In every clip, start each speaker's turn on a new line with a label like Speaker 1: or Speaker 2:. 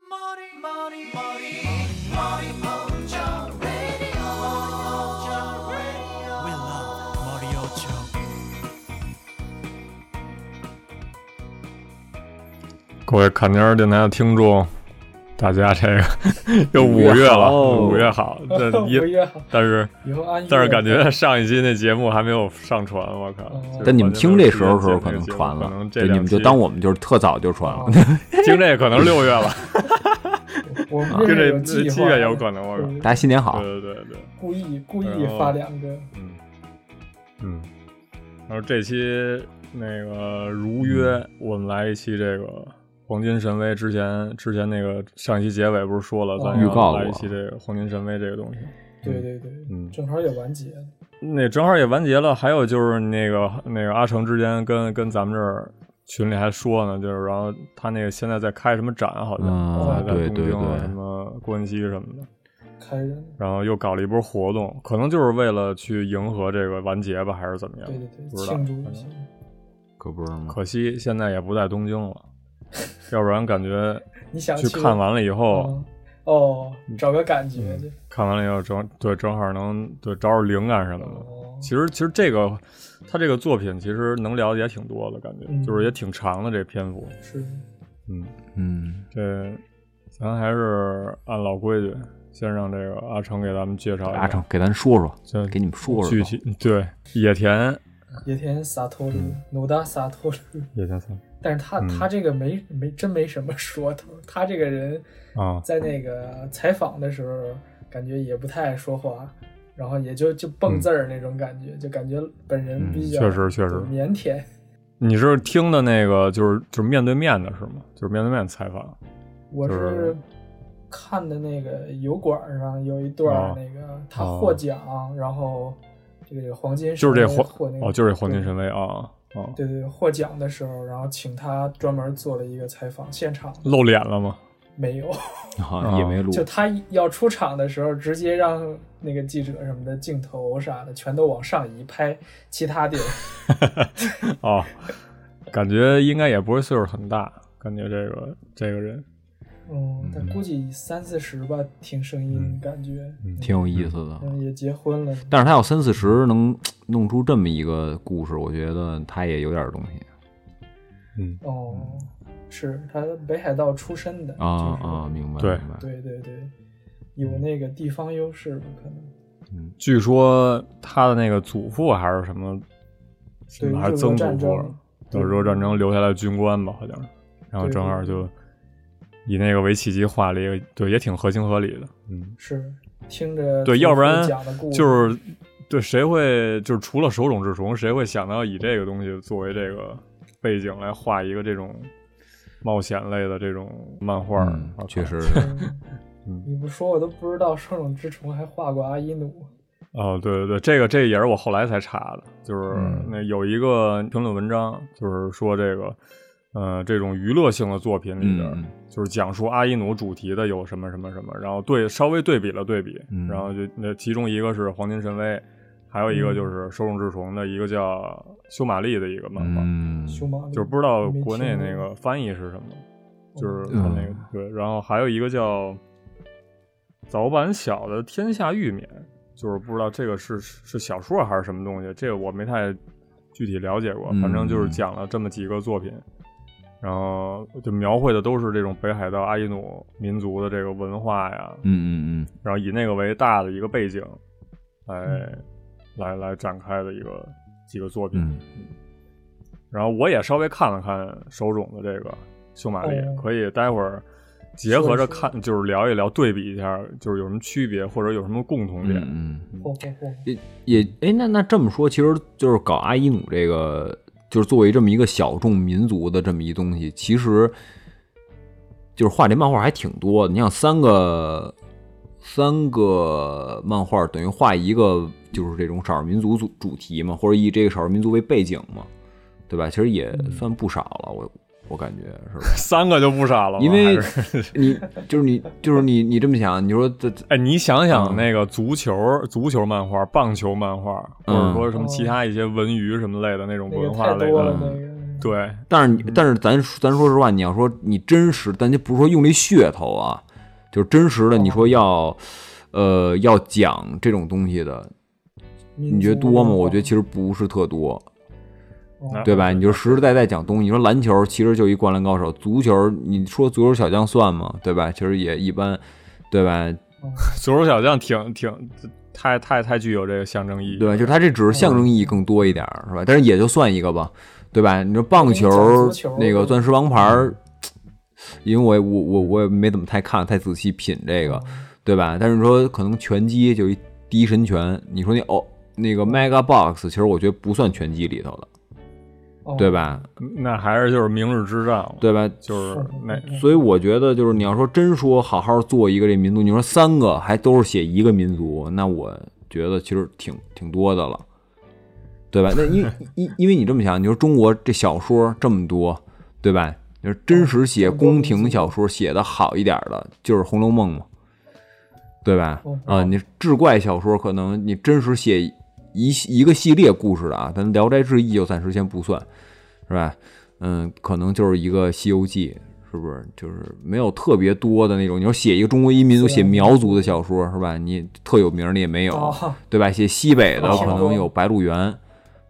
Speaker 1: Mori, Mori, Mori, Mori Mojo Radio. Mojo Radio.
Speaker 2: We love Mario Show。
Speaker 3: 各位卡尼尔电台的听众，大家这个 又五月了，五月好，这
Speaker 4: 五
Speaker 3: 一
Speaker 4: 月好，
Speaker 3: 但是
Speaker 4: 以后按月
Speaker 3: 嗯但是感觉上一期那节目还没有上传，我靠！就是
Speaker 2: 但你们听这时候
Speaker 3: 时
Speaker 2: 时
Speaker 3: 候
Speaker 2: 候可能传
Speaker 3: 可
Speaker 2: 了
Speaker 3: 能，这
Speaker 2: 对，你
Speaker 3: 两
Speaker 2: 们
Speaker 3: 期啊
Speaker 2: 就当我们就是特早就传
Speaker 4: 啊
Speaker 2: 了。
Speaker 3: 听这可能六月 了，
Speaker 4: 我们
Speaker 3: 听
Speaker 4: 这
Speaker 3: 这
Speaker 4: 有计
Speaker 3: 这
Speaker 4: 划
Speaker 3: 七月有可能，我
Speaker 4: 嗯
Speaker 3: 靠！
Speaker 2: 大家新年好，
Speaker 3: 对对对对，
Speaker 4: 故意故意
Speaker 3: 然后
Speaker 4: 发两个，
Speaker 3: 嗯嗯，然后这期那个如约，我们来一期这个。黄金神威之前之前那个上一期结尾不是说了，咱
Speaker 4: 预
Speaker 3: 要
Speaker 2: 哦告
Speaker 3: 来一
Speaker 2: 过
Speaker 3: 期这个黄金神威这个东西，
Speaker 4: 对对对，
Speaker 3: 嗯，
Speaker 4: 正好也完结了。
Speaker 3: 那正好也完结了。还有就是那个那个阿成之前跟跟咱们这儿群里还说呢，就是然后他那个现在在开什么展，好像、
Speaker 2: 啊
Speaker 3: 在在
Speaker 2: 对
Speaker 3: 东
Speaker 2: 对
Speaker 3: 京啊
Speaker 2: 对
Speaker 3: 什么关西什么的，
Speaker 4: 开人，
Speaker 3: 然后又搞了一波活动，可能就是为了去迎合这个完结吧，还是怎么样？
Speaker 4: 对对对，
Speaker 3: 不知道嗯
Speaker 4: 庆祝一下。
Speaker 2: 可不是吗？
Speaker 3: 可惜现在也不在东京了，要不然感 觉
Speaker 4: 你想
Speaker 3: 去看完了嗯以后，
Speaker 4: 嗯哦，找个感觉去。
Speaker 3: 看完了以后正对正好能对找找灵感什么的。
Speaker 4: 哦，
Speaker 3: 其实，其实这个他这个作品其实能聊的也挺多的，感觉、
Speaker 4: 嗯
Speaker 3: 就是也挺长的这篇幅。
Speaker 4: 是
Speaker 3: 嗯，
Speaker 2: 嗯，
Speaker 3: 这咱还是按老规矩，先让这个阿成给咱们介绍一下。
Speaker 2: 阿成给咱说说，
Speaker 3: 这
Speaker 2: 给你们说说吧
Speaker 3: 具体对野田
Speaker 4: 野田洒脱鲁，努达洒脱鲁。
Speaker 3: 野田三
Speaker 4: 但是他
Speaker 3: 嗯
Speaker 4: 他这个没没真没什么说头，他这个人
Speaker 3: 啊，
Speaker 4: 在那个采访的时候，感觉也不太爱说话，然后也就就蹦字儿那种感觉，就感觉本人比较、
Speaker 3: 嗯确实确实
Speaker 4: 腼腆。
Speaker 3: 你是听的那个就是就是面对面的是吗？就是面对面采访。
Speaker 4: 我
Speaker 3: 就是是
Speaker 4: 看的那个油管儿上有一段儿
Speaker 3: 哦
Speaker 4: 那个、他
Speaker 3: 哦
Speaker 4: 获奖，然后这个黄金
Speaker 3: 就是这
Speaker 4: 神威
Speaker 3: 黄
Speaker 4: 获那个
Speaker 3: 哦，就是这黄金
Speaker 4: 对
Speaker 3: 神威啊啊，
Speaker 4: 对对，获奖的时候，然后请他专门做了一个采访，现场
Speaker 3: 露脸了吗？
Speaker 4: 没有，
Speaker 2: 啊也没录，
Speaker 4: 就他要出场的时候，直接让那个记者什么的镜头啥的全都往上移拍，其他地儿
Speaker 3: 哦，感觉应该也不是岁数很大，感觉这个这个人。
Speaker 4: 嗯，但估计三四十吧，听声
Speaker 3: 嗯
Speaker 4: 音感觉，
Speaker 2: 挺有意思的。
Speaker 4: 嗯，也结婚了，
Speaker 2: 但是他要三四十能弄出这么一个故事，我觉得他也有点东西
Speaker 3: 嗯，
Speaker 4: 哦，是他北海道出身的
Speaker 2: 啊
Speaker 4: 就是
Speaker 2: 啊，明白
Speaker 3: 对
Speaker 2: 明白，
Speaker 4: 对对对，有那个地方优势吧，可能
Speaker 3: 据说他的那个祖父还是什么，什
Speaker 4: 对
Speaker 3: 么还
Speaker 4: 日
Speaker 3: 是
Speaker 4: 俄
Speaker 3: 曾
Speaker 4: 战
Speaker 3: 祖父
Speaker 4: 争，，
Speaker 3: 就日俄战争留下来的军官吧，好像是，然后
Speaker 4: 对
Speaker 3: 正好就以那个为契机画了一个，对，也挺合情合理的，嗯，
Speaker 4: 是听着
Speaker 3: 对，
Speaker 4: 祖
Speaker 3: 要
Speaker 4: 父
Speaker 3: 不然
Speaker 4: 讲的故事
Speaker 3: 就是对谁会就是除了手冢治虫，谁会想到以这个东西作为这个背景来画一个这种冒险类的这种漫画儿？啊
Speaker 2: 嗯
Speaker 3: 我靠
Speaker 2: 确实
Speaker 3: 嗯
Speaker 4: 嗯 你不说我都不知道手冢治虫还画过阿伊努，
Speaker 3: 哦，对对对，这个这也是我后来才查的，就是
Speaker 2: 嗯
Speaker 3: 那有一个评论文章，就是说这个，呃，这种娱乐性的作品里边，
Speaker 2: 嗯嗯
Speaker 3: 就是讲述阿伊努主题的有什么什么什么，然后对稍微对比了对比，
Speaker 2: 嗯
Speaker 3: 然后就那其中一个是黄金神威，还有一个
Speaker 2: 嗯
Speaker 3: 就是手冢治虫的一个叫修玛丽的一个漫画，
Speaker 2: 嗯，
Speaker 4: 修马
Speaker 3: 就是不知道国内那个翻译是什么，就是他那个、
Speaker 2: 嗯
Speaker 3: 对，然后还有一个叫早版小的《天下玉冕》，就是不知道这个是是小说还是什么东西，这个我没太具体了解过，
Speaker 2: 嗯
Speaker 3: 反正就是讲了这么几个作品。然后就描绘的都是这种北海道阿伊努民族的这个文化呀，
Speaker 2: 嗯嗯嗯，
Speaker 3: 然后以那个为大的一个背景来、来来展开的一个几个作品。
Speaker 2: 嗯
Speaker 3: 然后我也稍微看了看手冢的这个秀玛丽，
Speaker 4: 哦
Speaker 3: 可以待会儿结合着
Speaker 4: 说一
Speaker 3: 看，就是聊一聊，对比一下，就是有什么区别或者有什么共同点。
Speaker 2: 嗯嗯。
Speaker 4: 嚯嚯嚯，
Speaker 2: 也也哎，那那这么说，其实就是搞阿伊努这个，就是作为这么一个小众民族的这么一东西，其实就是画这漫画还挺多的。你像三个三个漫画，等于画一个就是这种少数民族主主题嘛，或者以这个少数民族为背景嘛，对吧？其实也
Speaker 3: 嗯
Speaker 2: 算不少了，我我感觉是吧？
Speaker 3: 三个就不傻了吧，
Speaker 2: 因为
Speaker 3: 还是
Speaker 2: 你就是你就是你你这么想，你说这这
Speaker 3: 哎，你想想
Speaker 2: 嗯
Speaker 3: 那个足球、足球漫画、棒球漫画，或者
Speaker 2: 嗯
Speaker 3: 说什么
Speaker 4: 哦
Speaker 3: 其他一些文娱什么类的那种
Speaker 4: 那个
Speaker 3: 文化
Speaker 4: 太
Speaker 3: 类
Speaker 2: 嗯
Speaker 4: 多了
Speaker 3: 的
Speaker 4: 那个。
Speaker 3: 对，
Speaker 2: 但是你，但是咱咱说实话，你要说你真实，咱就不是说用这噱头啊，就是真实的，你说要，呃，要讲这种东西的，
Speaker 4: 你
Speaker 2: 你觉得多吗？
Speaker 4: 嗯
Speaker 2: 我觉得其实不是特多，
Speaker 3: 那
Speaker 2: 对吧？你就实实在在讲东西。你说篮球其实就一灌篮高手，足球你说足球小将算吗？对吧？其实也一般，对吧？
Speaker 3: 足球小将挺挺太太太具有这个象征意义。
Speaker 2: 对吧？就是它这只是象征意义更多一点儿，是吧？但是也就算一个吧，对吧？你说棒球嗯
Speaker 4: 足球
Speaker 2: 那个钻石王牌儿，因为我我我也没怎么太看太仔细品这个，对吧？但是说可能拳击就一第一神拳，你说那哦那个 Mega Box，其实我觉得不算拳击里头的，
Speaker 4: 哦
Speaker 2: 对？吧？
Speaker 3: 那还是就是明日之战，，
Speaker 2: 对吧？
Speaker 3: 就是那
Speaker 2: 所以我觉得就是你要说真说好好做一个这民族，你说三个还都是写一个民族，那我觉得其实挺挺多的了，对吧？那因为因因为你这么想，你说中国这小说这么多，对吧？就是真实写宫廷小说写的好一点的，就是《红楼梦》嘛，对吧
Speaker 4: 嗯？
Speaker 2: 啊、你志怪小说可能你真实写一一个系列故事的啊，咱《聊斋志异》就暂时先不算，是吧？嗯，可能就是一个《西游记》，是不是？就是没有特别多的那种。你说写一个中国一民族，
Speaker 4: 是
Speaker 2: 写苗族的小说，是吧？你特有名儿的也没有，
Speaker 4: 哦
Speaker 2: 对吧？写西北的
Speaker 4: 哦
Speaker 2: 可能有《白鹿原》，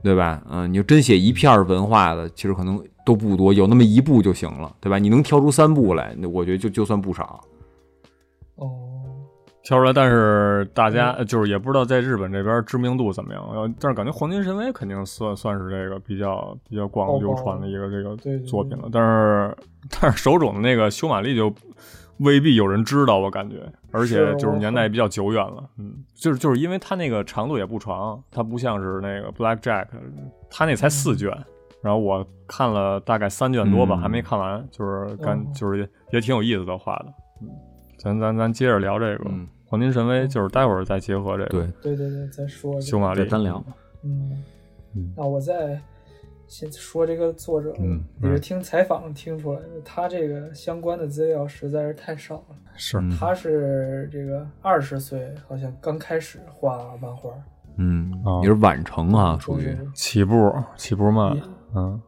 Speaker 2: 对吧？嗯，你就真写一片儿文化的，其实可能都不多，有那么一部就行了，对吧？你能挑出三部来，那我觉得就就算不少。
Speaker 4: 哦，
Speaker 3: 挑出来，但是大家
Speaker 4: 嗯
Speaker 3: 呃就是也不知道在日本这边知名度怎么样，然后但是感觉《黄金神威》肯定算算是这个比较比较广流传的一个这
Speaker 4: 对
Speaker 3: 个
Speaker 4: 对对
Speaker 3: 作品了，但是但是手冢的那个修玛丽就未必有人知道，我感觉，而且
Speaker 4: 是
Speaker 3: 就是
Speaker 4: 我
Speaker 3: 年代比较久远了，嗯，就是就是因为它那个长度也不长，它不像是那个 Black Jack，它那才
Speaker 4: 嗯
Speaker 3: 四卷。然后我看了大概三卷多吧，
Speaker 2: 嗯
Speaker 3: 还没看完，就是感、
Speaker 4: 哦
Speaker 3: 就是也也挺有意思的画的。咱咱咱接着聊这个、
Speaker 2: 嗯
Speaker 3: 黄金神威，就是待会儿再结合这个
Speaker 2: 对，
Speaker 4: 对对对，再说一
Speaker 3: 修
Speaker 4: 个，
Speaker 3: 玛丽
Speaker 2: 再单聊。
Speaker 4: 嗯
Speaker 2: 嗯，
Speaker 4: 那我再先说这个作者，
Speaker 2: 嗯
Speaker 4: 也是听采访听出来的，他这个相关的资料实在是太少了。
Speaker 3: 是
Speaker 2: 嗯
Speaker 4: 他是这个二十岁，好像刚开始画漫画，
Speaker 2: 嗯
Speaker 3: 哦，
Speaker 2: 也是晚成啊，属于
Speaker 4: 就是
Speaker 3: 起步起步慢
Speaker 4: 也，
Speaker 3: 嗯，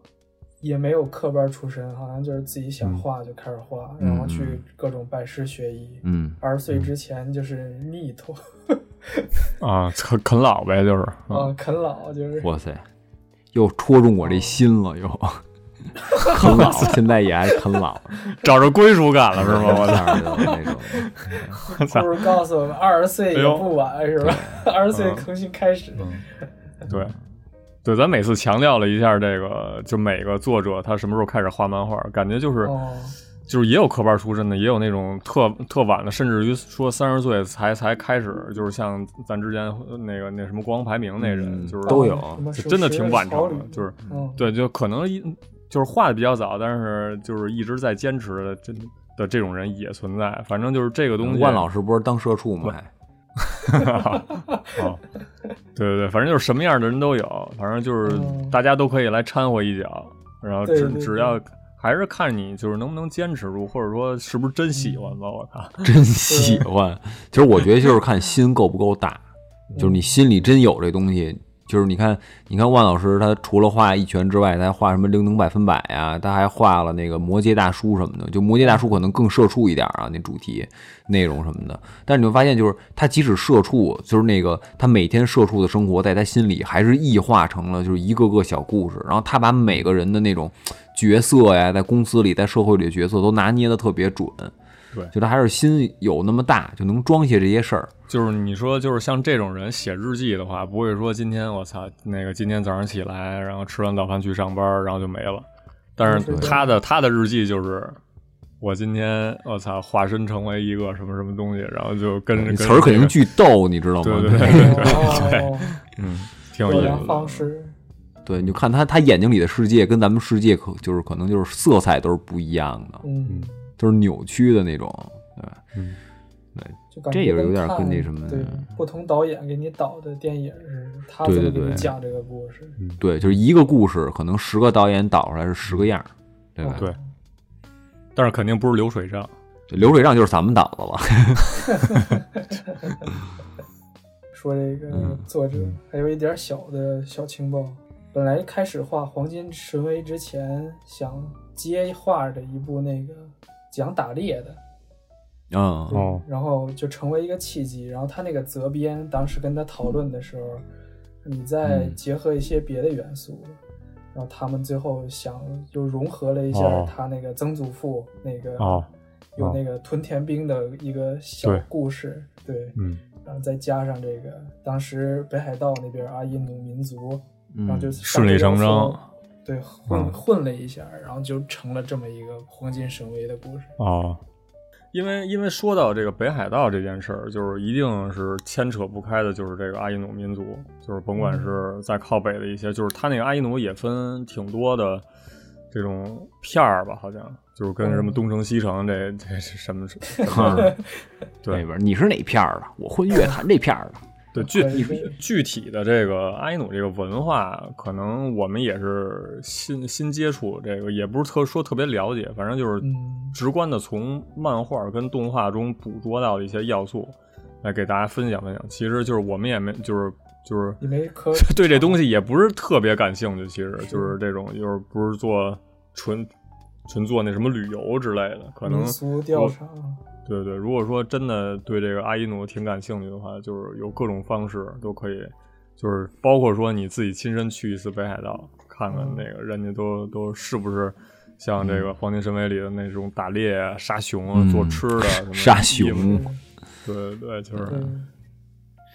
Speaker 4: 也没有科班出身，好像就是自己想画就开始画，
Speaker 2: 嗯
Speaker 4: 然后去各种拜师学艺。
Speaker 2: 嗯
Speaker 4: 二十岁之前就是逆头
Speaker 3: 啊，啃啃老呗，就是
Speaker 4: 啊，啃老就是
Speaker 2: 哇塞，又戳中我这心了，又 啃老，现在也爱啃老，
Speaker 3: 找着归属感了是吗？我
Speaker 2: 这
Speaker 3: 操！
Speaker 2: 样的 那种，
Speaker 4: 不如告诉我们，二十岁
Speaker 3: 哎
Speaker 4: 也
Speaker 3: 呦嗯
Speaker 4: 不晚，是吧？二十岁重新开始，
Speaker 3: 对，对，咱每次强调了一下这个，就每个作者他什么时候开始画漫画，感觉就是、
Speaker 4: 哦
Speaker 3: 就是也有科班出身的，也有那种特特晚的，甚至于说三十岁才才开始，就是像咱之前呃那个那什么国王排名那人，
Speaker 2: 嗯
Speaker 3: 就是
Speaker 2: 都有
Speaker 4: 什么
Speaker 3: 就真的挺晚成的，就是
Speaker 4: 嗯，
Speaker 3: 对，就可能一就是画的比较早，但是就是一直在坚持的真的这种人也存在，反正就是这个东西。
Speaker 2: 万老师不是当社畜吗？还
Speaker 3: 哦，对对对，反正就是什么样的人都有，反正就是
Speaker 4: 嗯
Speaker 3: 大家都可以来掺和一脚，然后
Speaker 4: 对
Speaker 3: 只
Speaker 4: 对
Speaker 3: 只
Speaker 4: 对
Speaker 3: 要还是看你就是能不能坚持住，或者说是不是真喜欢
Speaker 4: 嗯
Speaker 3: 吧。我靠，
Speaker 2: 真喜欢。其实我觉得就是看心够不够大，就是你心里真有这东西。就是你看，你看万老师，他除了画一拳之外，他还画什么灵能百分百啊，他还画了那个魔界大叔什么的。就魔界大叔可能更社畜一点啊，那主题内容什么的。但是你会发现，就是他即使社畜，就是那个他每天社畜的生活，在他心里还是异化成了就是一个个小故事。然后他把每个人的那种角色呀，在公司里、在社会里的角色都拿捏的特别准。就他还是心有那么大，就能装下这些事儿。
Speaker 3: 就是你说就是像这种人写日记的话，不会说今天我操那个今天早上起来，然后吃完早饭去上班，然后就没了。但是
Speaker 4: 对
Speaker 3: 他的他的日记就是。我今天我操，化身成为一个什么什么东西，然后就跟跟
Speaker 2: 嗯词儿肯
Speaker 3: 这
Speaker 2: 定
Speaker 3: 个
Speaker 2: 巨逗，你知道吗？
Speaker 3: 对对对
Speaker 4: 哦，
Speaker 3: 嗯，挺有
Speaker 4: 表
Speaker 3: 意
Speaker 4: 达
Speaker 3: 思的
Speaker 4: 方。式，
Speaker 2: 对你就看他他眼睛里的世界跟咱们世界可就是可能就是色彩都是不一样的，
Speaker 4: 嗯，
Speaker 2: 就是扭曲的那种。对，
Speaker 4: 就感
Speaker 2: 这
Speaker 4: 觉
Speaker 2: 也有点
Speaker 4: 看
Speaker 2: 跟那什么
Speaker 4: 对
Speaker 3: 嗯
Speaker 4: 不同导演给你导的电影是，他
Speaker 2: 对
Speaker 4: 怎么
Speaker 2: 对
Speaker 4: 给你
Speaker 2: 对嗯
Speaker 4: 讲这个故事，
Speaker 2: 对，就是一个故事，可能十个导演导出来是十个样儿，对吧？
Speaker 3: 嗯对，但是肯定不是流水账。
Speaker 2: 对，流水账就是咱们导的了。
Speaker 4: 说这个
Speaker 2: 嗯
Speaker 4: 作者，还有一点小的小情报，本来开始画《黄金神威》之前想接画的一部那个讲打猎的，
Speaker 2: 啊
Speaker 4: 对
Speaker 3: 哦
Speaker 4: 然后就成为一个契机。然后他那个责编当时跟他讨论的时候，你再
Speaker 2: 嗯
Speaker 4: 结合一些别的元素，然后他们最后想又融合了一下
Speaker 3: 哦
Speaker 4: 他那个曾祖父那个
Speaker 3: 哦
Speaker 4: 有
Speaker 3: 哦
Speaker 4: 那个屯田兵的一个小
Speaker 3: 对
Speaker 4: 故事，对，
Speaker 3: 嗯
Speaker 4: 然后再加上这个当时北海道那边阿印度民族，
Speaker 2: 嗯
Speaker 4: 然后 就
Speaker 3: 顺理成章，
Speaker 4: 对，混
Speaker 3: 嗯
Speaker 4: 混了一下，然后就成了这么一个黄金神威的故事。
Speaker 3: 哦，因为因为说到这个北海道这件事儿，就是一定是牵扯不开的，就是这个阿伊努民族，就是甭管是在靠北的一些，就是他那个阿伊努也分挺多的这种片儿吧，好像就是跟什么东城西城这这这什么什么 对
Speaker 2: 那边你是哪片儿的？我混乐坛这片儿的。啊
Speaker 3: 对具
Speaker 4: 对
Speaker 3: 具具体的这个阿伊努这个文化，可能我们也是新新接触这个，也不是特说特别了解，反正就是
Speaker 4: 嗯
Speaker 3: 直观的从漫画跟动画中捕捉到的一些要素，来给大家分享分享。其实就是我们也没就是就是
Speaker 4: 你没啊可
Speaker 3: 对这东西也不是特别感兴趣，其实就是这种就是不是做纯纯做那什么旅游之类的，可能
Speaker 4: 民俗调查，啊
Speaker 3: 对对，如果说真的对这个阿依努挺感兴趣的话，就是有各种方式都可以，就是包括说你自己亲身去一次北海道，看看
Speaker 2: 嗯
Speaker 3: 那个人家都都是不是像这个《黄金神威》里的那种打猎啊、杀熊啊、
Speaker 2: 嗯
Speaker 3: 做吃的什么的
Speaker 2: 杀熊
Speaker 3: 野
Speaker 2: 嗯
Speaker 3: 对对对，就是
Speaker 4: 对。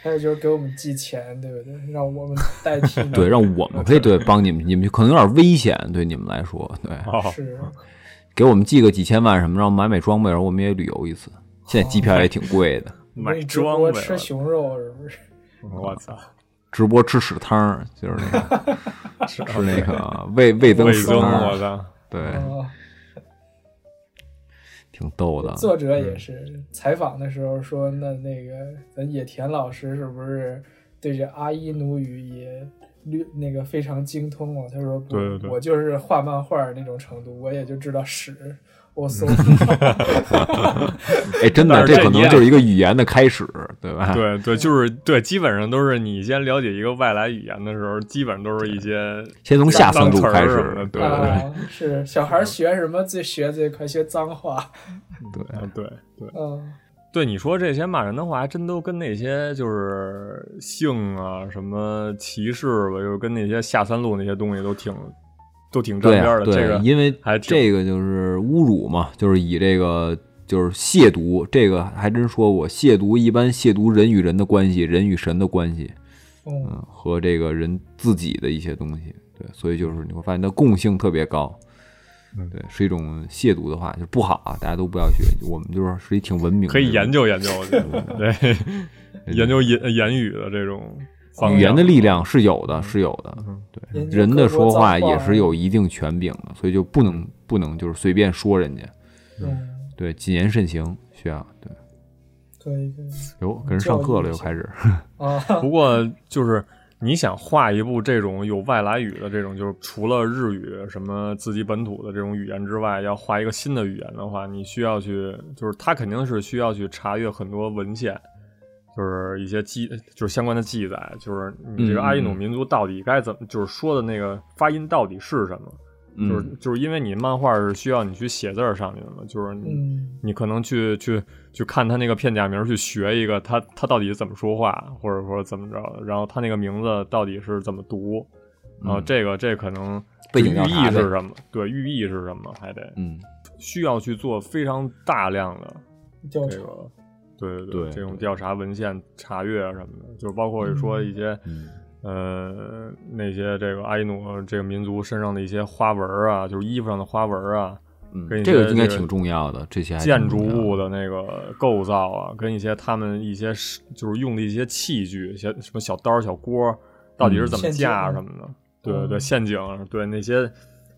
Speaker 4: 还有就是给我们寄钱，对不对？让我们代替你。
Speaker 2: 对，让我们可以对帮你们，你们可能有点危险，对你们来说，对，
Speaker 3: 哦，
Speaker 4: 是
Speaker 2: 给我们寄个几千万什么，然后买买装备，然后我们也旅游一次。现在机票也挺 贵的，
Speaker 3: 买
Speaker 4: 你直
Speaker 3: 装
Speaker 4: 播
Speaker 3: 备
Speaker 4: 吃
Speaker 3: 了，
Speaker 4: 熊肉是不是？
Speaker 3: 我操，
Speaker 2: 直播吃屎汤儿，就是那个 吃那个味味增
Speaker 3: 味
Speaker 2: 屎
Speaker 3: 增，
Speaker 2: 汤
Speaker 3: 我
Speaker 2: 儿，
Speaker 3: 操，
Speaker 2: 对，
Speaker 4: 啊，
Speaker 2: 挺逗
Speaker 3: 嗯
Speaker 2: 的。
Speaker 4: 作者也是采访的时候说，那那个咱野田老师是不是对这阿伊努语也略那个非常精通啊？他说不，
Speaker 3: 对对对
Speaker 4: 我就是画漫画那种程度，我也就知道屎。我搜，
Speaker 2: 哎，真的，
Speaker 3: 但是
Speaker 2: 这
Speaker 3: 这
Speaker 2: 可
Speaker 3: 你
Speaker 2: 能
Speaker 3: 也
Speaker 2: 就是一个语言的开始，对吧？，
Speaker 3: 对对，就是对，基本上都是你先了解一个外来语言的时候，基本都是一些
Speaker 2: 先从下
Speaker 3: 脏
Speaker 2: 三路
Speaker 3: 词儿
Speaker 2: 开
Speaker 3: 什么的
Speaker 2: 始，对对对
Speaker 4: 啊，是小孩学什么最学最快？学脏话，
Speaker 2: 对，
Speaker 3: 啊，对对。
Speaker 4: 嗯，
Speaker 3: 对你说这些骂人的话，还真都跟那些就是性啊、什么歧视吧，就是跟那些下三路那些东西都挺都挺沾
Speaker 2: 对
Speaker 3: 边
Speaker 2: 啊
Speaker 3: 的。
Speaker 2: 对
Speaker 3: 这个
Speaker 2: 因为
Speaker 3: 还挺
Speaker 2: 这个就是侮辱嘛，就是以这个就是亵渎，这个还真说过，亵渎一般亵渎人与人的关系，人与神的关系，
Speaker 4: 嗯
Speaker 2: 嗯，和这个人自己的一些东西，对，所以就是你会发现它共性特别高，
Speaker 3: 嗯
Speaker 2: 对，是一种亵渎的话，就不好啊，大家都不要学，我们就是是一挺文明的，
Speaker 3: 可以研究 研究，我觉得对，研究言言语的这种方
Speaker 2: 语言的
Speaker 3: 向
Speaker 2: 力量是有的，是有的，
Speaker 3: 嗯
Speaker 2: 对
Speaker 4: 研，究
Speaker 2: 人
Speaker 4: 嗯各
Speaker 2: 的
Speaker 4: 国
Speaker 2: 说
Speaker 4: 脏
Speaker 2: 话
Speaker 4: 话
Speaker 2: 也是有一定权柄的，所以就不能不能就是随便说人家，
Speaker 4: 嗯，
Speaker 2: 对，谨言慎行需要，对，
Speaker 4: 可以可以
Speaker 2: 哟，跟人上课了又开始，
Speaker 4: 啊，
Speaker 3: 不过就是你想画一部这种有外来语的这种，就是除了日语什么自己本土的这种语言之外，要画一个新的语言的话，你需要去，就是他肯定是需要去查阅很多文献。就是一些记，就是相关的记载，就是你这个阿伊努
Speaker 2: 嗯嗯嗯
Speaker 3: 民族到底该怎么，就是说的那个发音到底是什么？就是
Speaker 2: 嗯，
Speaker 3: 就是因为你漫画是需要你去写字儿上去的嘛，就是你、
Speaker 4: 嗯，
Speaker 3: 你可能去去去看他那个片假名，去学一个他他到底怎么说话，或者说怎么着的，然后他那个名字到底是怎么读，然后
Speaker 2: 嗯
Speaker 3: 这个这可能
Speaker 2: 背景
Speaker 3: 就
Speaker 2: 调
Speaker 3: 寓
Speaker 2: 查
Speaker 3: 意
Speaker 2: 呗
Speaker 3: 是什么？对，寓意是什么？还得
Speaker 2: 嗯，
Speaker 3: 需要去做非常大量的
Speaker 4: 调
Speaker 3: 这
Speaker 4: 查，
Speaker 3: 个，对对
Speaker 2: 对
Speaker 3: 这种调查文献查阅啊什么的，就是包括说一些、
Speaker 2: 嗯
Speaker 3: 呃那些这个阿伊努这个民族身上的一些花纹儿啊，就是衣服上的花纹儿啊，
Speaker 2: 嗯
Speaker 3: 跟，一
Speaker 2: 这个
Speaker 3: 些
Speaker 2: 应该
Speaker 3: 这个
Speaker 2: 挺重要的，这些还挺
Speaker 3: 建筑
Speaker 2: 重要的
Speaker 3: 物的那个构造啊，跟一些他们一些是就是用的一些器具，一些什么小刀儿、小锅儿，到
Speaker 2: 嗯
Speaker 3: 底是怎么
Speaker 4: 陷阱啊
Speaker 3: 架什么的？对对对，
Speaker 4: 嗯
Speaker 3: 陷阱，对那些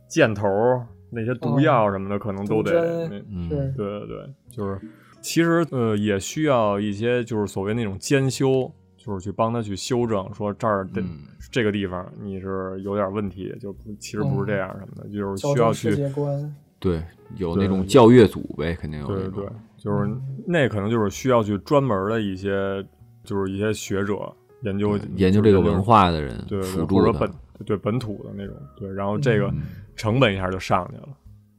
Speaker 3: 箭头儿、那些毒
Speaker 4: 哦
Speaker 3: 药什么的，可能都
Speaker 4: 毒
Speaker 3: 得
Speaker 4: 针
Speaker 3: 那
Speaker 2: 嗯
Speaker 4: 是
Speaker 3: 对对对，就是其实呃也需要一些就是所谓那种监修，就是去帮他去修正，说这儿的、
Speaker 2: 嗯
Speaker 3: 这个地方你是有点问题，就不其实不是这样什么的，就是
Speaker 4: 哦交
Speaker 3: 需要
Speaker 4: 通
Speaker 3: 去
Speaker 4: 世界观，
Speaker 2: 对，有
Speaker 3: 对
Speaker 2: 那种
Speaker 3: 对
Speaker 2: 教乐组呗，肯定有
Speaker 3: 对
Speaker 2: 那
Speaker 3: 对
Speaker 2: 种嗯
Speaker 3: 对，，就是那可能就是需要去专门的一些，就是一些学者研究
Speaker 2: 研究这个文，化的人
Speaker 3: 嗯就是对对对
Speaker 2: 辅
Speaker 3: 或
Speaker 2: 助
Speaker 3: 者本
Speaker 2: 的，嗯
Speaker 3: 就对本土的那种，对，然后这个成本一下就上去了，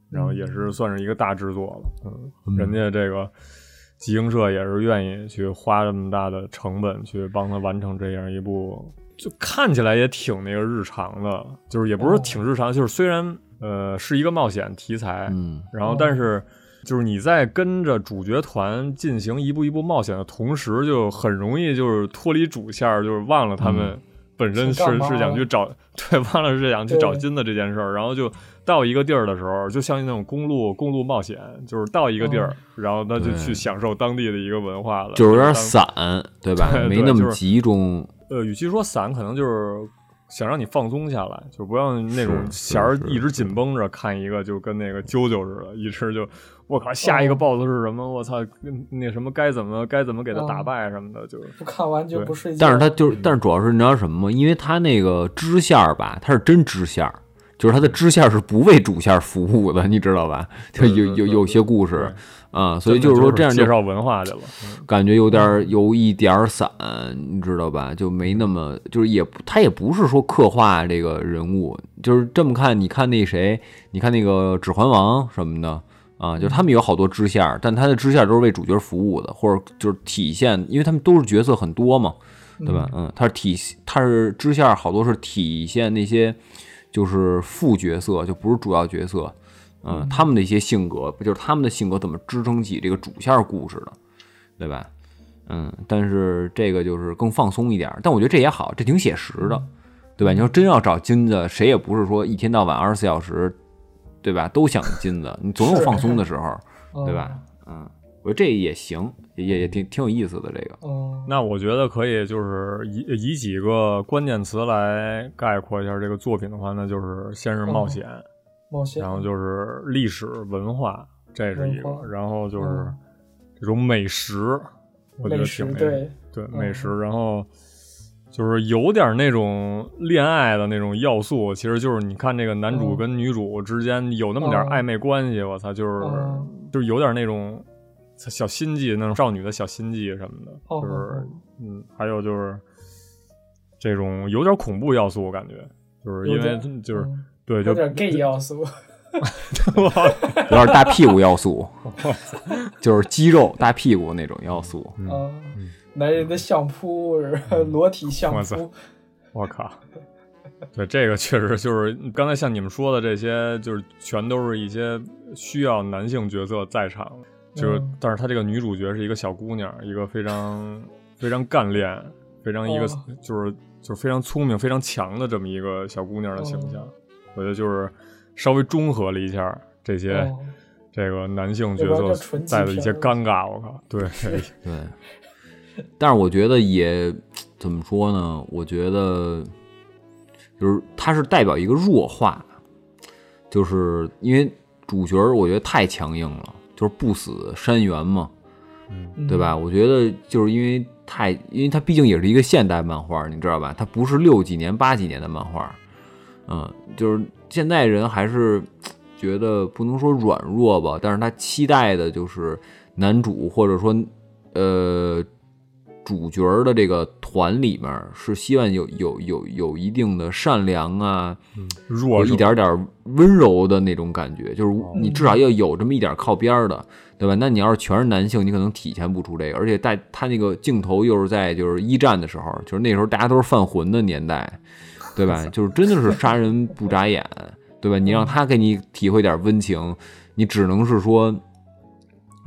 Speaker 3: 然后也是算是一个大制作了，嗯，人家这个集英社也是愿意去花这么大的成本去帮他完成这样一部，就看起来也挺那个日常的，就是也不
Speaker 2: 哦
Speaker 3: 是挺日常，就是虽然呃是一个冒险题材，
Speaker 2: 嗯
Speaker 3: 然后但是就是你在跟着主角团进行一步一步冒险的同时，就很容易就是脱离主线儿，就是忘了他
Speaker 2: 嗯
Speaker 3: 们本身是
Speaker 4: 是干嘛
Speaker 3: 是想去找 对，忘了是想去
Speaker 4: 对
Speaker 3: 找金的这件事儿，然后就。到一个地儿的时候，就像那种公路公路冒险，就是到一个
Speaker 4: 哦
Speaker 3: 地儿，然后他就
Speaker 2: 对
Speaker 3: 去享受当地的一个文化了，
Speaker 2: 就是有点
Speaker 3: 当
Speaker 2: 散，对吧？
Speaker 3: 对对
Speaker 2: 没那
Speaker 3: 就
Speaker 2: 么
Speaker 3: 是
Speaker 2: 集中。
Speaker 3: 呃，与其说散，可能就是想让你放松下来，就不要那种
Speaker 2: 是
Speaker 3: 弦儿
Speaker 2: 是
Speaker 3: 一直紧绷着看一个，就跟那个啾啾似的，一直就我靠，下
Speaker 4: 哦
Speaker 3: 一个 BOSS 是什么？我操，跟那什么该怎么该怎么给他打
Speaker 4: 哦
Speaker 3: 败什么的，就是
Speaker 4: 不看完就不睡觉。
Speaker 2: 但是它就是，但是主要是你知道什么吗？因为它那个支线儿吧，它是真支线儿，就是它的支线儿是不为主线儿服务的，你知道吧？就
Speaker 3: 嗯对对
Speaker 2: 有有
Speaker 3: 对
Speaker 2: 有些故
Speaker 3: 对
Speaker 2: 事啊，所以
Speaker 3: 真的
Speaker 2: 就是说这样
Speaker 3: 介
Speaker 2: 就嗯
Speaker 3: 绍文化去了，
Speaker 2: 感觉有点儿有一点儿散，你知道吧？就没那么就是也不他也不是说刻画这个人物，就是这么看。你看那谁，你看那个《指环王》什么的啊，就是他们有好多支线儿，但他的支线儿都是为主角服务的，或者就是体现，因为他们都是角色很多嘛，对吧？嗯，他是体他是支线儿好多是体现那些就是副角色，就不是主要角色。嗯，他们的一些性格，不就是他们的性格怎么支撑起这个主线儿故事的？对吧？嗯，但是这个就是更放松一点儿，但我觉得这也好，这挺写实的，
Speaker 4: 嗯
Speaker 2: 对吧？你要真要找金子，谁也不是说一天到晚二十四小时，对吧？都想金子，你总有
Speaker 4: 是
Speaker 2: 放松 的时候，
Speaker 4: 嗯
Speaker 2: 对吧？？嗯，我觉得这也行，也也也挺挺有意思的这 个。
Speaker 4: 嗯，
Speaker 3: 那我觉得可以，就是以以几个关键词来概括一下这个作品的话，那就是先是冒
Speaker 4: 嗯
Speaker 3: 险，
Speaker 4: 冒险
Speaker 3: 然，后就是历史文化，这是一个
Speaker 4: 文化，
Speaker 3: 然后就是
Speaker 4: 嗯
Speaker 3: 这种美食，我觉得
Speaker 4: 美食
Speaker 3: 挺那
Speaker 4: 对
Speaker 3: 对美食，然后就是有点那种恋爱的那种要素，其实就是你看这个男主
Speaker 4: 嗯
Speaker 3: 跟女主之间有那么点
Speaker 4: 嗯
Speaker 3: 暧昧关系，我操，就是
Speaker 4: 嗯
Speaker 3: 就是有点那种小心计，那种少女的小心计什么的，
Speaker 4: 哦
Speaker 3: 就是嗯，还有就是这种有点恐怖要素，我感觉就是因
Speaker 4: 有
Speaker 3: 为
Speaker 4: 点
Speaker 3: 就是
Speaker 4: 嗯
Speaker 3: 对，就
Speaker 4: 有点 gay 要素，
Speaker 2: 有点大屁股要 素，就是肌肉大屁股那种要素。
Speaker 4: 嗯，男人的相扑是吧？
Speaker 2: 嗯
Speaker 4: 裸体相
Speaker 3: 我
Speaker 4: 扑
Speaker 3: 操， 我靠！对，这个确实就是刚才像你们说的这些，就是全都是一些需要男性角色在场，就是、
Speaker 4: 嗯
Speaker 3: 但是她这个女主角是一个小姑娘，一个非常非常干练，非常一个、
Speaker 4: 哦
Speaker 3: 就是就是非常聪明、非常强的这么一个小姑娘的形
Speaker 4: 哦
Speaker 3: 象，我觉得就是稍微中和了一下这些、
Speaker 4: 哦
Speaker 3: 这个男性角
Speaker 4: 要不然
Speaker 3: 色
Speaker 4: 就纯
Speaker 3: 带的
Speaker 4: 极
Speaker 3: 一些
Speaker 4: 品
Speaker 3: 尴尬，我靠， 对，
Speaker 2: 对，但是我觉得也怎么说呢？我觉得就是它是代表一个弱化，就是因为主角儿我觉得太强硬了，就是不死山猿嘛，
Speaker 4: 嗯
Speaker 2: 对吧？我觉得就是因为太，因为它毕竟也是一个现代漫画，你知道吧？它不是六几年、八几年的漫画，嗯，就是现代人还是觉得不能说软弱吧，但是他期待的就是男主或者说呃主角儿的这个团里面儿是希望有有有有一定的善良啊，
Speaker 3: 弱
Speaker 2: 有一
Speaker 3: 是哦
Speaker 2: 点儿点儿温柔的那种感觉，就是你至少要有这么一点儿靠边儿的，对吧？那你要是全是男性，你可能体现不出这个，而且带他那个镜头又是在就是一战的时候，就是那时候大家都是犯浑的年代，对吧？就是真的是杀人不眨眼，对吧？你让他给你体会点温情，你只能是说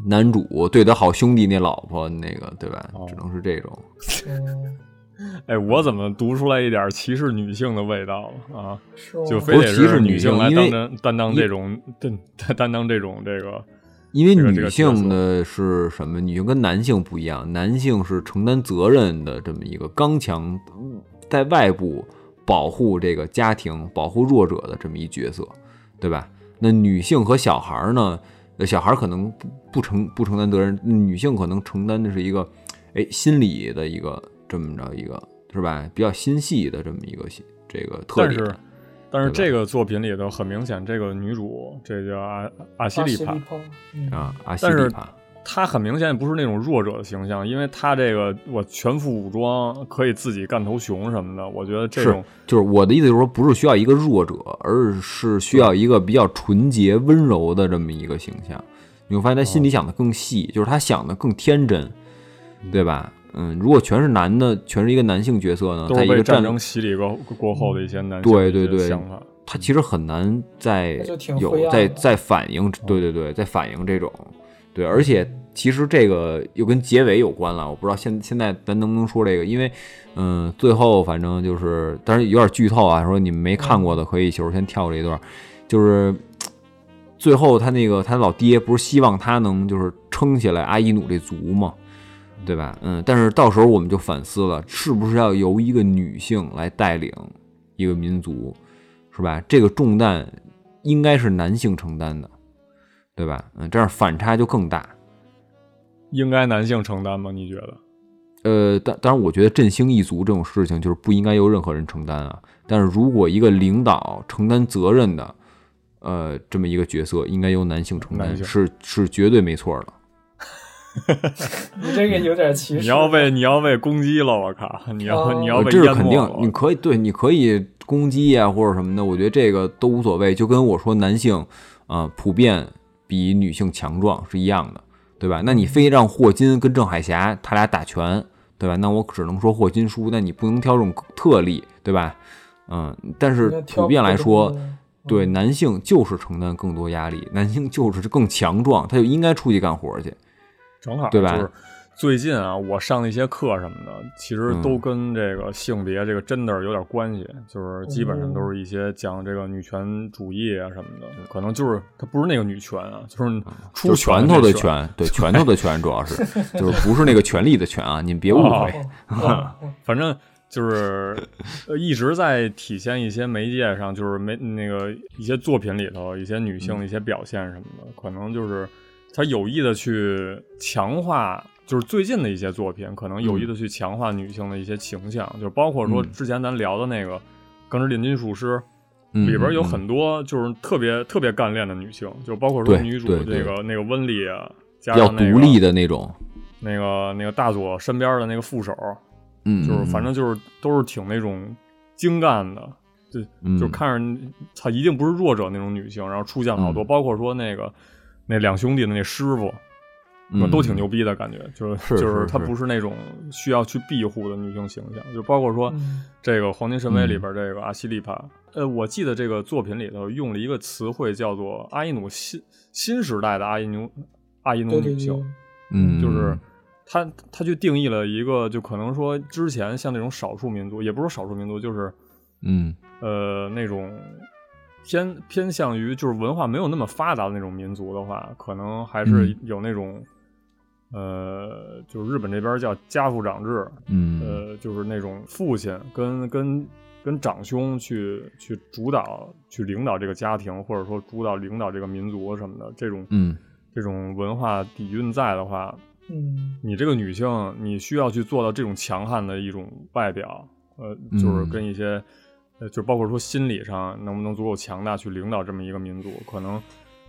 Speaker 2: 男主对他好兄弟那老婆那个，对吧
Speaker 3: 哦？
Speaker 2: 只能是这种。
Speaker 4: 嗯，
Speaker 3: 哎，我怎么读出来一点歧视女性的味道了啊？
Speaker 4: 是吗？
Speaker 3: 就非
Speaker 2: 不
Speaker 3: 得
Speaker 2: 是歧视
Speaker 3: 是
Speaker 2: 女
Speaker 3: 性
Speaker 2: 性
Speaker 3: 来
Speaker 2: 因
Speaker 3: 担
Speaker 2: 为
Speaker 3: 当担当
Speaker 2: 因
Speaker 3: 这种担担当这种这个，
Speaker 2: 因为
Speaker 3: 这个这
Speaker 2: 女
Speaker 3: 个
Speaker 2: 性的是什么？女性跟男性不一样，男性是承担责任的这么一个刚强，在外部保护这个家庭、保护弱者的这么一角色，对吧？那女性和小孩儿呢？呃小孩儿可能不不承不承担责任，女性可能承担的是一个，哎，心理的一个这么着一个是吧？比较心细的这么一个这个特
Speaker 3: 但
Speaker 2: 点。
Speaker 3: 是但是
Speaker 2: 对吧
Speaker 3: 这个作品里头很明显，这个女主这叫阿阿西
Speaker 4: 阿
Speaker 3: 利
Speaker 4: 西
Speaker 3: 帕
Speaker 4: 利，帕，嗯
Speaker 2: 啊，阿西
Speaker 3: 但是
Speaker 2: 里帕，
Speaker 3: 他很明显不是那种弱者的形象，因为他这个我全副武装，可以自己干头熊什么的。我觉得这
Speaker 2: 是
Speaker 3: 种，
Speaker 2: 就是我的意思，就是说不是需要一个弱者，而是需要一个比较纯洁、温柔的这么一个形象。你会发现他
Speaker 3: 哦
Speaker 2: 心里想的更细，就是他想的更天真，对吧？嗯，如果全是男的，全是一个男性角色呢，
Speaker 3: 都是
Speaker 2: 他啊一个
Speaker 3: 被战
Speaker 2: 战
Speaker 3: 争洗礼过过后的一些男性的
Speaker 2: 对
Speaker 3: 一
Speaker 2: 对
Speaker 3: 些
Speaker 2: 对
Speaker 3: 想法。
Speaker 2: 他其实很难再
Speaker 4: 那就挺灰
Speaker 2: 有
Speaker 4: 暗
Speaker 2: 再
Speaker 4: 的嗯
Speaker 2: 再反映，对对对，再反映这种，对，而且其实这个又跟结尾有关了，我不知道现现在咱能不能说这个，因为嗯，最后反正就是，但是有点剧透啊，说你们没看过的
Speaker 4: 嗯
Speaker 2: 可以就是先跳这一段，就是最后他那个他老爹不是希望他能就是撑起来阿依努这族吗？对吧？嗯，但是到时候我们就反思了，是不是要由一个女性来带领一个民族，是吧？这个重担应该是男性承担的，对吧？嗯，这样反差就更大。
Speaker 3: 应该男性承担吗？你觉得？
Speaker 2: 呃，当当然，我觉得振兴一族这种事情就是不应该由任何人承担啊。但是如果一个领导承担责任的，呃，这么一个角色，应该由男性承担，
Speaker 3: 男性
Speaker 2: 是是绝对没错的。
Speaker 4: 你这个有点歧视。
Speaker 3: 你要被你要被攻击了，我靠！你要、
Speaker 4: 哦
Speaker 3: 你
Speaker 2: 呃
Speaker 3: 要被
Speaker 2: 这是
Speaker 3: 淹
Speaker 2: 肯
Speaker 3: 没了
Speaker 2: 定，，你可以对，你可以攻击呀、或者什么的，我觉得这个都无所谓。就跟我说男性，呃，普遍比女性强壮是一样的，对吧？那你非让霍金跟郑海霞他俩打拳，对吧？那我只能说霍金输，但你不能挑这种特例，对吧？嗯、但是
Speaker 4: 那挑
Speaker 2: 普遍来说
Speaker 4: 不中，的
Speaker 2: 对男性就是承担更多压力，男性就是更强壮，他就应该出去干活去。
Speaker 3: 正好
Speaker 2: 对吧
Speaker 3: 就是最近啊，我上的一些课什么的，其实都
Speaker 2: 嗯
Speaker 3: 跟这个性别这个 gender 有点关系，就是基本上都是一些讲这个女权主义啊什么的，可能就是它不是那个女权啊，就是出
Speaker 2: 嗯就是拳头
Speaker 3: 的
Speaker 2: 的拳，对，拳头的拳主要是，就是不是那个 权力的权啊，你们别误
Speaker 3: 哦
Speaker 2: 会。
Speaker 4: 哦哦
Speaker 3: 反正就是呃一直在体现一些媒介上，就是媒那个一些作品里头一些女
Speaker 2: 嗯
Speaker 3: 性的一些表现什么的，可能就是他有意的去强化。就是最近的一些作品，可能有意的去强化女性的一些形象，就包括说
Speaker 2: 嗯
Speaker 3: 之前咱聊的那个《钢之炼金术师》
Speaker 2: 嗯
Speaker 3: 里边有
Speaker 2: 嗯
Speaker 3: 很多就是特别特别干练的女性，就包括说
Speaker 2: 对
Speaker 3: 女主
Speaker 2: 对
Speaker 3: 这个那个温丽啊，加
Speaker 2: 比较
Speaker 3: 上那
Speaker 2: 独
Speaker 3: 个
Speaker 2: 立的那种，
Speaker 3: 那个那个大佐身边的那个副手，
Speaker 2: 嗯，
Speaker 3: 就是反正就是都是挺那种精干的，就
Speaker 2: 嗯
Speaker 3: 就看着她一定不是弱者那种女性，然后出现了好多，
Speaker 2: 嗯
Speaker 3: 包括说那个那两兄弟的那师傅，
Speaker 2: 嗯
Speaker 3: 都挺牛逼的感觉，就是
Speaker 2: 是
Speaker 3: 就是她
Speaker 2: 是
Speaker 3: 不是那种需要去庇护的女性形象，就包括说
Speaker 4: 嗯
Speaker 3: 这个《黄金神威》
Speaker 2: 嗯
Speaker 3: 里边这个阿西利帕，呃，我记得这个作品里头用了一个词汇叫做阿伊努新新时代的阿伊努阿伊努
Speaker 4: 对对
Speaker 3: 女性，
Speaker 4: 对，
Speaker 2: 嗯
Speaker 3: 就是他他去定义了一个，就可能说之前像那种少数民族，也不是说少数民族，就是
Speaker 2: 嗯
Speaker 3: 呃那种偏偏向于就是文化没有那么发达的那种民族的话，可能还是
Speaker 2: 嗯
Speaker 3: 有那种、呃，就是日本这边叫家父长制，
Speaker 2: 嗯
Speaker 3: 呃，就是那种父亲跟跟跟长兄去去主导、去领导这个家庭，或者说主导领导这个民族什么的，这种
Speaker 2: 嗯
Speaker 3: 这种文化底蕴在的话，
Speaker 4: 嗯，
Speaker 3: 你这个女性，你需要去做到这种强悍的一种外表，呃，就是
Speaker 2: 嗯
Speaker 3: 跟一些，呃，就包括说心理上能不能足够强大去领导这么一个民族，可能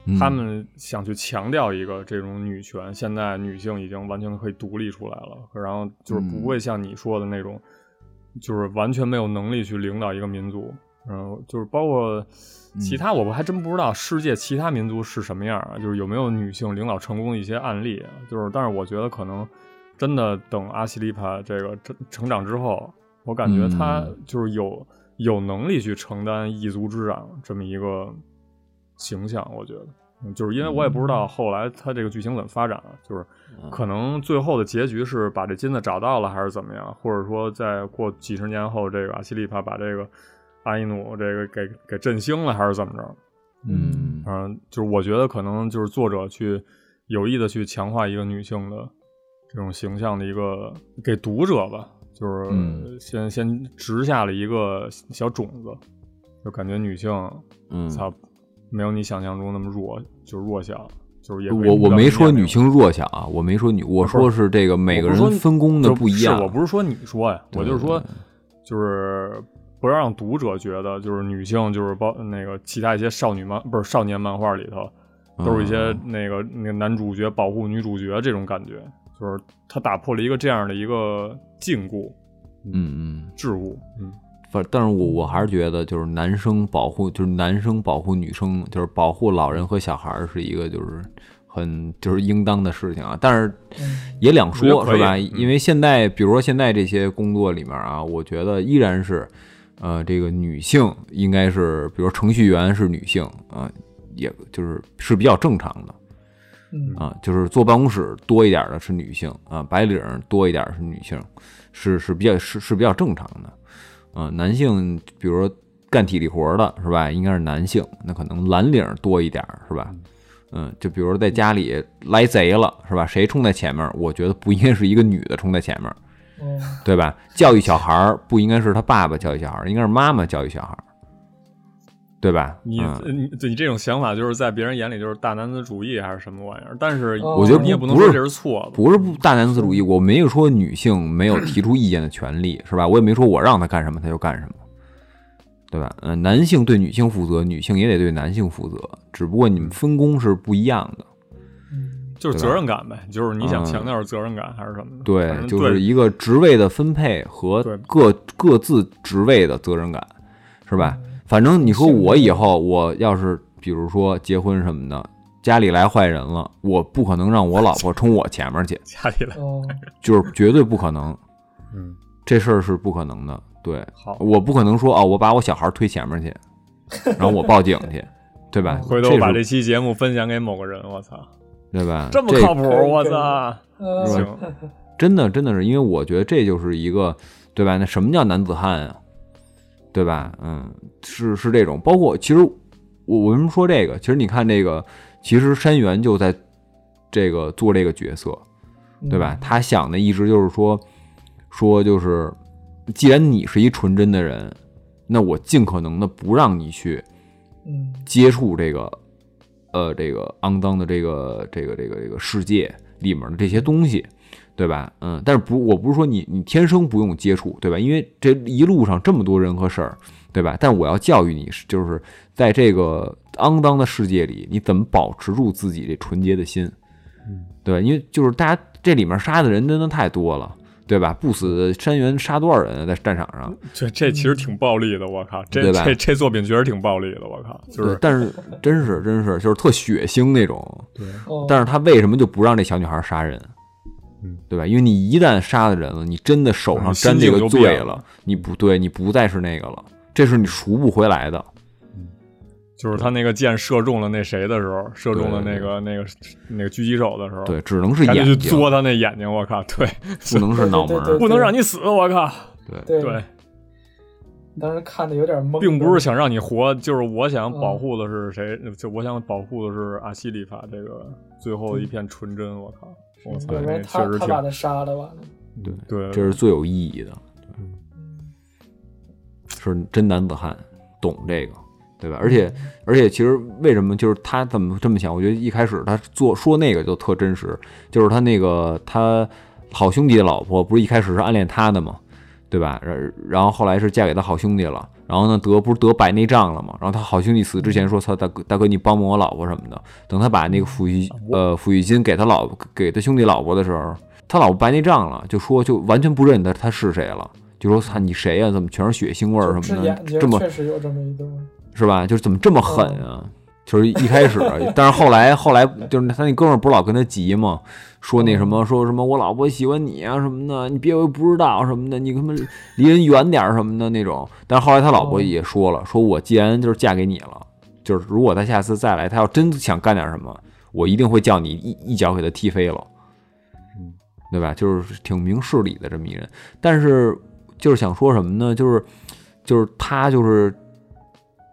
Speaker 2: 嗯
Speaker 3: 他们想去强调一个这种女权，现在女性已经完全可以独立出来了，然后就是
Speaker 2: 嗯
Speaker 3: 不会像你说的那种，就是完全没有能力去领导一个民族，然后就是包括
Speaker 2: 嗯
Speaker 3: 其他，我还真不知道世界其他民族是什么样啊，就是有没有女性领导成功的一些案例啊，就是但是我觉得可能真的等阿西利帕这个成成长之后，我感觉她
Speaker 2: 嗯
Speaker 3: 就是有、有能力去承担一族之长这么一个形象，我觉得。嗯就是因为我也不知道后来他这个剧情怎么发展了，就是
Speaker 2: 嗯
Speaker 3: 可能最后的结局是把这金子找到了，还是怎么样？或者说再过几十年后，这个阿西利帕把这个阿伊努这个给给振兴了，还是怎么着？
Speaker 2: 嗯
Speaker 3: 反正就是我觉得可能就是作者去有意的去强化一个女性的这种形象的一个给读者吧，就是
Speaker 2: 嗯
Speaker 3: 先、先植下了一个小种子，就感觉女性
Speaker 2: 嗯，
Speaker 3: 操、没有你想象中那么弱，就是弱小，就是也
Speaker 2: 我我没
Speaker 3: 没
Speaker 2: 说女性弱小啊，我没说女，我说是这个每个人分工的
Speaker 3: 不
Speaker 2: 不一样，
Speaker 3: 是我不是说你说呀，
Speaker 2: 对
Speaker 3: 我就是说，就是不要让读者觉得就是女性就是包那个其他一些少女漫不是少年漫画里头，都是一些
Speaker 2: 嗯
Speaker 3: 那个那个男主角保护女主角这种感觉，就是他打破了一个这样的一个禁锢、
Speaker 2: 嗯嗯，
Speaker 3: 桎梏。嗯，
Speaker 2: 反但是我我还是觉得就是男生保护就是男生保护女生就是保护老人和小孩儿是一个就是很就是应当的事情啊，但是
Speaker 4: 嗯
Speaker 2: 也两
Speaker 3: 我
Speaker 2: 说
Speaker 3: 觉得可以
Speaker 2: 是吧？
Speaker 3: 嗯
Speaker 2: 因为现在比如说现在这些工作里面啊，我觉得依然是呃这个女性应该是比如说程序员是女性啊、也就是是比较正常的。
Speaker 4: 嗯
Speaker 2: 啊，就是坐办公室多一点儿的是女性啊，白领儿多一点儿是女性，是是比较是是比较正常的。啊，男性比如说干体力活儿的是吧，应该是男性，那可能蓝领儿多一点儿是吧？嗯，就比如说在家里来贼了是吧？谁冲在前面儿？我觉得不应该是一个女的冲在前面儿，
Speaker 4: 哦，
Speaker 2: 对吧？教育小孩儿不应该是他爸爸教育小孩儿，应该是妈妈教育小孩儿，对吧？
Speaker 3: 你、
Speaker 2: 嗯
Speaker 3: 你你这种想法就是在别人眼里就是大男子主义还是什么玩意儿，但是
Speaker 4: 我觉得
Speaker 3: 你也
Speaker 2: 不
Speaker 3: 能
Speaker 2: 不
Speaker 3: 说
Speaker 2: 是
Speaker 3: 这是错的。
Speaker 2: 不是不大男子主义，我没有说女性没有提出意见的权利，是吧？我也没说我让她干什么她就干什么，对吧？嗯、男性对女性负责，女性也得对男性负责，只不过你们分工是不一样的。
Speaker 4: 嗯
Speaker 3: 就是
Speaker 2: 对
Speaker 3: 责
Speaker 2: 吧
Speaker 3: 任感呗，就是你想
Speaker 2: 嗯
Speaker 3: 强调是责任感还是什么的？反
Speaker 2: 对，
Speaker 3: 正
Speaker 2: 就是
Speaker 3: 对
Speaker 2: 一个职位的分配和
Speaker 3: 对
Speaker 2: 各各自职位的责任感，是吧？
Speaker 3: 嗯
Speaker 2: 反正你说我以后我要是比如说结婚什么的，家里来坏人了，我不可能让我老婆冲我前面去，
Speaker 3: 家里来。
Speaker 4: 哦，
Speaker 2: 就是绝对不可能。
Speaker 3: 嗯，
Speaker 2: 这事儿是不可能的。对，
Speaker 3: 好，
Speaker 2: 我不可能说哦，我把我小孩推前面去，然后我报警去，对 吧？
Speaker 3: 回头我把
Speaker 2: 这
Speaker 3: 这
Speaker 2: 是
Speaker 3: 期节目分享给某个人，我操，
Speaker 2: 对吧？
Speaker 3: 这么
Speaker 2: 这
Speaker 3: 靠谱，
Speaker 4: 可以
Speaker 3: 我
Speaker 4: 可以
Speaker 3: 操！
Speaker 4: 呃
Speaker 2: 是吧
Speaker 3: 行，
Speaker 2: 真的真的是因为我觉得这就是一个对吧？那什么叫男子汉啊？对吧？嗯，是是这种。包括其实我我为什么说这个？其实你看这个，其实山原就在这个做这个角色，对吧？？他想的一直就是说，说就是，既然你是一纯真的人，那我尽可能的不让你去
Speaker 4: 嗯
Speaker 2: 接触这个，呃，这个肮脏的这个这个这个这个世界里面的这些东西，对吧？嗯，但是不，我不是说你你天生不用接触，对吧？因为这一路上这么多人和事儿，对吧？但我要教育你，就是在这个肮脏的世界里，你怎么保持住自己这纯洁的心，对吧？因为就是大家这里面杀的人真的太多了。对吧？不死山原杀多少人啊在战场上？
Speaker 3: 这这其实挺暴力的，我靠，这
Speaker 2: 对吧
Speaker 3: 这这作品确实挺暴力的，我靠，就
Speaker 2: 对
Speaker 3: 是，
Speaker 2: 但是真是真是就是特血腥那种。
Speaker 4: 哦，
Speaker 2: 但是他为什么就不让这小女孩杀人
Speaker 3: 嗯？
Speaker 2: 对吧？因为你一旦杀了人了，你真的手上沾这个
Speaker 3: 心境就
Speaker 2: 罪
Speaker 3: 变了
Speaker 2: 你不对，你不再是那个了，这是你赎不回来的。
Speaker 3: 就是他那个箭射中了那谁的时候，射中了
Speaker 2: 对
Speaker 3: 那个那个那个狙击手的时候，
Speaker 2: 对，，只能是
Speaker 3: 赶
Speaker 2: 眼
Speaker 3: 紧去
Speaker 2: 睛，
Speaker 3: 嘬他那眼睛，我靠，对，
Speaker 2: 不能是脑门
Speaker 4: 对对
Speaker 2: 儿。
Speaker 3: 不能让你死，我靠，
Speaker 2: 对，
Speaker 4: 对，
Speaker 3: 对，
Speaker 4: 当时看的有点懵，
Speaker 3: 并不是想让你活，就是我想保护的是
Speaker 2: 嗯
Speaker 3: 谁，就我想保护的是阿西里法这个最后一片纯真，我靠，我操，
Speaker 4: 要不
Speaker 3: 那
Speaker 4: 然
Speaker 3: 确
Speaker 4: 他
Speaker 3: 实
Speaker 4: 他把
Speaker 3: 挺
Speaker 4: 他杀了完了，
Speaker 3: 对，
Speaker 2: 这是最有意义的，是真男子汉，懂这个，对吧？而且而且，其实为什么就是他怎么这么想？我觉得一开始他做说那个就特真实，就是他那个他好兄弟的老婆不是一开始是暗恋他的吗？对吧？然然后后来是嫁给他好兄弟了，然后呢得不是得白内障了吗？然后他好兄弟死之前说：“操大哥大哥，你帮帮我老婆什么的。”等他把那个抚
Speaker 4: 啊
Speaker 2: 育呃抚育金给他老婆给他兄弟老婆的时候，他老婆白内障了，就说就完全不认得他是谁了，就说操你谁啊呀、怎么全是血腥味儿什
Speaker 4: 就治
Speaker 2: 么
Speaker 4: 眼
Speaker 2: 的，
Speaker 4: 睛
Speaker 2: 这么
Speaker 4: 确实有这么一段，
Speaker 2: 是吧？就是怎么这么狠啊？就是一开始，啊但是后来后来就是他那哥们儿不是老跟他急吗？说那什么说什么我老婆喜欢你啊什么的，你别以为不知道什么的，你他妈离人远点儿什么的那种。但是后来他老婆也说了，说我既然就是嫁给你了，就是如果他下次再来，他要真想干点什么，我一定会叫你一一脚给他踢飞了，对吧？就是挺明事理的这么一人。但是就是想说什么呢？就是就是他就是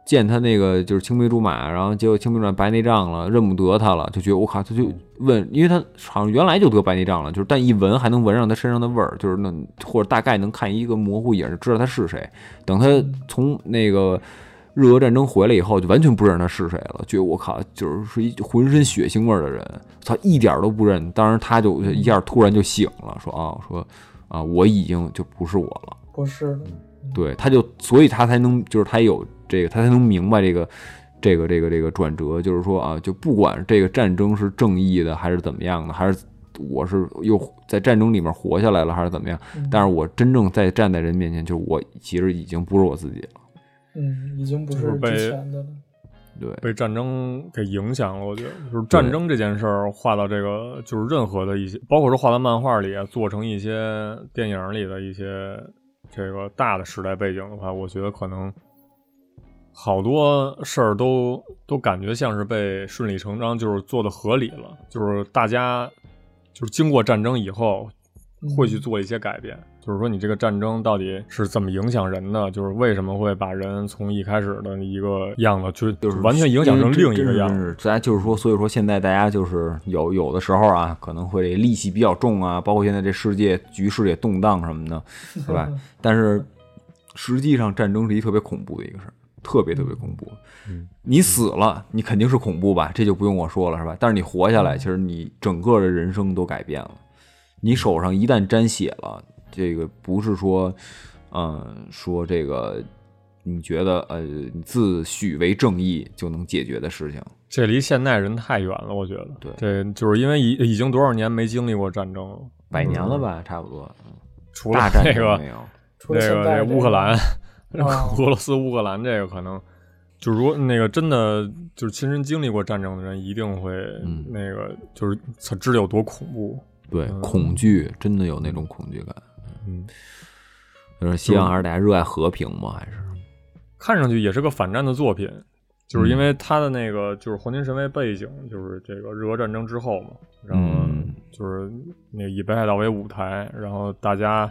Speaker 2: 见他那个就是青梅竹马，然后结果青梅竹马白内障了，认不得他了，就觉得我靠，他就问，因为他好像原来就得白内障了，就是但一闻还能闻上他身上的味儿，就是那或者大概能看一个模糊影儿，知道他是谁。等他从那个。日俄战争回来以后，就完全不认识他是谁了，觉得我靠，就是是一浑身血腥味儿的人，他一点儿都不认。当时他就一下突然就醒了，说啊，说啊，我已经就不是我了。
Speaker 4: 不是的，
Speaker 2: 对，他就所以他才能就是他有这个，他才能明白这个这个这个这个转折，就是说啊，就不管这个战争是正义的还是怎么样的，还是我是又在战争里面活下来了还是怎么样，
Speaker 4: 嗯
Speaker 2: 但是我真正在站在人面前，就是我其实已经不是我自己了。
Speaker 4: 嗯，已经不
Speaker 3: 就是是被
Speaker 4: 之前的了。
Speaker 2: 对，
Speaker 3: 被战争给影响了，我觉得就是战争这件事儿画到这个，就是任何的一些，包括是画到漫画里啊，做成一些电影里的一些这个大的时代背景的话，我觉得可能好多事儿都都感觉像是被顺理成章，就是做的合理了，就是大家就是经过战争以后，会去做一些改变。就是说，你这个战争到底是怎么影响人的？就是为什么会把人从一开始的一个样子，就
Speaker 2: 就是
Speaker 3: 完全影响成另一
Speaker 2: 真
Speaker 3: 个
Speaker 2: 是
Speaker 3: 样
Speaker 2: 真
Speaker 3: 子？
Speaker 2: 是大家就是说，所以说现在大家就是有有的时候啊，可能会戾气比较重啊，包括现在这世界局势也动荡什么的，对吧？但是实际上，战争是一特别恐怖的一个事儿，特别特别恐怖。
Speaker 3: 嗯
Speaker 2: 你死了，你肯定是恐怖吧？这就不用我说了，是吧？但是你活下来，其实你整个的人生都改变了。你手上一旦沾血了，这个不是说，嗯，说这个你觉得呃，你自诩为正义就能解决的事情。
Speaker 3: 这离现代人太远了，我觉得。
Speaker 2: 对
Speaker 3: 这就是因为已已经多少年没经历过战争了，嗯
Speaker 2: 百年了吧，差不多。
Speaker 3: 除了
Speaker 2: 大战
Speaker 3: 这
Speaker 2: 争
Speaker 3: 个
Speaker 2: 没有，
Speaker 4: 除
Speaker 3: 那
Speaker 4: 了现
Speaker 3: 个
Speaker 4: 在
Speaker 3: 这
Speaker 4: 这
Speaker 3: 乌克
Speaker 4: 个
Speaker 3: 兰，
Speaker 4: 哦
Speaker 3: 俄罗斯乌克兰这个可能，就如果那个真的就是亲身经历过战争的人，一定会
Speaker 2: 嗯
Speaker 3: 那个就是他知道有多恐怖。
Speaker 2: 对，恐惧真的有那种恐惧感。
Speaker 3: 嗯，
Speaker 2: 就是希望还是大家热爱和平嘛，还是
Speaker 3: 看上去也是个反战的作品，就是
Speaker 2: 嗯
Speaker 3: 因为他的那个就是黄金神威背景，就是这个日俄战争之后嘛，然后
Speaker 2: 嗯
Speaker 3: 就是那个以北海道为舞台，然后大家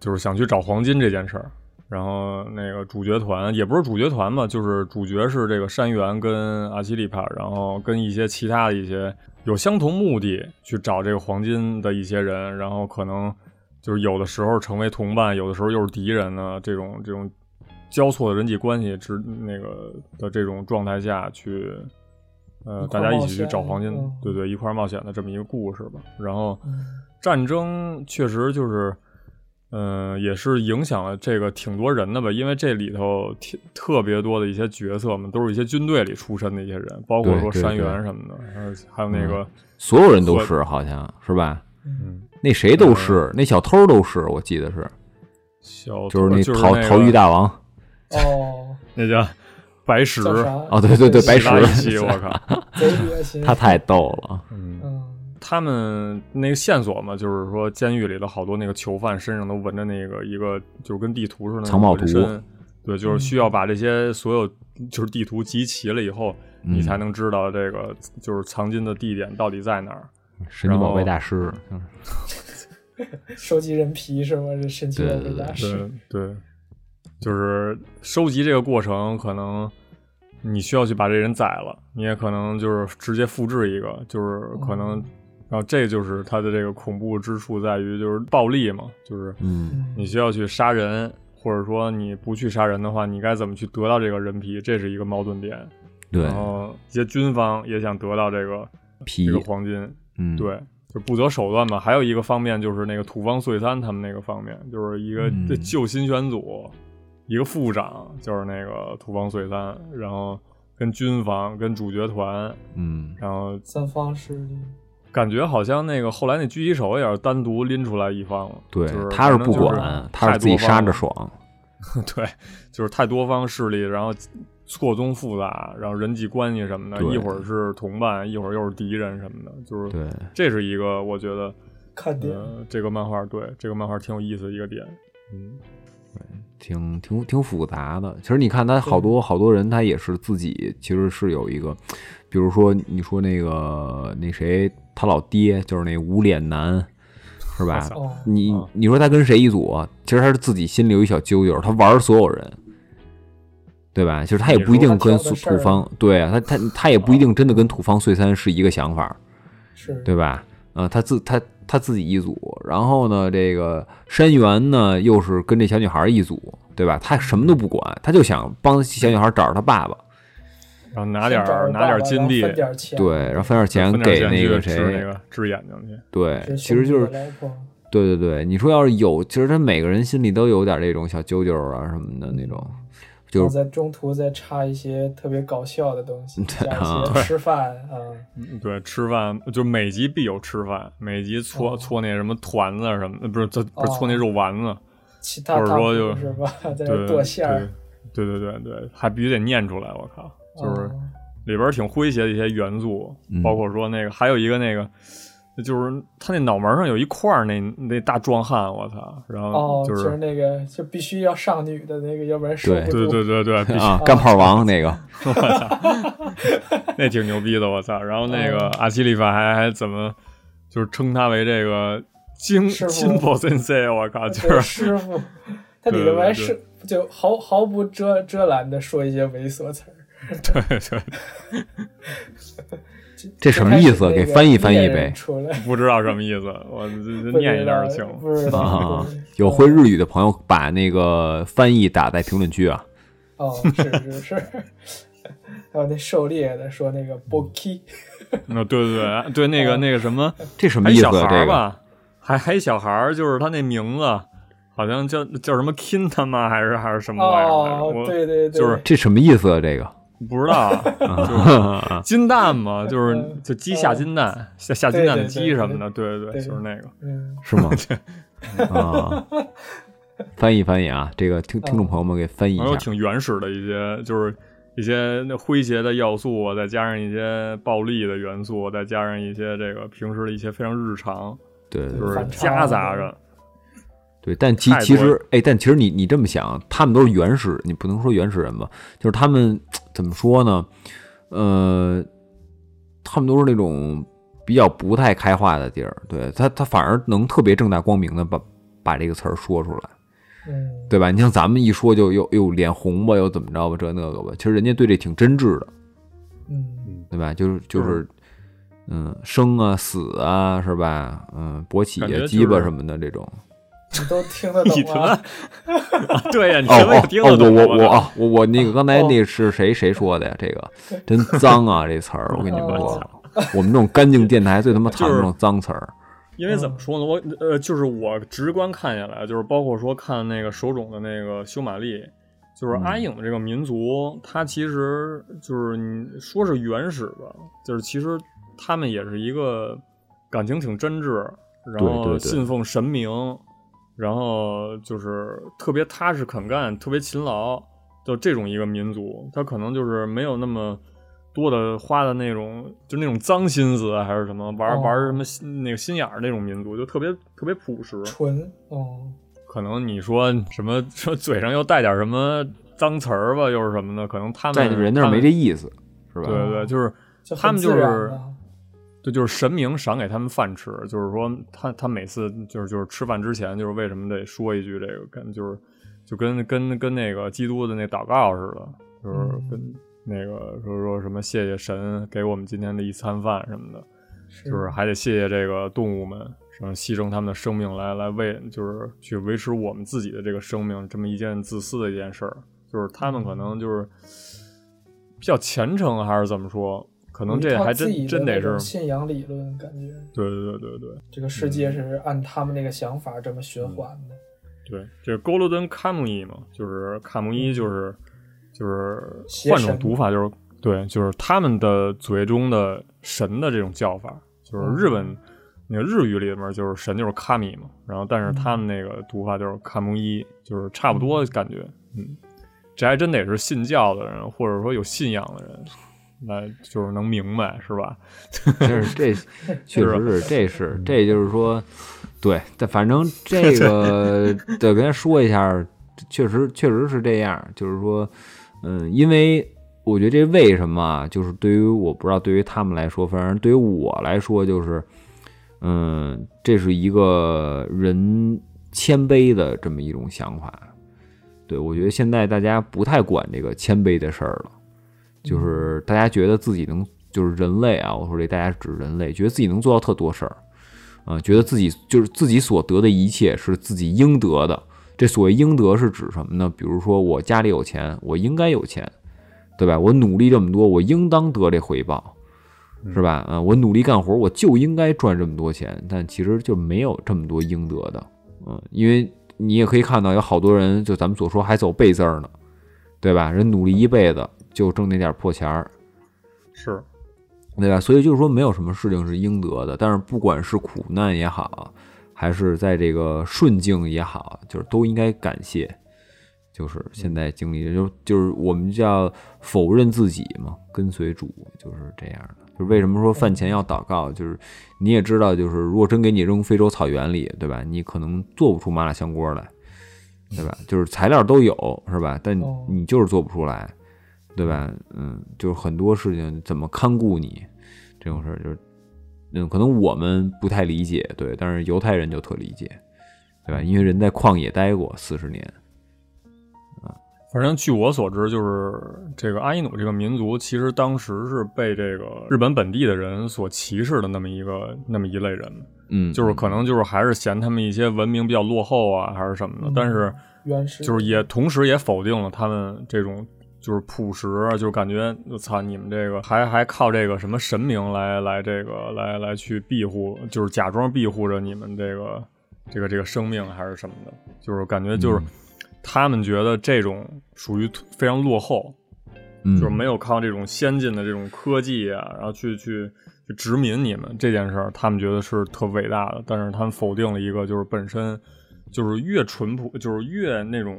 Speaker 3: 就是想去找黄金这件事儿。然后那个主角团也不是主角团吧，就是主角是这个山原跟阿基利帕，然后跟一些其他的一些有相同目的去找这个黄金的一些人，然后可能就是有的时候成为同伴，有的时候又是敌人呢，这种这种交错的人际关系之那个的这种状态下去，呃，
Speaker 4: 一
Speaker 3: 大
Speaker 4: 块
Speaker 3: 家一
Speaker 4: 冒
Speaker 3: 起去
Speaker 4: 险
Speaker 3: 找黄金，
Speaker 4: 嗯
Speaker 3: 对对，一块儿冒险的这么一个故事吧。然后
Speaker 4: 嗯
Speaker 3: 战争确实就是，呃，也是影响了这个挺多人的吧，因为这里头挺特别多的一些角色嘛，都是一些军队里出身的一些人，包括
Speaker 2: 对
Speaker 3: 说
Speaker 2: 对
Speaker 3: 山
Speaker 2: 对嗯
Speaker 3: 原什么的，还有还有那个，
Speaker 2: 所有人都是，好像是吧？
Speaker 4: 嗯，
Speaker 3: 嗯，
Speaker 2: 那谁都是，那小偷都是，我记得是，
Speaker 3: 小
Speaker 2: 就是那
Speaker 3: 就是
Speaker 2: 逃
Speaker 3: 个
Speaker 2: 逃狱大王
Speaker 4: 哦，
Speaker 3: 那叫白石，
Speaker 4: 叫啥？
Speaker 2: 哦，对对对，白
Speaker 3: 拉一
Speaker 2: 石
Speaker 3: 起，，我靠，
Speaker 4: 贼恶心。
Speaker 2: 他太逗了，
Speaker 3: 嗯。
Speaker 4: 嗯
Speaker 3: 他们那个线索嘛，就是说监狱里的好多那个囚犯身上都纹着那个一个，就是跟地图似的那种
Speaker 2: 藏宝图
Speaker 3: 纹身对，就是需要把这些所有就是地图集齐了以后，
Speaker 2: 嗯
Speaker 3: 你才能知道这个就是藏金的地点到底在哪儿。
Speaker 2: 神奇宝贝大师，就是
Speaker 4: 收集人皮是吗？这神奇宝贝大师
Speaker 3: 对对，就是收集这个过程，可能你需要去把这人宰了，你也可能就是直接复制一个，就是可能，
Speaker 2: 嗯
Speaker 3: 然后这就是它的这个恐怖之处在于就是暴力嘛，就是
Speaker 2: 嗯，
Speaker 3: 你需要去杀人，或者说你不去杀人的话，你该怎么去得到这个人皮？这是一个矛盾点。
Speaker 2: 对
Speaker 3: 然，后一些军方也想得到这个
Speaker 2: 皮
Speaker 3: 这个，黄金，
Speaker 2: 嗯，，
Speaker 3: 对，就不择手段吧。还有一个方面就是那个土方岁三他们那个方面，就是一个
Speaker 2: 嗯
Speaker 3: 这旧新选组，一个副长就是那个土方岁三，然后跟军方跟主角团，
Speaker 2: 嗯，
Speaker 3: 然后
Speaker 4: 三方势力。
Speaker 3: 感觉好像那个后来那狙击手也是单独拎出来一方了，
Speaker 2: 对
Speaker 3: 就，
Speaker 2: 他是
Speaker 3: 反正就
Speaker 2: 不
Speaker 3: 是
Speaker 2: 管，他
Speaker 3: 太
Speaker 2: 是自己
Speaker 3: 多方
Speaker 2: 杀
Speaker 3: 了
Speaker 2: 着爽，
Speaker 3: 对，就是太多方势力，然后错综复杂，然后人际关系什么的，
Speaker 2: 对
Speaker 3: 一会儿是同伴，一会儿又是敌人什么的，就是
Speaker 2: 对，
Speaker 3: 这是一个我觉得，
Speaker 4: 看点，
Speaker 3: 呃，这个漫画对这个漫画挺有意思的一个点，嗯，
Speaker 2: 挺挺挺复杂的。其实你看，他好多好多人，他也是自己其实是有一个，比如说你说那个那谁，他老爹就是那无脸男，是吧？
Speaker 4: 哦，
Speaker 2: 你
Speaker 3: 啊
Speaker 2: 你说他跟谁一组啊？其实他是自己心里有一小揪揪，他玩所有人，对吧？就是他也
Speaker 3: 你
Speaker 2: 不一
Speaker 3: 说
Speaker 2: 定
Speaker 4: 他
Speaker 2: 跟
Speaker 4: 挑的
Speaker 2: 土
Speaker 4: 事儿
Speaker 2: 土方，对啊，他他他也不一定真的跟土方岁三是一个想法，
Speaker 4: 是，
Speaker 2: 对吧？啊、他自他他自己一组，然后呢，这个山原呢又是跟这小女孩一组，对吧？他什么都不管，他就想帮小女孩找着她爸爸，
Speaker 3: 然后拿
Speaker 4: 先
Speaker 3: 点
Speaker 4: 找
Speaker 3: 儿
Speaker 4: 着
Speaker 3: 拿
Speaker 4: 爸
Speaker 3: 点儿
Speaker 4: 爸
Speaker 3: 金
Speaker 4: 然后
Speaker 3: 币，
Speaker 4: 分点儿钱，
Speaker 2: 对，然后分点钱
Speaker 3: 分点
Speaker 2: 给
Speaker 3: 钱
Speaker 2: 那
Speaker 3: 去
Speaker 2: 个
Speaker 3: 治
Speaker 2: 谁，
Speaker 3: 那个治眼睛去，
Speaker 2: 对，
Speaker 4: 这
Speaker 2: 其实就是
Speaker 4: 兄弟的老婆
Speaker 2: 对对对，你说要是有，其实他每个人心里都有点这种小揪揪啊什么的那种，就
Speaker 4: 然后
Speaker 2: 是
Speaker 4: 在中途再插一些特别搞笑的东 西，
Speaker 2: 对
Speaker 4: 加
Speaker 2: 啊
Speaker 4: 一些吃饭啊，
Speaker 3: 嗯对，吃饭就每集必有吃饭，每集搓、
Speaker 4: 哦
Speaker 3: 搓那什么团子什么，呃不是，这不是
Speaker 4: 哦
Speaker 3: 搓那肉丸子，
Speaker 4: 其他
Speaker 3: 或者
Speaker 4: 大
Speaker 3: 说
Speaker 4: 厨
Speaker 3: 就是
Speaker 4: 吧，在
Speaker 3: 对
Speaker 4: 那剁馅儿，
Speaker 3: 对对对对对，还必须得念出来，我靠，就是
Speaker 4: 哦
Speaker 3: 里边儿挺诙谐的一些元素，
Speaker 2: 嗯
Speaker 3: 包括说那个还有一个那个。就是他那脑门儿上有一块儿那那大壮汉，我操！然后，
Speaker 4: 哦就是是那个就必须要上女的那个，要不然受
Speaker 2: 对
Speaker 4: 不
Speaker 3: 对
Speaker 4: 住。
Speaker 3: 对对 对，必须
Speaker 2: 啊，干炮王那个，
Speaker 3: 那挺牛逼的，我操！然后那
Speaker 4: 哦
Speaker 3: 个阿西利法还还怎么，就是称他为这个金
Speaker 4: 师傅
Speaker 3: 金宝先生，我靠，就
Speaker 4: 对
Speaker 3: 是
Speaker 4: 师傅，他
Speaker 3: 对
Speaker 4: 里头
Speaker 3: 对
Speaker 4: 还
Speaker 3: 对
Speaker 4: 是就毫毫不遮遮拦的说一些猥琐词儿。
Speaker 3: 对对，
Speaker 2: 这什么意思？给翻译翻译呗。
Speaker 4: 出来
Speaker 3: 不知道什么意思，我这这念一下就行了。
Speaker 4: 不知道
Speaker 2: 啊
Speaker 4: 对，
Speaker 2: 有会日语的朋友把那个翻译打在评论区啊。
Speaker 4: 哦，是是是。还有那狩猎的说那个 “boki”，
Speaker 3: 嗯，对对对对，那
Speaker 4: 哦
Speaker 3: 个那个什么，
Speaker 2: 这什么
Speaker 3: 还
Speaker 2: 意
Speaker 3: 有
Speaker 2: 思
Speaker 3: 小
Speaker 2: 啊？
Speaker 3: 孩
Speaker 2: 这
Speaker 3: 儿
Speaker 2: 个
Speaker 3: 吧，还还有小孩儿，就是他那名字好像叫叫什么 Kin 他妈还是还是什么玩意儿来着？
Speaker 4: 哦，
Speaker 3: 我
Speaker 4: 对对对，
Speaker 3: 就是
Speaker 2: 这什么意思啊？这个
Speaker 3: 不知 道，就是金蛋嘛，就是就鸡下金蛋，下下金蛋的鸡什么的，对对对，就是那个。
Speaker 4: 嗯，
Speaker 2: 是吗？啊，翻译翻译啊，这个听听众朋友们给翻译一
Speaker 3: 还有
Speaker 2: 下。
Speaker 3: 挺原始的一些，就是一些那诙谐的要素，啊再加上一些暴力的元素，啊再加上一些这个平时的一些非常日常，
Speaker 2: 对对
Speaker 3: 就是
Speaker 4: 反差
Speaker 3: 夹杂着。
Speaker 2: 对，但其
Speaker 3: 太多
Speaker 2: 其实
Speaker 3: 了
Speaker 2: 哎，但其实你你这么想，他们都是原始，你不能说原始人吧？就是他们怎么说呢？呃，他们都是那种比较不太开化的地儿，对他他反而能特别正大光明的把把这个词儿说出来。
Speaker 4: 嗯，
Speaker 2: 对吧？你像咱们一说就又又脸红吧，又怎么着吧，这那个吧。其实人家对这挺真挚的，
Speaker 4: 嗯，
Speaker 2: 对吧？就是就是，嗯，生啊死啊，是吧？嗯，勃起
Speaker 3: 感觉
Speaker 2: 啊，
Speaker 3: 就是
Speaker 2: 鸡巴什么的这种。
Speaker 4: 你都听得
Speaker 3: 你
Speaker 4: 懂
Speaker 3: 他妈
Speaker 4: 啊？
Speaker 3: 对呀，你
Speaker 2: 哦
Speaker 3: 什么
Speaker 2: 哦
Speaker 3: 也听
Speaker 2: 哦
Speaker 3: 得，
Speaker 2: 我
Speaker 3: 懂
Speaker 2: 我我
Speaker 3: 操
Speaker 2: 啊，我我 那个刚才
Speaker 4: 哦
Speaker 2: 那是谁谁说的呀？这 个真脏啊，这词儿我跟你们
Speaker 4: 哦
Speaker 2: 说，我们这种干净电台最他 妈
Speaker 3: 就
Speaker 2: 讨
Speaker 3: 是
Speaker 2: 厌这种脏词儿。
Speaker 3: 因
Speaker 2: 嗯
Speaker 3: 为怎么说呢，我呃，就是我直观看下来，就是包括说看那个手冢的那个修玛丽，就是
Speaker 2: 嗯
Speaker 3: 阿影这个民族，它其实就是你说是原始吧，就是其实他们也是一个感情挺真挚，然
Speaker 2: 对
Speaker 3: 后
Speaker 2: 对对
Speaker 3: 信奉神明，然后就是特别踏实肯干，特别勤劳，就这种一个民族，他可能就是没有那么多的花的那种，就那种脏心思啊还是什么，玩、
Speaker 4: 哦
Speaker 3: 玩什么心那个心眼儿那种民族，就特别特别朴实。
Speaker 4: 纯哦，
Speaker 3: 可能你说什么说嘴上又带点什么脏词儿吧，又是什么的，可能他
Speaker 2: 在
Speaker 3: 们
Speaker 2: 人那儿没这。意思，啊是
Speaker 3: 他
Speaker 2: 吧？
Speaker 3: 们对对，就是
Speaker 4: 就很
Speaker 3: 他们就
Speaker 4: 自然
Speaker 3: 是
Speaker 4: 啊
Speaker 3: 对，就是神明赏给他们饭吃，就是说他他每次就是就是吃饭之前，就是为什么得说一句这个，跟就是就跟跟跟那个基督的那祷告似的，就是
Speaker 4: 嗯
Speaker 3: 跟那个说说什么谢谢神给我们今天的一餐饭什么的，
Speaker 4: 是
Speaker 3: 就是还得谢谢这个动物们，然后牺牲他们的生命来来为，就是去维持我们自己的这个生命，这么一件自私的一件事儿。就是他
Speaker 4: 嗯
Speaker 3: 们可能就是比较虔诚，还是怎么说？可能
Speaker 4: 有一
Speaker 3: 这
Speaker 4: 套
Speaker 3: 还
Speaker 4: 嗯自己
Speaker 3: 真真
Speaker 4: 的
Speaker 3: 得
Speaker 4: 那
Speaker 3: 是，
Speaker 4: 种信仰理论，感觉
Speaker 3: 对对对对对
Speaker 4: 这个世
Speaker 3: 嗯
Speaker 4: 界是按他们那个想法这么循环的。
Speaker 3: 对，这勾罗登卡姆伊嘛，就是卡姆伊，就是就是
Speaker 4: 邪
Speaker 3: 换种
Speaker 4: 神
Speaker 3: 读法，就是对，就是他们的嘴中的神的这种叫法，就是日本那个日语里面就是神就是卡米嘛，然后但是他们那个读法就是卡姆伊，就是差不多感觉，嗯，这还真得是信教的人或者说有信仰的人，那就是能明白是吧？
Speaker 2: 这是这确实是，这是这就是说，对，但反正这个得跟他说一下，确实确实是这样，就是说，嗯，因为我觉得这为什么啊，就是对于我不知道对于他们来说，反正对于我来说就是，嗯，这是一个人谦卑的这么一种想法。对，我觉得现在大家不太管这个谦卑的事儿了，就是大家觉得自己能，就是人类啊，我说这大家指人类，觉得自己能做到特多事儿，啊、觉得自己就是自己所得的一切是自己应得的。这所谓应得是指什么呢？比如说我家里有钱，我应该有钱，对吧？我努力这么多，我应当得这回报，是吧？啊、我努力干活，我就应该赚这么多钱，但其实就没有这么多应得的，嗯、因为你也可以看到有好多人，就咱们所说还走背字儿呢，对吧？人努力一辈子就挣那点破钱儿，
Speaker 3: 是
Speaker 2: 对吧？所以就是说，没有什么事情是应得的，但是不管是苦难也好，还是在这个顺境也好，就是都应该感谢，就是现在经历的，就就是我们叫否认自己嘛，跟随主就是这样的。就是为什么说饭前要祷告，就是你也知道，就是如果真给你扔非洲草原里，对吧？你可能做不出麻辣香锅来，对吧？就是材料都有，是吧？但你
Speaker 4: 哦
Speaker 2: 你就是做不出来，对吧？嗯，就是很多事情怎么看顾你这种事儿，就是嗯，可能我们不太理解，对，但是犹太人就特理解，对吧？因为人在旷野待过四十年，
Speaker 3: 反正据我所知，就是这个阿伊努这个民族，其实当时是被这个日本本地的人所歧视的那么一个那么一类人，
Speaker 2: 嗯，
Speaker 3: 就是可能就是还是嫌他们一些文明比较落后啊，还是什么的。
Speaker 4: 嗯
Speaker 3: 但是
Speaker 4: 原始
Speaker 3: 就是也同时也否定了他们这种就是朴实，啊就是感觉我操你们这个还还靠这个什么神明来来这个来来去庇护，就是假装庇护着你们这个这个这个生命还是什么的，就是感觉就是
Speaker 2: 嗯
Speaker 3: 他们觉得这种属于非常落后，
Speaker 2: 嗯
Speaker 3: 就是没有靠这种先进的这种科技啊，然后去去去殖民你们这件事儿，他们觉得是特伟大的，但是他们否定了一个就是本身就是越淳朴，就是越那种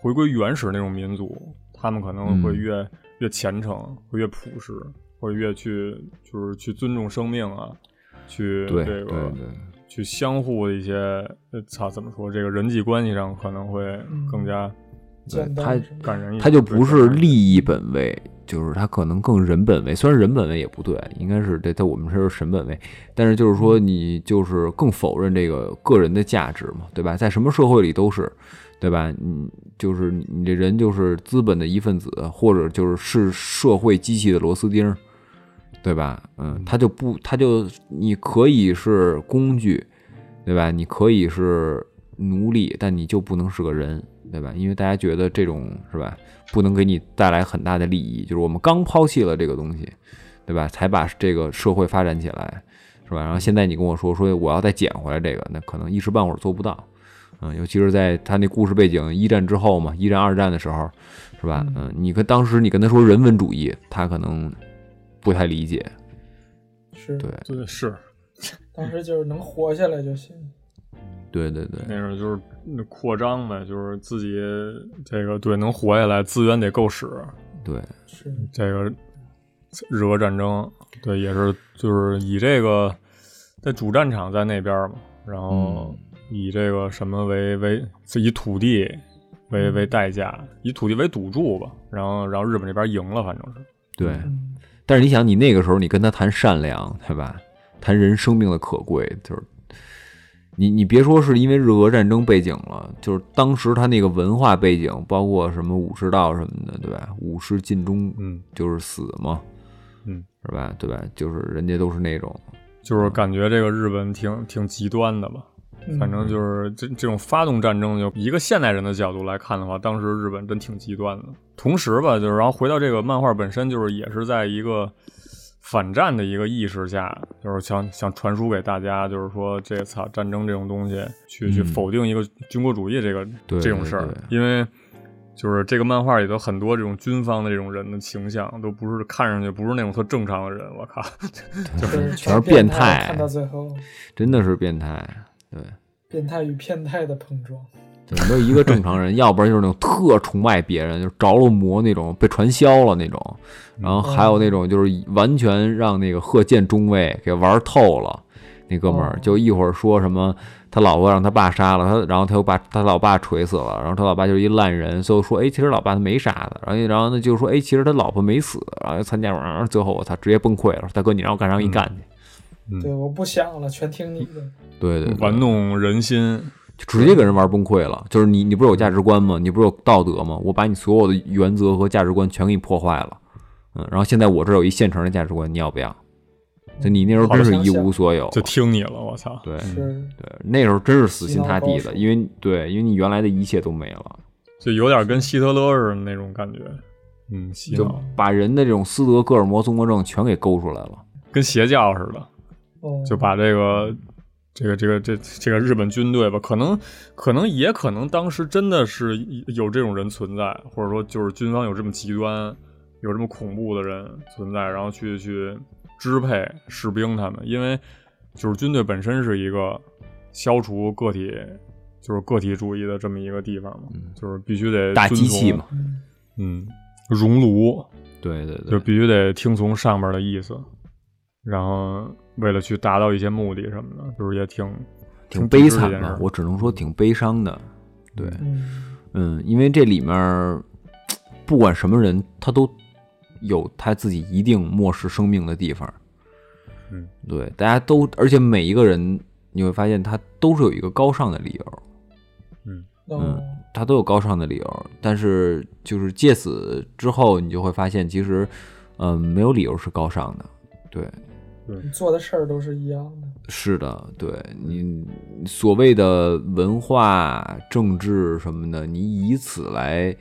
Speaker 3: 回归原始那种民族，他们可能会
Speaker 2: 嗯
Speaker 3: 越、越虔诚，会越朴实，会越去就是去尊重生命啊，去
Speaker 2: 对
Speaker 3: 这
Speaker 2: 对
Speaker 3: 个
Speaker 2: 对，
Speaker 3: 去相互的一些呃操怎么说这个人际关系上可能会更加
Speaker 4: 简
Speaker 2: 他
Speaker 4: 单是吗
Speaker 3: 感人一点，
Speaker 2: 他就不是利
Speaker 3: 利
Speaker 2: 益本位，就是他可能更人本位。虽然人本位也不对，应该是对，在我们这儿是神本位，但是就是说你就是更否认这个个人的价值嘛，对吧？在什么社会里都是，对吧？你就是你这人就是资本的一份子，或者就是是社会机器的螺丝钉儿，对吧？嗯，他就不，他就你可以是工具，对吧？你可以是奴隶，但你就不能是个人，对吧？因为大家觉得这种是吧，不能给你带来很大的利益，就是我们刚抛弃了这个东西，对吧？才把这个社会发展起来，是吧？然后现在你跟我说说我要再捡回来这个，那可能一时半会儿做不到。嗯，尤其是在他那故事背景一战之后嘛，一战二战的时候，是吧？嗯，你跟当时你跟他说人文主义，他可能不太理解，
Speaker 4: 是
Speaker 2: 对
Speaker 3: 对是
Speaker 4: 当时就是能活下来就行。
Speaker 2: 对对对，
Speaker 3: 那种就是那扩张呗，就是自己这个对能活下来，资源得够使。
Speaker 2: 对，
Speaker 4: 是
Speaker 3: 这个日俄战争，对，也是就是以这个在主战场在那边嘛，然后以这个什么为为是以土地为为代价，以土地为赌注吧，然后然后日本这边赢了，反正是
Speaker 2: 对，
Speaker 4: 嗯，
Speaker 2: 但是你想，你那个时候你跟他谈善良，对吧？谈人生命的可贵，就是你你别说是因为日俄战争背景了，就是当时他那个文化背景，包括什么武士道什么的，对吧？武士尽忠
Speaker 3: 嗯，
Speaker 2: 就是死嘛，
Speaker 3: 嗯，
Speaker 2: 是吧？对吧？就是人家都是那种，
Speaker 3: 就是感觉这个日本挺挺极端的吧，
Speaker 4: 嗯
Speaker 3: 反正就是这这种发动战争，就一个现代人的角度来看的话，当时日本真挺极端的。同时吧，就是然后回到这个漫画本身，就是也是在一个反战的一个意识下，就是想想传输给大家，就是说这操战争这种东西，去去
Speaker 2: 嗯
Speaker 3: 否定一个军国主义这个
Speaker 2: 对
Speaker 3: 这种事儿
Speaker 2: 对，
Speaker 3: 因为。就是这个漫画里头很多这种军方的这种人的形象，都不是看上去不是那种特正常的人，我靠，
Speaker 4: 就是
Speaker 2: 全是
Speaker 4: 变
Speaker 2: 变态
Speaker 4: 看到最后，
Speaker 2: 真的是变态，对。
Speaker 4: 变态与变态的碰撞。
Speaker 2: 对，没有一个正常人，要不然就是那种特崇拜别人，就是着了魔那种，被传销了那种，然后还有那种就是完全让那个贺建中尉给玩透了。那哥们儿
Speaker 4: 哦
Speaker 2: 就一会儿说什么，他老婆让他爸杀了他，然后他又把他老爸锤死了，然后他老爸就是一烂人，所以说哎，其实老爸他没杀他，然后然后呢就说哎，其实他老婆没死，然后又参加完，然后最后我操直接崩溃了，说大哥你让我干啥我给你干去，
Speaker 3: 嗯
Speaker 4: 对，我不想了，全听你的。
Speaker 2: 对对对，
Speaker 3: 玩弄人心，
Speaker 2: 就直接给人玩崩溃了。就是你，你不是有价值观吗？你不是有道德吗？我把你所有的原则和价值观全给你破坏了，嗯，然后现在我这儿有一现成的价值观，你要不要？就你那时候真是一无所有，
Speaker 3: 就听你了，我操！
Speaker 2: 对
Speaker 4: 是，
Speaker 2: 对，那时候真是死心塌地
Speaker 4: 洗脑高
Speaker 2: 的，
Speaker 4: 手
Speaker 2: 因为对，因为你原来的一切都没了，
Speaker 3: 就有点跟希特勒似的那种感觉，嗯，洗
Speaker 2: 就
Speaker 3: 脑
Speaker 2: 把人的这种斯德哥尔摩综合症全给勾出来了。
Speaker 3: 跟邪教似的，
Speaker 4: 哦，
Speaker 3: 就把这个这个这个这这个日本军队吧，可能可能也可能当时真的是有这种人存在，或者说就是军方有这么极端、有这么恐怖的人存在，然后去去支配士兵他们，因为就是军队本身是一个消除个体就是个体主义的这么一个地方嘛，就是必须得
Speaker 2: 嗯大机
Speaker 3: 遵从
Speaker 2: 器嘛，
Speaker 3: 嗯，熔炉
Speaker 2: 对对
Speaker 3: 就
Speaker 2: 对，
Speaker 3: 必须得听从上面的意思，然后为了去达到一些目的什么的，就是也挺
Speaker 2: 挺悲
Speaker 3: 挺
Speaker 2: 惨
Speaker 3: 这件事
Speaker 2: 的
Speaker 3: 儿，
Speaker 2: 我只能说挺悲伤的。对，
Speaker 4: 嗯，
Speaker 2: 嗯，因为这里面儿不管什么人，他都有他自己一定漠视生命的地方。
Speaker 3: 嗯，
Speaker 2: 对，大家都，而且每一个人，你会发现他都是有一个高尚的理由。
Speaker 4: 哦，
Speaker 2: 他都有高尚的理由，但是就是借此之后，你就会发现，其实，嗯、没有理由是高尚的。对，
Speaker 4: 你做的事儿都是一样的，
Speaker 2: 是的，对你所谓的文化、政治什么的，你以此来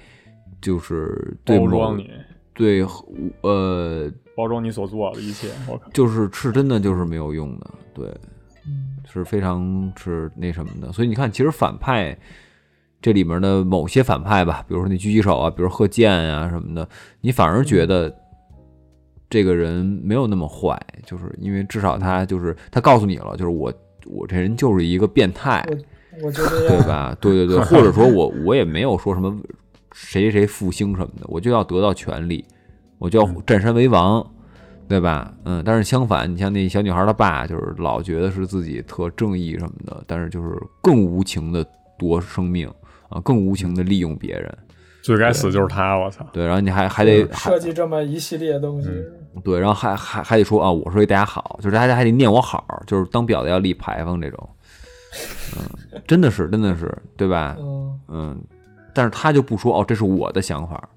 Speaker 2: 就是对
Speaker 3: 包
Speaker 2: 某
Speaker 3: 装你，
Speaker 2: 对呃，
Speaker 3: 包装你所做的一切。我靠，
Speaker 2: 就是是真的就是没有用的，对，
Speaker 4: 嗯，
Speaker 2: 是非常是那什么的。所以你看，其实反派这里面的某些反派吧，比如说那狙击手啊，比如贺建啊什么的，你反而觉得这个人没有那么坏，就是因为至少他就是他告诉你了，就是我我这人就是一个变态，
Speaker 4: 我我就这
Speaker 2: 对
Speaker 4: 样，
Speaker 2: 吧？对对对，或者说我我也没有说什么谁谁谁复兴什么的，我就要得到权利，我就要占山为王，对吧？嗯，但是相反，你像那小女孩她爸，就是老觉得是自己特正义什么的，但是就是更无情的夺生命啊，更无情的利用别人。
Speaker 3: 最该死就是他！我操，
Speaker 2: 对，然后你还还得还
Speaker 4: 设计这么一系列东西，
Speaker 2: 对，然后还还还得说啊，我是为大家好，就是大家还得念我好，就是当婊子要立牌坊这种。嗯，真的是，真的是，对吧？
Speaker 4: 嗯，
Speaker 2: 嗯，但是他就不说哦，这是我的想法，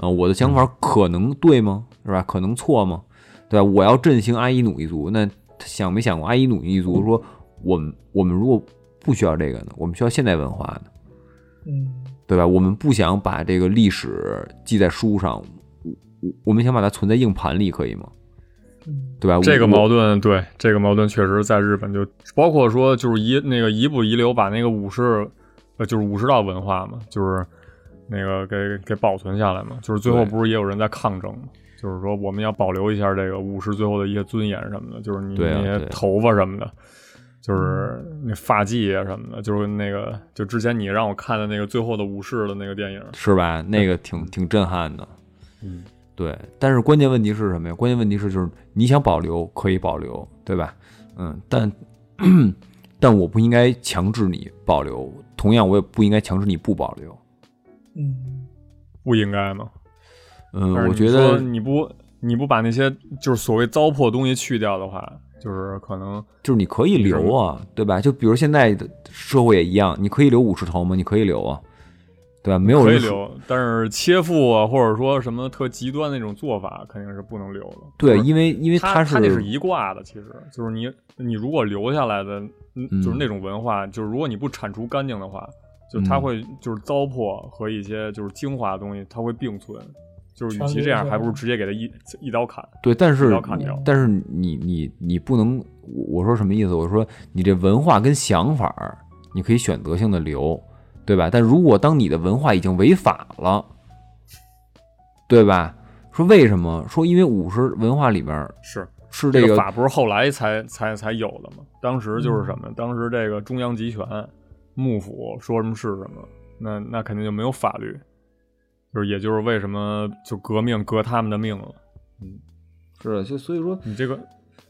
Speaker 2: 啊、我的想法可能对吗？是吧？可能错吗？对吧？我要振兴阿伊努一族，那他想没想过阿伊努一族说，我们我们如果不需要这个呢，我们需要现代文化呢，
Speaker 4: 嗯，
Speaker 2: 对吧？我们不想把这个历史记在书上，我我我们想把它存在硬盘里，可以吗？
Speaker 4: 嗯，
Speaker 2: 对吧？我
Speaker 3: 这个
Speaker 2: 我
Speaker 3: 矛盾，对这个矛盾确实在日本就包括说就是遗那个遗不遗留把那个武士，呃，就是武士道文化嘛，就是那个给给保存下来嘛，就是最后
Speaker 2: 对
Speaker 3: 不是也有人在抗争嘛。就是说，我们要保留一下这个武士最后的一些尊严什么的，就是你
Speaker 2: 对啊
Speaker 3: 那些
Speaker 2: 对啊嗯
Speaker 3: 头发什么的，就是那发髻啊什么的，就是那个就之前你让我看的那个最后的武士的那个电影，
Speaker 2: 是吧？那个挺挺震撼的。
Speaker 3: 嗯，
Speaker 2: 对。但是关键问题是什么呀？关键问题是就是你想保留可以保留，对吧？嗯，但 但我不应该强制你保留，同样我也不应该强制你不保留。
Speaker 4: 嗯，
Speaker 3: 不应该吗？
Speaker 2: 嗯
Speaker 3: 但，是
Speaker 2: 我
Speaker 3: 你
Speaker 2: 觉
Speaker 3: 说
Speaker 2: 得
Speaker 3: 你不你不把那些就是所谓糟粕东西去掉的话，就是可能
Speaker 2: 就是你可以留啊，对吧？就比如现在的社会也一样，你可以留武士头吗？你可以留啊，对吧？没有
Speaker 3: 可
Speaker 2: 人
Speaker 3: 以
Speaker 2: 说
Speaker 3: 留，但是切腹啊，或者说什么特极端那种做法，肯定是不能留的。
Speaker 2: 对，
Speaker 3: 就是
Speaker 2: 因为因为
Speaker 3: 他
Speaker 2: 是
Speaker 3: 那是一挂的，其实就是你你如果留下来的，嗯
Speaker 2: 嗯
Speaker 3: 就是那种文化，就是如果你不铲除干净的话，就是它
Speaker 2: 嗯
Speaker 3: 会就是糟粕和一些就是精华的东西，它会并存。就是与
Speaker 4: 全
Speaker 3: 其
Speaker 4: 留
Speaker 3: 这样，
Speaker 4: 下
Speaker 3: 还
Speaker 4: 来
Speaker 3: 不如直接给它一一刀砍。
Speaker 2: 对，但是
Speaker 3: 不要看
Speaker 2: 你
Speaker 3: 掉
Speaker 2: 但是你你你不能，我我说什么意思？我说你这文化跟想法儿，你可以选择性的留，对吧？但如果当你的文化已经违法了，对吧？说为什么？说因为五十文化里边儿
Speaker 3: 是，
Speaker 2: 是
Speaker 3: 这
Speaker 2: 这个嗯
Speaker 3: 法不是后来才才才有的吗？当时就是什么？当时这个中央集权，幕府说什么是什么，那那肯定就没有法律，就是也就是为什么就革命革他们的命了。
Speaker 2: 是的，就所以说
Speaker 3: 你这个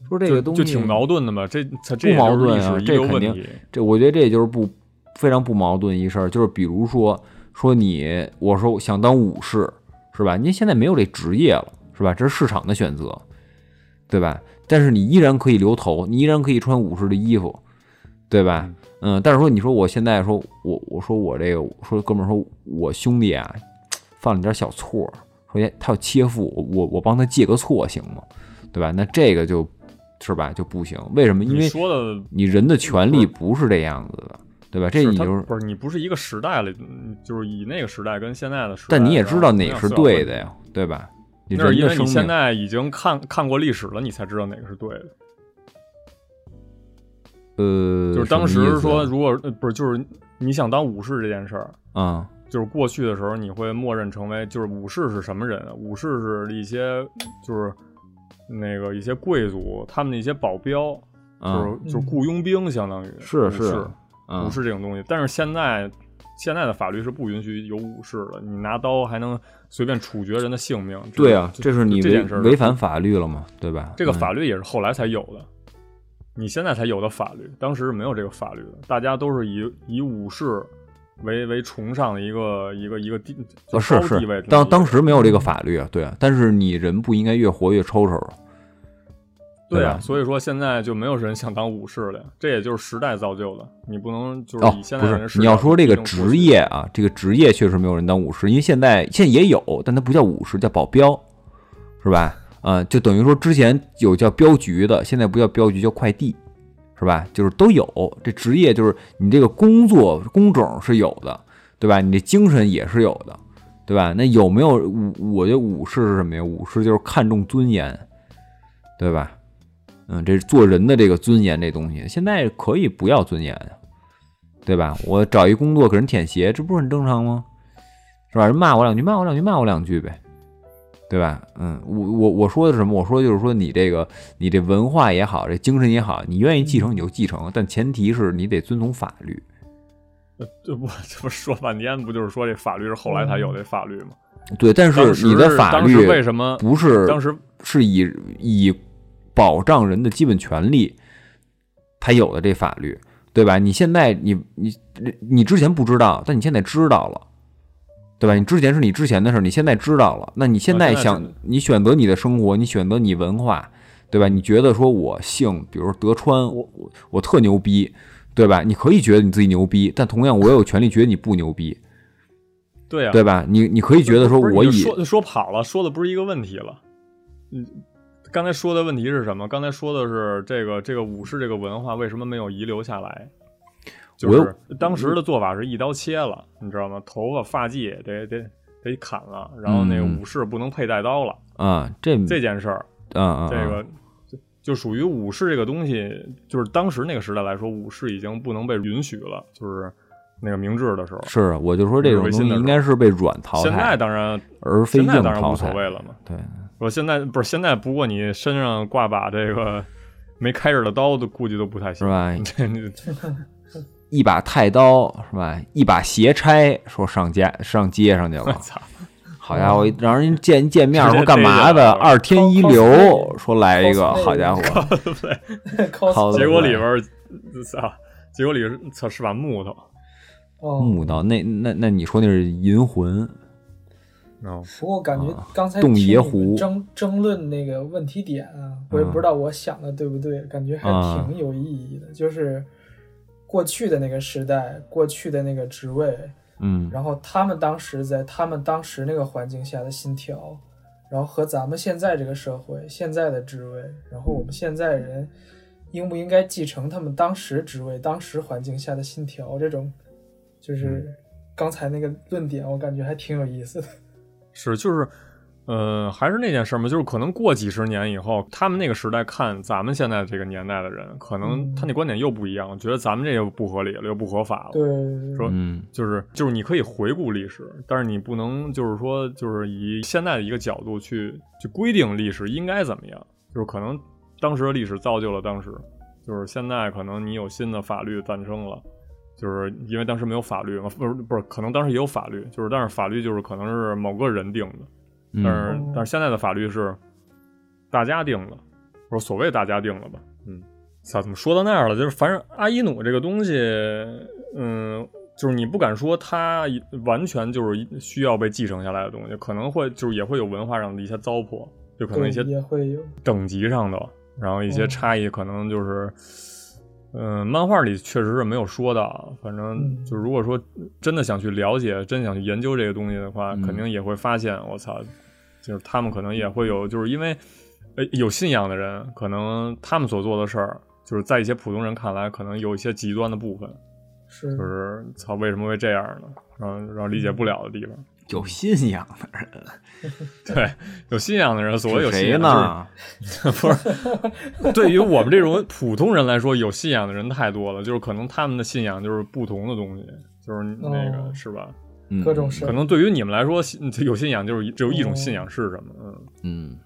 Speaker 2: 说这
Speaker 3: 就
Speaker 2: 个东
Speaker 3: 就
Speaker 2: 西
Speaker 3: 挺矛盾的嘛，这它这也
Speaker 2: 不矛
Speaker 3: 就是
Speaker 2: 盾
Speaker 3: 历
Speaker 2: 啊
Speaker 3: 史遗
Speaker 2: 这
Speaker 3: 留
Speaker 2: 肯
Speaker 3: 问
Speaker 2: 定
Speaker 3: 题。
Speaker 2: 这我觉得这也就是不非常不矛盾一事儿，就是比如说说你，我说我想当武士是吧？您现在没有这职业了是吧？这是市场的选择，对吧？但是你依然可以留头，你依然可以穿武士的衣服，对吧？嗯，但是说你说我现在说我我说我这个说哥们儿说我兄弟啊犯了点小错，说哎他要切腹，我我我帮他借个错行吗？对吧？那这个就是吧就不行，为什么？因
Speaker 3: 你
Speaker 2: 为
Speaker 3: 说的
Speaker 2: 你人的权利不是这样子的，对吧？这
Speaker 3: 是
Speaker 2: 你
Speaker 3: 它
Speaker 2: 就是，
Speaker 3: 不是你不是一个时代了，嗯就是以那个时代跟现在的时代，
Speaker 2: 但你也知道
Speaker 3: 然后
Speaker 2: 哪
Speaker 3: 同样
Speaker 2: 是
Speaker 3: 需要
Speaker 2: 对
Speaker 3: 问
Speaker 2: 的
Speaker 3: 题。
Speaker 2: 呀，对吧？你
Speaker 3: 那是
Speaker 2: 人
Speaker 3: 因
Speaker 2: 的
Speaker 3: 为
Speaker 2: 生
Speaker 3: 你现
Speaker 2: 命，
Speaker 3: 在已经看看过历史了，你才知道哪个是对的。
Speaker 2: 呃，
Speaker 3: 就是当
Speaker 2: 什么意
Speaker 3: 时
Speaker 2: 思
Speaker 3: 说，如果呃不是就是你想当武士这件事儿，
Speaker 2: 啊，
Speaker 3: 就是过去的时候，你会默认成为就是武士是什么人？啊武士是一些就是那个一些贵族他们的一些保镖，
Speaker 2: 啊
Speaker 3: 就是就是雇佣兵，相当于
Speaker 2: 是
Speaker 3: 武士
Speaker 2: 是啊
Speaker 3: 武士这种东西。但是现在现在的法律是不允许有武士的，你拿刀还能随便处决人的性命。这
Speaker 2: 对啊，
Speaker 3: 这
Speaker 2: 这是你
Speaker 3: 这
Speaker 2: 违
Speaker 3: 件事儿
Speaker 2: 违反法律了嘛，对吧？
Speaker 3: 这个
Speaker 2: 嗯
Speaker 3: 法律也是后来才有的，你现在才有的法律，当时是没有这个法律的，大家都是以以武士为为崇尚的一个一个一个地，
Speaker 2: 啊，
Speaker 3: 就是高地位嗯
Speaker 2: 是
Speaker 3: 这，么一
Speaker 2: 当
Speaker 3: 个
Speaker 2: 当时没有这个法律，啊对，但是你人不应该越活越抽啊抽，
Speaker 3: 对
Speaker 2: 对吧
Speaker 3: 啊，所以说现在就没有人想当武士了，呀，这也就是时代造就的，你不能就是
Speaker 2: 哦
Speaker 3: 以，现
Speaker 2: 不
Speaker 3: 在的人
Speaker 2: 是，
Speaker 3: 视角
Speaker 2: 你要说这个
Speaker 3: 一定过
Speaker 2: 职
Speaker 3: 去，
Speaker 2: 业啊，这个职业确实没有人当武士，因为现在现在也有，但它不叫武士，叫保镖，是吧？啊、就等于说之前有叫镖局的，现在不叫镖局，叫快递，是吧？就是都有这职业，就是你这个工作工种是有的，对吧？你这精神也是有的，对吧？那有没有武？我觉得武士是什么呀？武士就是看重尊严，对吧？嗯，这是做人的这个尊严这东西，现在可以不要尊严啊对吧？我找一工作给人舔鞋，这不是很正常吗？是吧？人骂我两句，骂我两句，骂我两句呗，对吧？嗯，我我我说的是什么？我说就是说你这个你这文化也好，这精神也好，你愿意继承你就继承，但前提是你得遵从法律。
Speaker 3: 这不这不说半天不就是说这法律是后来才有的法律吗？
Speaker 2: 对，但
Speaker 3: 当
Speaker 2: 嗯是
Speaker 3: 时
Speaker 2: 你的法
Speaker 3: 当
Speaker 2: 律
Speaker 3: 时为什么
Speaker 2: 不是
Speaker 3: 当时
Speaker 2: 是以以保障人的基本权利才有的这法律，对吧？你现在你你你之前不知道，但你现在知道了，对吧？你之前是你之前的事儿，你现在知道了，那你现
Speaker 3: 哦
Speaker 2: 在
Speaker 3: 现在
Speaker 2: 想
Speaker 3: 是
Speaker 2: 你选择你的生活，你选择你文化，对吧？你觉得说我姓，比如说德川，我我我特牛逼，对吧？你可以觉得你自己牛逼，但同样我也有权利觉得你不牛逼，
Speaker 3: 对啊呀、
Speaker 2: 对吧？你你可以觉得说
Speaker 3: 不是
Speaker 2: 我
Speaker 3: 你
Speaker 2: 以
Speaker 3: 就说说跑了，说的不是一个问题了。嗯，刚才说的问题是什么？刚才说的是这个这个武士这个文化为什么没有遗留下来？就
Speaker 2: 我
Speaker 3: 是当时的做法是一刀切了，你知道吗？头发发髻得得得砍了，然后那个
Speaker 2: 嗯
Speaker 3: 武士不能佩戴刀了。
Speaker 2: 啊这
Speaker 3: 这件事儿，
Speaker 2: 啊啊
Speaker 3: 这个就就属于武士这个东西，就是当时那个时代来说，武士已经不能被允许了，就是那个明治的时候。
Speaker 2: 是，啊我就说这种
Speaker 3: 违
Speaker 2: 东
Speaker 3: 心
Speaker 2: 西
Speaker 3: 的
Speaker 2: 应
Speaker 3: 时候
Speaker 2: 该是被软淘
Speaker 3: 现在
Speaker 2: 汰，
Speaker 3: 当然
Speaker 2: 而非
Speaker 3: 现在
Speaker 2: 硬
Speaker 3: 当然
Speaker 2: 淘
Speaker 3: 无所
Speaker 2: 汰。
Speaker 3: 谓了嘛。
Speaker 2: 对，
Speaker 3: 我现在不是现在，不过你身上挂把这个 没开刃的刀，都估计都不太
Speaker 2: 是
Speaker 3: 行。
Speaker 2: 吧？
Speaker 3: 这 你，
Speaker 2: 一把太刀是吧？一把斜钗说上街上街上去了
Speaker 3: 操，
Speaker 2: 好家伙，让人见见面
Speaker 3: 直接
Speaker 2: 说干嘛
Speaker 3: 逮
Speaker 2: 的？
Speaker 3: 着了
Speaker 2: 二天一流，
Speaker 4: cosplay
Speaker 2: 说来一个，
Speaker 4: cosplay
Speaker 2: 好家伙，
Speaker 4: cos
Speaker 2: 对
Speaker 3: 结果里边儿操，结果里边儿操是把木头。
Speaker 4: 哦，
Speaker 2: 木刀，那那那你说那是银魂？
Speaker 3: 嗯，
Speaker 4: 不过感觉刚才
Speaker 2: 洞
Speaker 4: 听
Speaker 2: 爷
Speaker 4: 你们
Speaker 2: 湖
Speaker 4: 争争论那个问题点啊，我也不知道我想的对不对，感觉还
Speaker 2: 啊
Speaker 4: 挺有意义的。就是过去的那个时代，过去的那个职位，
Speaker 2: 嗯，
Speaker 4: 然后他们当时在他们当时那个环境下的心跳，然后和咱们现在这个社会、现在的职位，然后我们现在人应不应该继承他们当时职位、当时环境下的心跳，这种就是
Speaker 3: 嗯
Speaker 4: 刚才那个论点，我感觉还挺有意思的。
Speaker 3: 是就是，呃，还是那件事嘛，就是可能过几十年以后，他们那个时代看咱们现在这个年代的人，可能
Speaker 4: 嗯
Speaker 3: 他那观点又不一样，觉得咱们这又不合理了，又不合法了。
Speaker 4: 对，
Speaker 3: 说
Speaker 2: 嗯
Speaker 3: 就是就是你可以回顾历史，但是你不能就是说就是以现在的一个角度去去规定历史应该怎么样，就是可能当时的历史造就了当时，就是现在可能你有新的法律诞生了。就是因为当时没有法律嘛，不是不是，可能当时也有法律，就是但是法律就是可能是某个人定的，但
Speaker 2: 嗯，
Speaker 3: 是、但是现在的法律是大家定的，或者所谓大家定了吧？嗯，操，怎么说到那儿了？就是反正阿依努这个东西，嗯，就是你不敢说它一完全就是一需要被继承下来的东西，可能会就是也会有文化上的一些糟粕，就可能一些
Speaker 4: 对也会有，
Speaker 3: 等级上的，然后一些
Speaker 4: 嗯
Speaker 3: 差异可能就是，嗯、漫画里确实是没有说到。反正
Speaker 4: 嗯
Speaker 3: 就如果说真的想去了解、真想去研究这个东西的话，
Speaker 2: 嗯
Speaker 3: 肯定也会发现，我操，就是他们可能也会有，就是因为呃有信仰的人，可能他们所做的事儿，就是在一些普通人看来，可能有一些极端的部分，
Speaker 4: 是
Speaker 3: 就是操，为什么会这样呢？然后然后理解不了的地方，
Speaker 2: 有信仰的人
Speaker 3: 对，有信仰的人，所谓有
Speaker 2: 是
Speaker 3: 信
Speaker 2: 谁
Speaker 3: 仰就是
Speaker 2: 呢？
Speaker 3: 不是，对于我们这种普通人来说，有信仰的人太多了，就是可能他们的信仰就是不同的东西，就是那个、
Speaker 4: 哦
Speaker 3: 是吧？
Speaker 2: 嗯
Speaker 4: 各种神
Speaker 3: 可能对于你们来说，信有信仰就是只有一种信仰是什么？嗯，
Speaker 2: 嗯，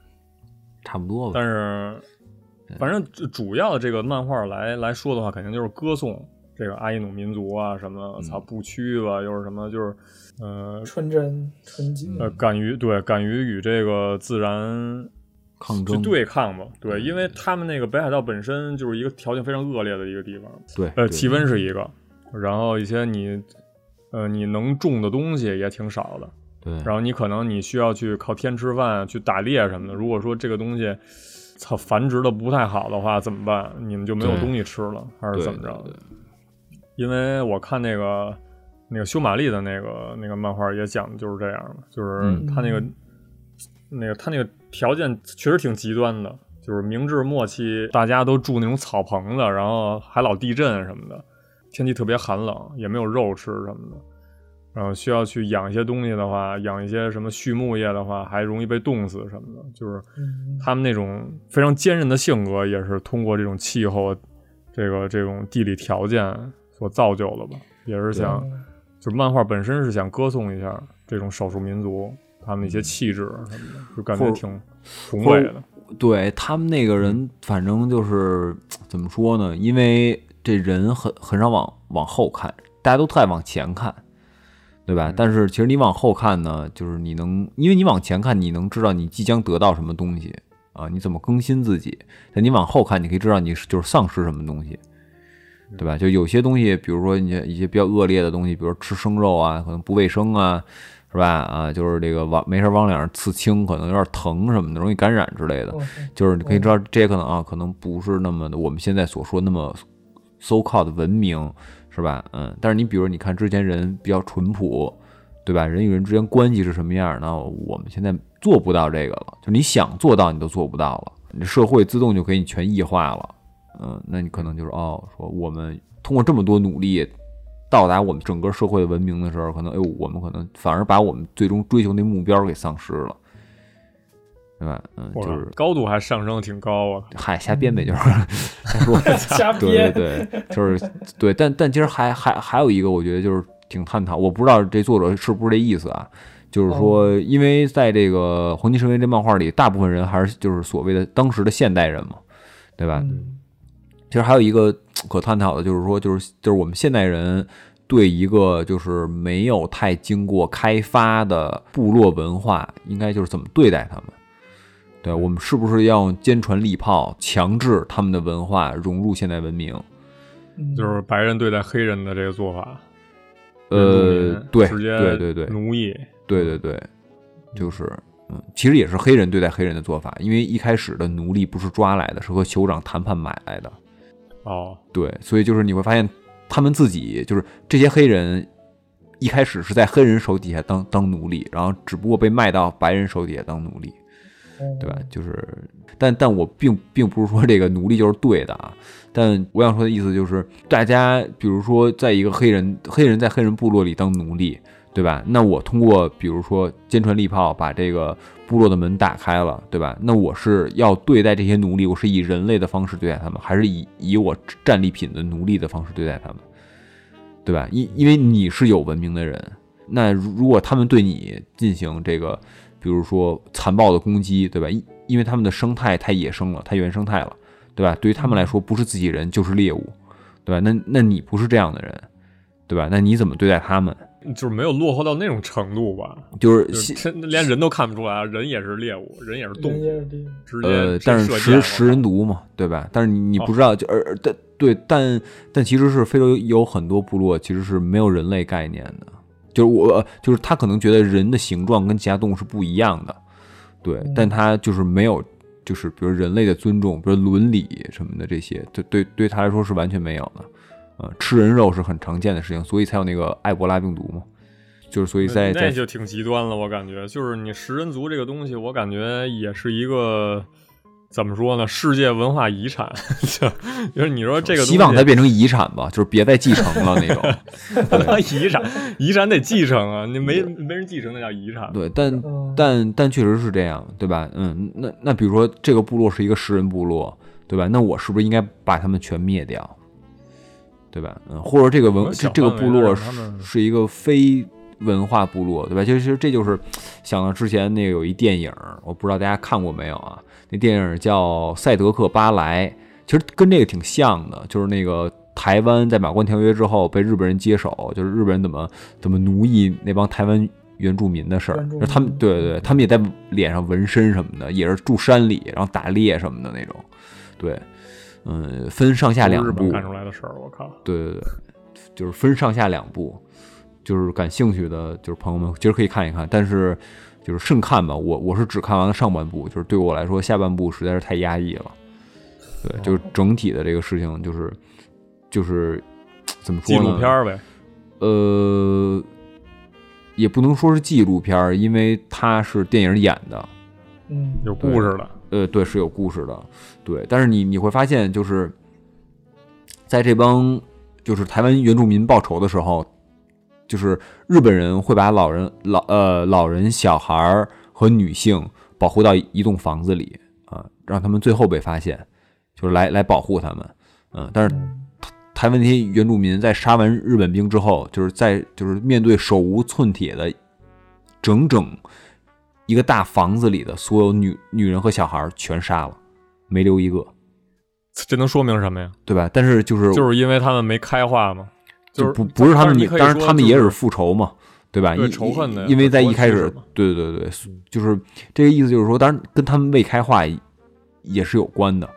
Speaker 2: 差不多吧
Speaker 3: 但。是
Speaker 2: 对
Speaker 3: 反正主主要的这个漫画来来说的话，肯定就是歌颂这个阿伊努民族啊，什么操部区吧，啊又是什么就是呃
Speaker 4: 纯真纯洁，
Speaker 3: 呃，敢于对敢于与这个自然
Speaker 2: 抗
Speaker 3: 去
Speaker 2: 争
Speaker 3: 对抗吧，对，因为他们那个北海道本身就是一个条件非常恶劣的一个地方，
Speaker 2: 对
Speaker 3: 呃，
Speaker 2: 对嗯
Speaker 3: 气温是一个，然后一些你，呃，你能种的东西也挺少的，
Speaker 2: 对，
Speaker 3: 然后你可能你需要去靠天吃饭，去打猎什么的。如果说这个东西，操，繁殖的不太好的话，怎么办？你们就没有
Speaker 2: 对
Speaker 3: 东西吃了，还是
Speaker 2: 对
Speaker 3: 怎么着
Speaker 2: 对
Speaker 3: 的？因为我看那个那个修玛丽的那个那个漫画也讲的就是这样嘛，就是
Speaker 2: 嗯
Speaker 3: 他那个、那个他那个条件确实挺极端的，就是明治末期大家都住那种草棚子，然后还老地震什么的，天气特别寒冷，也没有肉吃什么的。然后需要去养一些东西的话，养一些什么畜牧业的话，还容易被冻死什么的。就是
Speaker 4: 嗯
Speaker 3: 他们那种非常坚韧的性格，也是通过这种气候、这个这种地理条件所造就的吧。也是想，就是漫画本身是想歌颂一下这种少数民族他们一些气质什么的，就感觉
Speaker 2: 或者
Speaker 3: 挺宏伟的。
Speaker 2: 对他们那个人，反正就是怎么说呢？因为这人很很少往往后看，大家都太往前看，对吧？但是其实你往后看呢，就是你能，因为你往前看，你能知道你即将得到什么东西啊，你怎么更新自己。但你往后看，你可以知道你是就是丧失什么东西，对吧？就有些东西，比如说你一些比较恶劣的东西，比如说吃生肉啊，可能不卫生啊，是吧？啊，就是这个往没事儿往脸上刺青，可能有点疼什么的，容易感染之类的。
Speaker 4: 哦
Speaker 2: 就是你可以知道这些可能啊，可能不是那么的我们现在所说那么 so called 文明，是吧？嗯，但是你比如你看之前人比较淳朴，对吧？人与人之间关系是什么样儿？那我们现在做不到这个了，就你想做到你都做不到了，你社会自动就给你权益化了。嗯，那你可能就是哦，说我们通过这么多努力。到达我们整个社会的文明的时候，可能哎呦，我们可能反而把我们最终追求那目标给丧失了，对吧？嗯，
Speaker 3: 我
Speaker 2: 就
Speaker 3: 靠
Speaker 2: 是
Speaker 3: 高度还上升挺高啊！
Speaker 2: 嗨，瞎编呗，就是 瞎说。
Speaker 4: 瞎
Speaker 2: 对
Speaker 4: 编，
Speaker 2: 对对，就是对，但但其实还还还有一个，我觉得就是挺探讨，我不知道这作者是不是这意思啊，就是说，因为在这个《黄金神威》这漫画里，大部分人还是就是所谓的当时的现代人嘛，对吧？
Speaker 4: 嗯
Speaker 2: 其实还有一个可探讨的，就是说，就是就是我们现代人对一个就是没有太经过开发的部落文化，应该就是怎么对待他们？对我们是不是要坚船利炮，强制他们的文化融入现代文明？
Speaker 4: 嗯
Speaker 3: 就是白人对待黑人的这个做法，
Speaker 2: 呃，对，
Speaker 3: 直接
Speaker 2: 对对对
Speaker 3: 奴役，
Speaker 2: 对对对，就是。嗯，其实也是黑人对待黑人的做法，因为一开始的奴隶不是抓来的，是和酋长谈判买来的。
Speaker 3: 哦，
Speaker 2: 对，所以就是你会发现他们自己就是这些黑人，一开始是在黑人手底下当当奴隶，然后只不过被卖到白人手底下当奴隶，
Speaker 4: 嗯
Speaker 2: 对吧？就是，但但我并并不是说这个奴隶就是对的啊，但我想说的意思就是，大家比如说在一个黑人黑人在黑人部落里当奴隶。对吧？那我通过比如说坚船利炮把这个部落的门打开了，对吧？那我是要对待这些奴隶，我是以人类的方式对待他们，还是以以我战利品的奴隶的方式对待他们？对吧？因因为你是有文明的人，那如如果他们对你进行这个，比如说残暴的攻击，对吧？因因为他们的生态太野生了，太原生态了，对吧？对于他们来说，不是自己人就是猎物，对吧？那那你不是这样的人，对吧？那你怎么对待他们？
Speaker 3: 就是没有落后到那种程度吧？
Speaker 2: 就是
Speaker 3: 就是
Speaker 2: 现
Speaker 3: 真连人都看不出来，啊人也是猎物，人也是动
Speaker 4: 人
Speaker 3: 物，
Speaker 4: 家的
Speaker 3: 直接
Speaker 2: 呃，
Speaker 3: 直接
Speaker 2: 但是
Speaker 3: 射
Speaker 2: 食
Speaker 3: 箭
Speaker 2: 食人毒嘛，对吧？但是你你
Speaker 3: 啊哦
Speaker 2: 不知道，就而而但对，但但其实是非洲有很多部落其实是没有人类概念的，就是我呃就是他可能觉得人的形状跟其他动物是不一样的，对，但他就是没有就是比如人类的尊重，比如伦理什么的这些，对对对他来说是完全没有的。呃，吃人肉是很常见的事情，所以才有那个埃博拉病毒嘛，就是所以在
Speaker 3: 呃那
Speaker 2: 在
Speaker 3: 就挺极端了，我感觉就是你食人族这个东西，我感觉也是一个怎么说呢？世界文化遗产，就就是你说这个东西
Speaker 2: 希望它变成遗产吧，就是别再继承了那 种。对
Speaker 3: 遗 产，遗产得继承啊，你没没人继承，那叫遗产。
Speaker 2: 对，但
Speaker 3: 哦
Speaker 4: 嗯
Speaker 2: 但但确实是这样，对吧？嗯，那那比如说这个部落是一个食人部落，对吧？那我是不是应该把他们全灭掉？对吧？嗯，或者这个文
Speaker 3: 我
Speaker 2: 这
Speaker 3: 想
Speaker 2: 这个
Speaker 3: 范围
Speaker 2: 部
Speaker 3: 的
Speaker 2: 落
Speaker 3: 让他
Speaker 2: 是
Speaker 3: 们
Speaker 2: 是一个非文化部落，对吧？其实这就是想到之前那个有一电影，我不知道大家看过没有啊？那电影叫《赛德克巴莱》，其实跟这个挺像的，就是那个台湾在马关条约之后被日本人接手，就是日本人怎么怎么奴役那帮台湾原住民的事儿
Speaker 4: 原住，民
Speaker 2: 就是他们对对对，他们也在脸上纹身什么的，也是住山里，然后打猎什么的那种，对，嗯，分上下两
Speaker 3: 都是日
Speaker 2: 部
Speaker 3: 本，干出来的事儿，我靠！
Speaker 2: 对对对，就是分上下两部，就是感兴趣的就是朋友们其实可以看一看，但是就是慎看吧。我我是只看完了上半部，就是对我来说下半部实在是太压抑了。对，
Speaker 3: 哦
Speaker 2: 就是整体的这个事情就是就是怎么说
Speaker 3: 纪
Speaker 2: 呢？
Speaker 3: 录片儿呗，
Speaker 2: 呃，也不能说是纪录片儿，因为它是电影演的，
Speaker 4: 嗯，
Speaker 3: 有故事的。
Speaker 2: 呃，对，是有故事的，对。但是你你会发现，就是在这帮就是台湾原住民报仇的时候，就是日本人会把老人、老呃老人、小孩儿和女性保护到一栋房子里啊，让他们最后被发现，就是来来保护他们。嗯，但是台台湾那些原住民在杀完日本兵之后，就是在就是面对手无寸铁的整整一个大房子里的所有女女人和小孩儿全杀了，没留一个，
Speaker 3: 这能说明什么呀？
Speaker 2: 对吧？但是就是
Speaker 3: 就是因为他们没开化嘛，
Speaker 2: 就是不不是他们，
Speaker 3: 你
Speaker 2: 也
Speaker 3: 可以
Speaker 2: 当然
Speaker 3: 说
Speaker 2: 他们
Speaker 3: 就
Speaker 2: 也是复仇嘛，对吧？
Speaker 3: 对
Speaker 2: 一
Speaker 3: 仇恨的
Speaker 2: 因为在一开
Speaker 3: 仇
Speaker 2: 始
Speaker 3: 恨嘛，
Speaker 2: 对对对，就是这个意思，就是说，当然跟他们未开化也是有关的，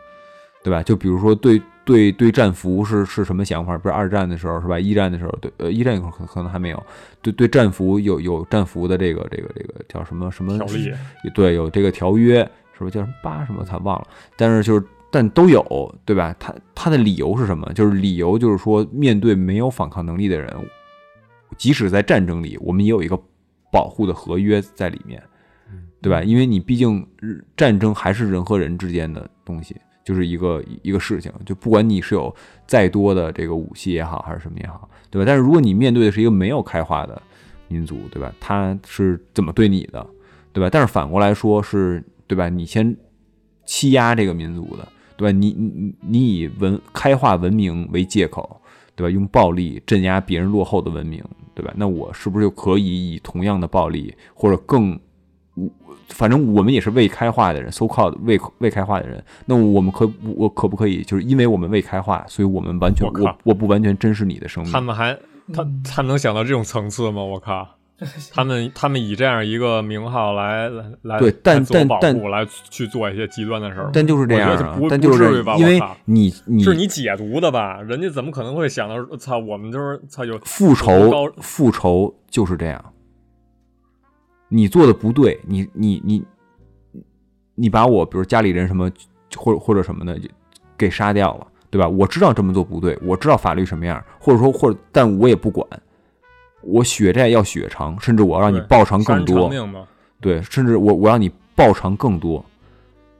Speaker 2: 对吧？就比如说对对对战俘是是什么想法？不是二战的时候是吧？一战的时候，对呃，一战可可能还没有，对对战俘有有战俘的这个这个这个叫什么什么
Speaker 3: 条例，
Speaker 2: 对，有这个条约，是不是叫什么八什么？他忘了。但是就是，但都有，对吧？他他的理由是什么？就是理由就是说，面对没有反抗能力的人，即使在战争里，我们也有一个保护的合约在里面，对吧？因为你毕竟日战争还是人和人之间的东西，就是一个一个事情，就不管你是有再多的这个武器也好，还是什么也好，对吧？但是如果你面对的是一个没有开化的民族，对吧？他是怎么对你的，对吧？但是反过来说是，对吧？你先欺压这个民族的，对吧？你你你你以文开化文明为借口，对吧？用暴力镇压别人落后的文明，对吧？那我是不是就可以以同样的暴力或者更？我反正我们也是未开化的人，so called 未未开化的人，那我们可我可不可以就是因为我们未开化，所以我们完全
Speaker 3: 我靠
Speaker 2: 我我不完全珍视你的生命？
Speaker 3: 他们还他
Speaker 4: 嗯
Speaker 3: 他们能想到这种层次吗？我靠！ 他们他们以这样一个名号来来来
Speaker 2: 嗯对但
Speaker 3: 来自我保
Speaker 2: 但
Speaker 3: 护来去做一些极端的事儿吗，
Speaker 2: 但就是这
Speaker 3: 嗯
Speaker 2: 样
Speaker 3: 我觉
Speaker 2: 啊
Speaker 3: 得不，
Speaker 2: 但
Speaker 3: 不
Speaker 2: 就是这
Speaker 3: 至于吧
Speaker 2: 样因为
Speaker 3: 我靠
Speaker 2: 你你
Speaker 3: 是你解读的吧？人家怎么可能会想到操？我们就是操有
Speaker 2: 复
Speaker 3: 有多
Speaker 2: 仇
Speaker 3: 高，
Speaker 2: 复仇就是这样。你做的不对，你你你你把我，比如家里人什么，或者或者什么的，给杀掉了，对吧？我知道这么做不对，我知道法律什么样，或者说或者，但我也不管，我血债要血偿，甚至我要让你
Speaker 3: 对
Speaker 2: 报偿
Speaker 3: 杀
Speaker 2: 更
Speaker 3: 人
Speaker 2: 多，
Speaker 3: 偿命嘛？
Speaker 2: 对，甚至我我让你报偿更多，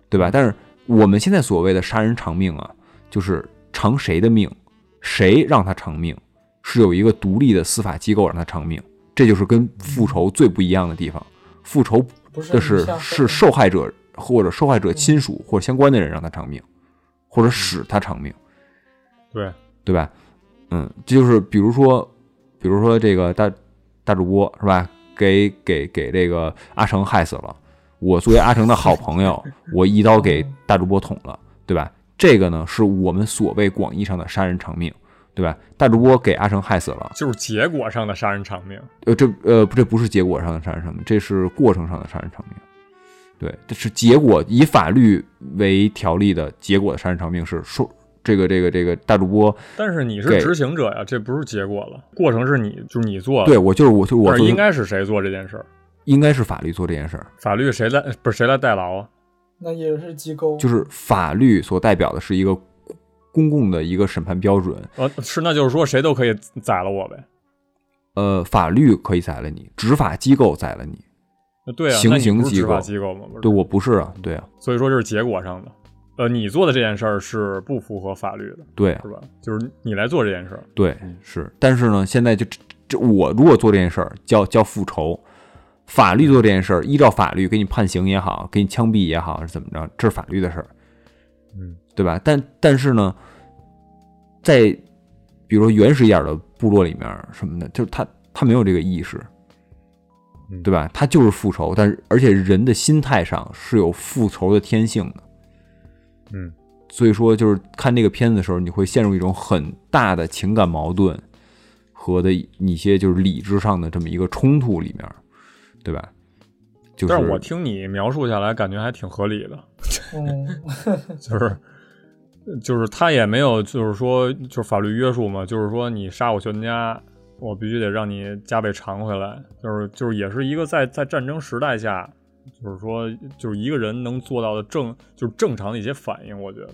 Speaker 2: 对吧？但是我们现在所谓的杀人偿命啊，就是偿谁的命，谁让他偿命，是有一个独立的司法机构让他偿命，这就是跟复仇最不一样的地方。复仇
Speaker 4: 嗯不是
Speaker 2: 的
Speaker 4: 你
Speaker 2: 是
Speaker 4: 像
Speaker 2: 是受害者或者受害者亲属或者相关的人让他偿命，或者使
Speaker 4: 嗯
Speaker 2: 他偿命。
Speaker 3: 对，
Speaker 2: 对吧？嗯，这就是比如说，比如说这个大大主播是吧？给给给这个阿成害死了。我作为阿成的好朋友，我一刀给大主播捅了，对吧？这个呢，是我们所谓广义上的杀人偿命，对吧？大主播给阿成害死了，
Speaker 3: 就是结果上的杀人偿命。
Speaker 2: 呃，这呃不，这不是结果上的杀人偿命，这是过程上的杀人偿命。对，这是结果，以法律为条例的结果的杀人偿命是说这个这个这个大主播
Speaker 3: 但是你是
Speaker 2: 给
Speaker 3: 执行者呀，这不是结果了，过程是你就是你做的，
Speaker 2: 对，我就是我就是我
Speaker 3: 但是
Speaker 2: 做的
Speaker 3: 应该是谁做这件事儿？
Speaker 2: 应该是法律做这件事儿，
Speaker 3: 法律谁来不是谁来代劳啊？
Speaker 4: 那也是机构，
Speaker 2: 就是法律所代表的是一个公共的一个审判标准。
Speaker 3: 呃，是那就是说谁都可以宰了我呗？
Speaker 2: 呃，法律可以宰了你，执法机构宰了你。
Speaker 3: 那对啊，
Speaker 2: 行
Speaker 3: 那你
Speaker 2: 刑
Speaker 3: 不是
Speaker 2: 机
Speaker 3: 执法
Speaker 2: 构
Speaker 3: 机构吗？不是
Speaker 2: 对我不是啊，对啊，
Speaker 3: 所以说这是结果上的，呃，你做的这件事儿是不符合法律的，
Speaker 2: 对啊
Speaker 3: 是吧？就是你来做这件事儿，
Speaker 2: 对是，但是呢，现在就这这我如果做这件事儿叫叫复仇，法律做这件事儿依照法律给你判刑也好，给你枪毙也好是怎么着，这是法律的事儿，
Speaker 3: 嗯，
Speaker 2: 对吧？但但是呢，在比如说原始一点的部落里面什么的，就是他他没有这个意识，
Speaker 3: 嗯
Speaker 2: 对吧？他就是复仇，但是而且人的心态上是有复仇的天性的，
Speaker 3: 嗯，
Speaker 2: 所以说就是看这个片子的时候，你会陷入一种很大的情感矛盾和的一些就是理智上的这么一个冲突里面，对吧？就是
Speaker 3: 但是我听你描述下来，感觉还挺合理的，
Speaker 4: 嗯，
Speaker 3: 就是就是他也没有，就是说就是法律约束嘛，就是说你杀我全家，我必须得让你加倍偿回来，就是就是也是一个在在战争时代下，就是说就是一个人能做到的正就是正常的一些反应，我觉得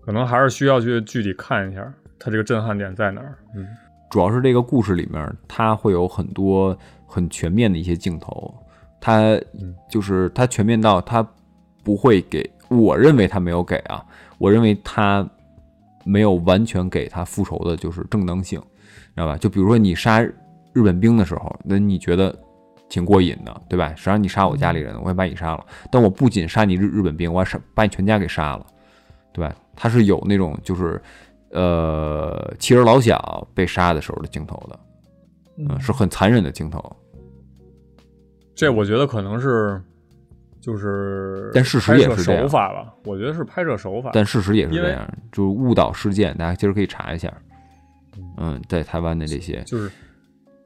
Speaker 3: 可能还是需要去具体看一下他这个震撼点在哪儿，嗯
Speaker 2: 主要是这个故事里面，它会有很多很全面的一些镜头，它就是它全面到它不会给，我认为它没有给啊，我认为它没有完全给他复仇的就是正当性，知道吧？就比如说你杀日本兵的时候，那你觉得挺过瘾的，对吧？谁让你杀我家里人，我也把你杀了，但我不仅杀你日日本兵，我还杀把你全家给杀了，对吧？他是有那种就是。呃，妻儿老小被杀的时候的镜头的，嗯，是很残忍的镜头，
Speaker 3: 这我觉得可能是就是
Speaker 2: 但事实
Speaker 3: 拍
Speaker 2: 也
Speaker 3: 摄
Speaker 2: 是这样
Speaker 3: 手法吧，我觉得是拍摄手法，
Speaker 2: 但事实也是
Speaker 3: 因为
Speaker 2: 这样，就是误导事件，大家今儿可以查一下。嗯，在台湾的这些，
Speaker 3: 就是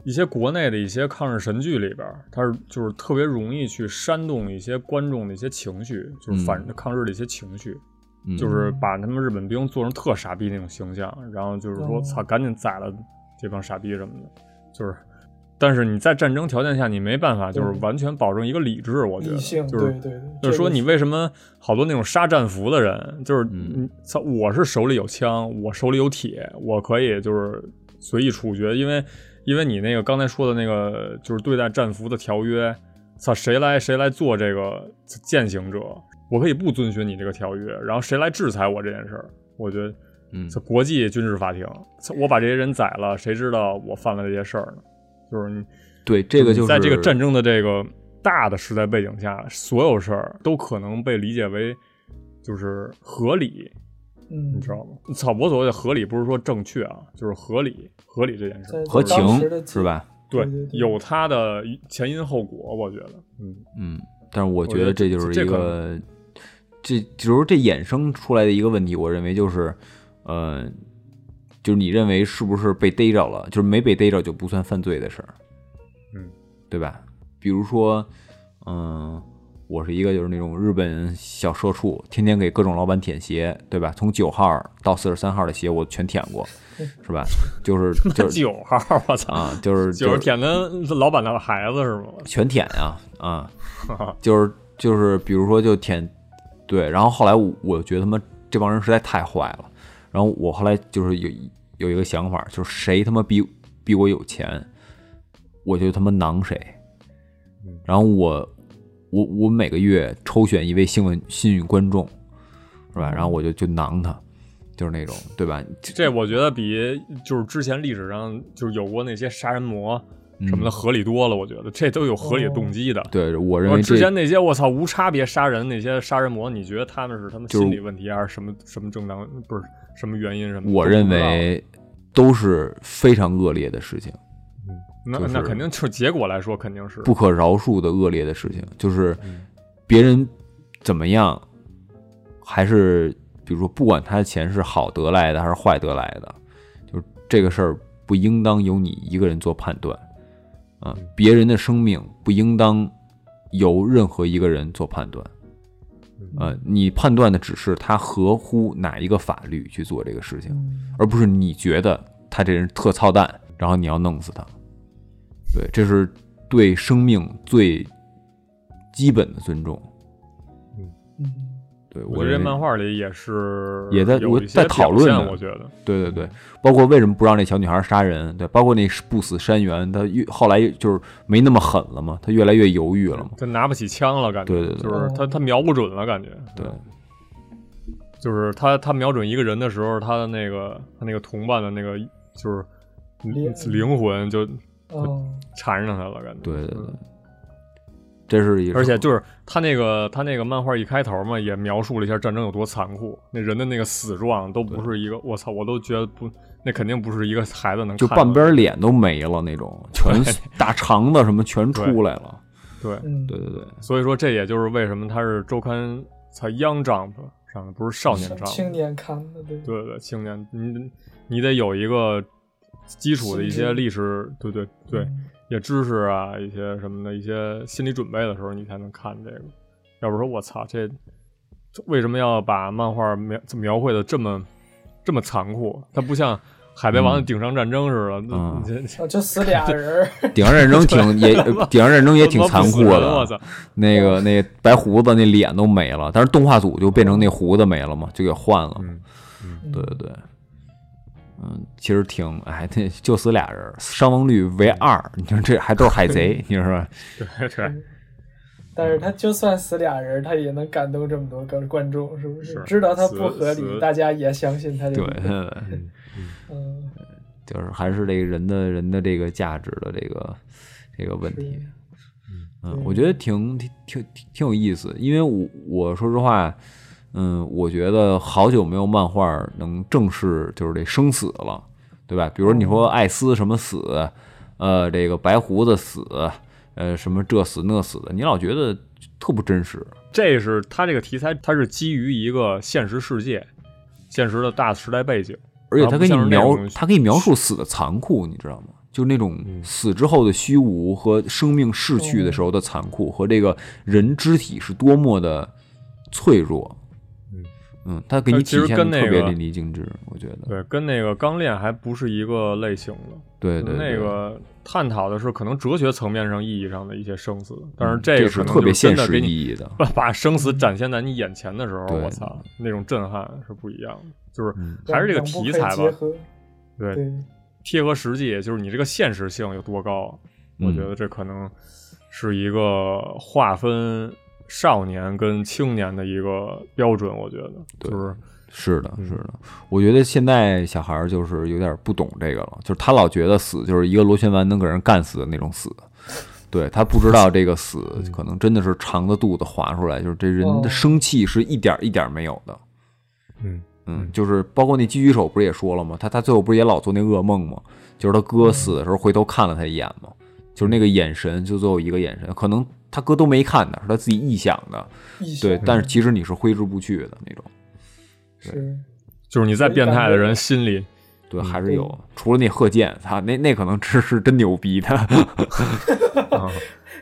Speaker 3: 一些国内的一些抗日神剧里边儿，它是就是特别容易去煽动一些观众的一些情绪，就是反
Speaker 2: 嗯
Speaker 3: 抗日的一些情绪，
Speaker 2: 嗯
Speaker 3: 就是把他们日本兵做成特傻逼那种形象，然后就是说
Speaker 4: 哦
Speaker 3: 操，赶紧宰了这帮傻逼什么的，就是。但是你在战争条件下，你没办法，就是
Speaker 4: 嗯
Speaker 3: 完全保证一个理智。我觉得
Speaker 4: 理性，
Speaker 3: 就
Speaker 4: 对
Speaker 3: 是
Speaker 4: 对对，
Speaker 3: 就是说
Speaker 4: 这个
Speaker 3: 你为什么好多那种杀战俘的人，就是
Speaker 2: 嗯
Speaker 3: 你操，我是手里有枪，我手里有铁，我可以就是随意处决，因为因为你那个刚才说的那个就是对待战俘的条约，操，谁来谁来做这个践行者，我可以不遵循你这个条约，然后谁来制裁我这件事儿，我觉得。
Speaker 2: 嗯
Speaker 3: 这国际军事法庭，操我把这些人宰了，谁知道我犯了这些事儿呢？就是你
Speaker 2: 对这个就是
Speaker 3: 嗯在这个战争的这个大的时代背景下，所有事儿都可能被理解为就是合理，
Speaker 4: 嗯，
Speaker 3: 你知道吗？操，我所谓的合理不是说正确啊，就是合理，合理这件事
Speaker 4: 在
Speaker 3: 儿，
Speaker 2: 和
Speaker 4: 当时
Speaker 2: 情
Speaker 4: 的
Speaker 2: 是吧？
Speaker 3: 对
Speaker 4: 对对，对
Speaker 3: 有它的前因后果，我觉得，嗯，
Speaker 2: 嗯，但是我
Speaker 3: 我
Speaker 2: 觉
Speaker 3: 觉
Speaker 2: 得
Speaker 3: 得
Speaker 2: 这
Speaker 3: 这
Speaker 2: 就是
Speaker 3: 这
Speaker 2: 一
Speaker 3: 可
Speaker 2: 个，这就是这衍生出来的一个问题，我认为就是，呃，就是你认为是不是被逮着了，就是没被逮着就不算犯罪的事儿，
Speaker 3: 嗯，
Speaker 2: 对吧？比如说，嗯、我是一个就是那种日本小社畜，天天给各种老板舔鞋，对吧？从九号到四十三号的鞋我全舔 过，是吧？就是就是
Speaker 3: 九号，我操，
Speaker 2: 啊，就是
Speaker 3: 九
Speaker 2: 就
Speaker 3: 号
Speaker 2: 是
Speaker 3: 舔的老板的孩子是吗？
Speaker 2: 全舔啊 啊，就是就是，比如说就舔，对，然后后来我我觉得他妈这帮人实在太坏了，然后我后来就是有一有一个想法，就是谁他妈比比我有钱，我就他妈囊谁，
Speaker 3: 嗯
Speaker 2: 然后我我我每个月抽选一位幸运幸运观众，是吧？然后我就就囊他，就是那种对吧？
Speaker 3: 这我觉得比就是之前历史上就是有过那些杀人魔什么的合理多了，我觉得这都有合
Speaker 4: 哦
Speaker 3: 理的动机的。
Speaker 2: 嗯对我认
Speaker 3: 我
Speaker 2: 为这
Speaker 3: 哦之前那些我操无差别杀人那些杀人魔，你觉得他们是他们
Speaker 2: 就是
Speaker 3: 心理问题还是什么什么正当不是什么原因什么？
Speaker 2: 我认，为都是非常恶劣的事情。
Speaker 3: 那、
Speaker 2: 就是
Speaker 3: 那肯定就是结果来说肯定是
Speaker 2: 不可饶恕的恶劣的事情，就是别人怎么样，还是比如说，不管他的钱是好得来的还是坏得来的，就是这个事儿不应当由你一个人做判断啊，别人的生命不应当由任何一个人做判断。呃，你判断的只是他合乎哪一个法律去做这个事
Speaker 4: 嗯
Speaker 2: 情，而不是你觉得他这人特操蛋，然后你要弄死他。对，这是对生命最基本的尊重。
Speaker 4: 嗯
Speaker 2: 对
Speaker 3: 我觉
Speaker 2: 认
Speaker 3: 得
Speaker 2: 为
Speaker 3: 漫画里也是
Speaker 2: 也在
Speaker 3: 有一些
Speaker 2: 我在讨论
Speaker 3: 表
Speaker 2: 呢
Speaker 3: 现我觉得
Speaker 2: 对对对，包括为什么不让那小女孩杀人？对，包括那不死山原，她越后来就是没那么狠了嘛，她越来越犹豫了嘛。
Speaker 3: 他拿不起枪了，感觉
Speaker 2: 对对对
Speaker 3: 就是他他瞄不准了，感觉
Speaker 2: 对，
Speaker 3: 就是他他瞄准一个人的时候，他的那个他那个同伴的那个就是
Speaker 4: 灵
Speaker 3: 灵魂就
Speaker 4: 哦，
Speaker 3: 缠上他了，感觉嗯
Speaker 2: 对对对，这是一，
Speaker 3: 而且就是他那个他那个漫画一开头嘛，也描述了一下战争有多残酷，那人的那个死状都不是一个，我操，我都觉得不，那肯定不是一个孩子能
Speaker 2: 就
Speaker 3: 看到
Speaker 2: 半边脸都没了那种，全大肠子什么全出来了。
Speaker 3: 对，
Speaker 4: 嗯，
Speaker 2: 对对对，
Speaker 3: 所以说这也就是为什么他是周刊才 Young Jump 上的，不是少年
Speaker 4: 青
Speaker 3: Jump，
Speaker 4: 青年看的，对，
Speaker 3: 对对，青年，你你得有一个基础的一
Speaker 4: 心
Speaker 3: 些
Speaker 4: 智
Speaker 3: 历史，对对对，
Speaker 4: 嗯
Speaker 3: 一些知识啊，一些什么的一些心理准备的时候，你才能看这个。要不说我操，这这为什么要把漫画描描绘的这么这么残酷？它不像《海贼王》的顶上战争似的，
Speaker 2: 嗯
Speaker 3: 那、
Speaker 4: 哦，就死俩人儿，
Speaker 2: 顶上战争挺也，顶上战争也挺残酷
Speaker 3: 我
Speaker 2: 的。
Speaker 3: 操，
Speaker 2: 那个那白胡子那脸都没了，但是动画组就变成那胡子没了嘛，就给换了。
Speaker 3: 嗯，
Speaker 2: 对对对，嗯，其实挺哎，这就死俩人，伤亡率
Speaker 3: 嗯
Speaker 2: 为二。你说这还都是 海贼，你说
Speaker 3: 对对，
Speaker 4: 但是他就算死俩人儿，他也能感动这么多个观众，是不
Speaker 3: 是
Speaker 4: 知道他不合
Speaker 3: 死
Speaker 4: 理，大家也相信他这
Speaker 2: 对
Speaker 4: 个，
Speaker 2: 对，
Speaker 3: 嗯
Speaker 2: 对
Speaker 4: 嗯，
Speaker 2: 就是还是这个人的人的这个价值的这个这个问题。嗯，我觉得挺挺挺挺有意思，因为我我说实话，嗯，我觉得好久没有漫画能正视就是这生死了，对吧？比如你说艾斯什么死，呃，这个白胡子死，呃，什么这死那死的，你老觉得特不真实。
Speaker 3: 这是它这个题材，它是基于一个现实世界、现实的大时代背景，
Speaker 2: 而且他给你
Speaker 3: 然后不像是那
Speaker 2: 描
Speaker 3: 种，嗯
Speaker 2: 他给你描述死的残酷，你知道吗？就那种死之后的虚无和生命逝去的时候的残酷，和这个人肢体是多么的脆弱。
Speaker 3: 嗯
Speaker 2: 嗯，他给你
Speaker 3: 但其
Speaker 2: 体
Speaker 3: 实
Speaker 2: 现的
Speaker 3: 跟那
Speaker 2: 特别
Speaker 3: 个
Speaker 2: 淋漓尽致，我觉得。
Speaker 3: 对，跟那个《钢炼》还不是一个类型的。
Speaker 2: 对对，对
Speaker 3: 那个探讨的是可能哲学层面上意义上的一些生死，但是
Speaker 2: 嗯这
Speaker 3: 个
Speaker 2: 是
Speaker 3: 可能
Speaker 2: 特别
Speaker 3: 就是
Speaker 2: 现
Speaker 3: 真的
Speaker 2: 实
Speaker 3: 给
Speaker 2: 意
Speaker 3: 你
Speaker 2: 义的。
Speaker 3: 把把生死展现在你眼前的时候，
Speaker 2: 对
Speaker 3: 我操，那种震撼是不一样的。就是
Speaker 2: 嗯
Speaker 3: 还是这个
Speaker 4: 两部
Speaker 3: 题
Speaker 4: 可
Speaker 3: 材
Speaker 4: 以
Speaker 3: 吧
Speaker 4: 结，合
Speaker 3: 对，
Speaker 4: 对，
Speaker 3: 贴合实际，就是你这个现实性有多高，
Speaker 2: 嗯
Speaker 3: 我觉得这可能是一个划分少年跟青年的一个标准，我觉得
Speaker 2: 对
Speaker 3: 就是
Speaker 2: 是的，是的，我觉得现在小孩儿就是有点不懂这个了，就是他老觉得死就是一个螺旋丸能给人干死的那种死，对他不知道这个死可能真的是肠子肚子划出来，就是这人的
Speaker 4: 哦
Speaker 2: 生气是一点儿一点儿没有的。
Speaker 3: 嗯
Speaker 2: 嗯，就是包括那狙击手不是也说了吗？他他最后不是也老做那噩梦吗？就是他哥死的时候回头看了他一眼吗？就是那个眼神，就最后一个眼神，可能他哥都没看的，是他自己臆想的，
Speaker 4: 异性
Speaker 2: 对。但是其实你是挥之不去的那种。
Speaker 4: 是
Speaker 3: 就是你在变态的人心里，
Speaker 2: 嗯对，还是有。除了那贺建，他那那可能是是真牛逼 的。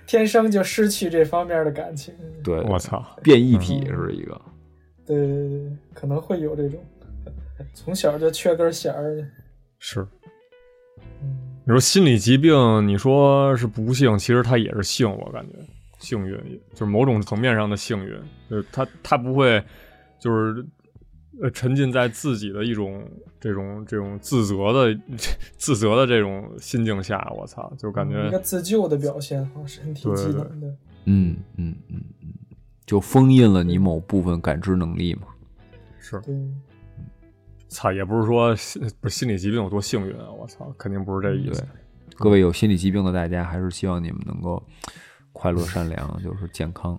Speaker 4: 天生就失去这方面的感情，
Speaker 2: 对，
Speaker 3: 我操，
Speaker 2: 变异体是一个。
Speaker 4: 对对对对，可能会有这种，从小就缺根弦儿，
Speaker 3: 是。
Speaker 4: 嗯，
Speaker 3: 你说心理疾病，你说是不幸，其实它也是幸，我感觉幸运，就是某种层面上的幸运，就是它它不会就是呃沉浸在自己的一种这种这种自责的 自责的这种心境下，我操，就感觉
Speaker 4: 嗯一个自救的表现哈，身体
Speaker 3: 对
Speaker 4: 机
Speaker 3: 对
Speaker 4: 能的，
Speaker 2: 嗯嗯嗯嗯，就封印了你某部分感知能力嘛。
Speaker 3: 是
Speaker 4: 对，
Speaker 3: 操，也不是说心不是心理疾病有多幸运啊，我操，肯定不是这意思。
Speaker 2: 各位有心理疾病的大家，还是希望你们能够快乐、善良，就是健康。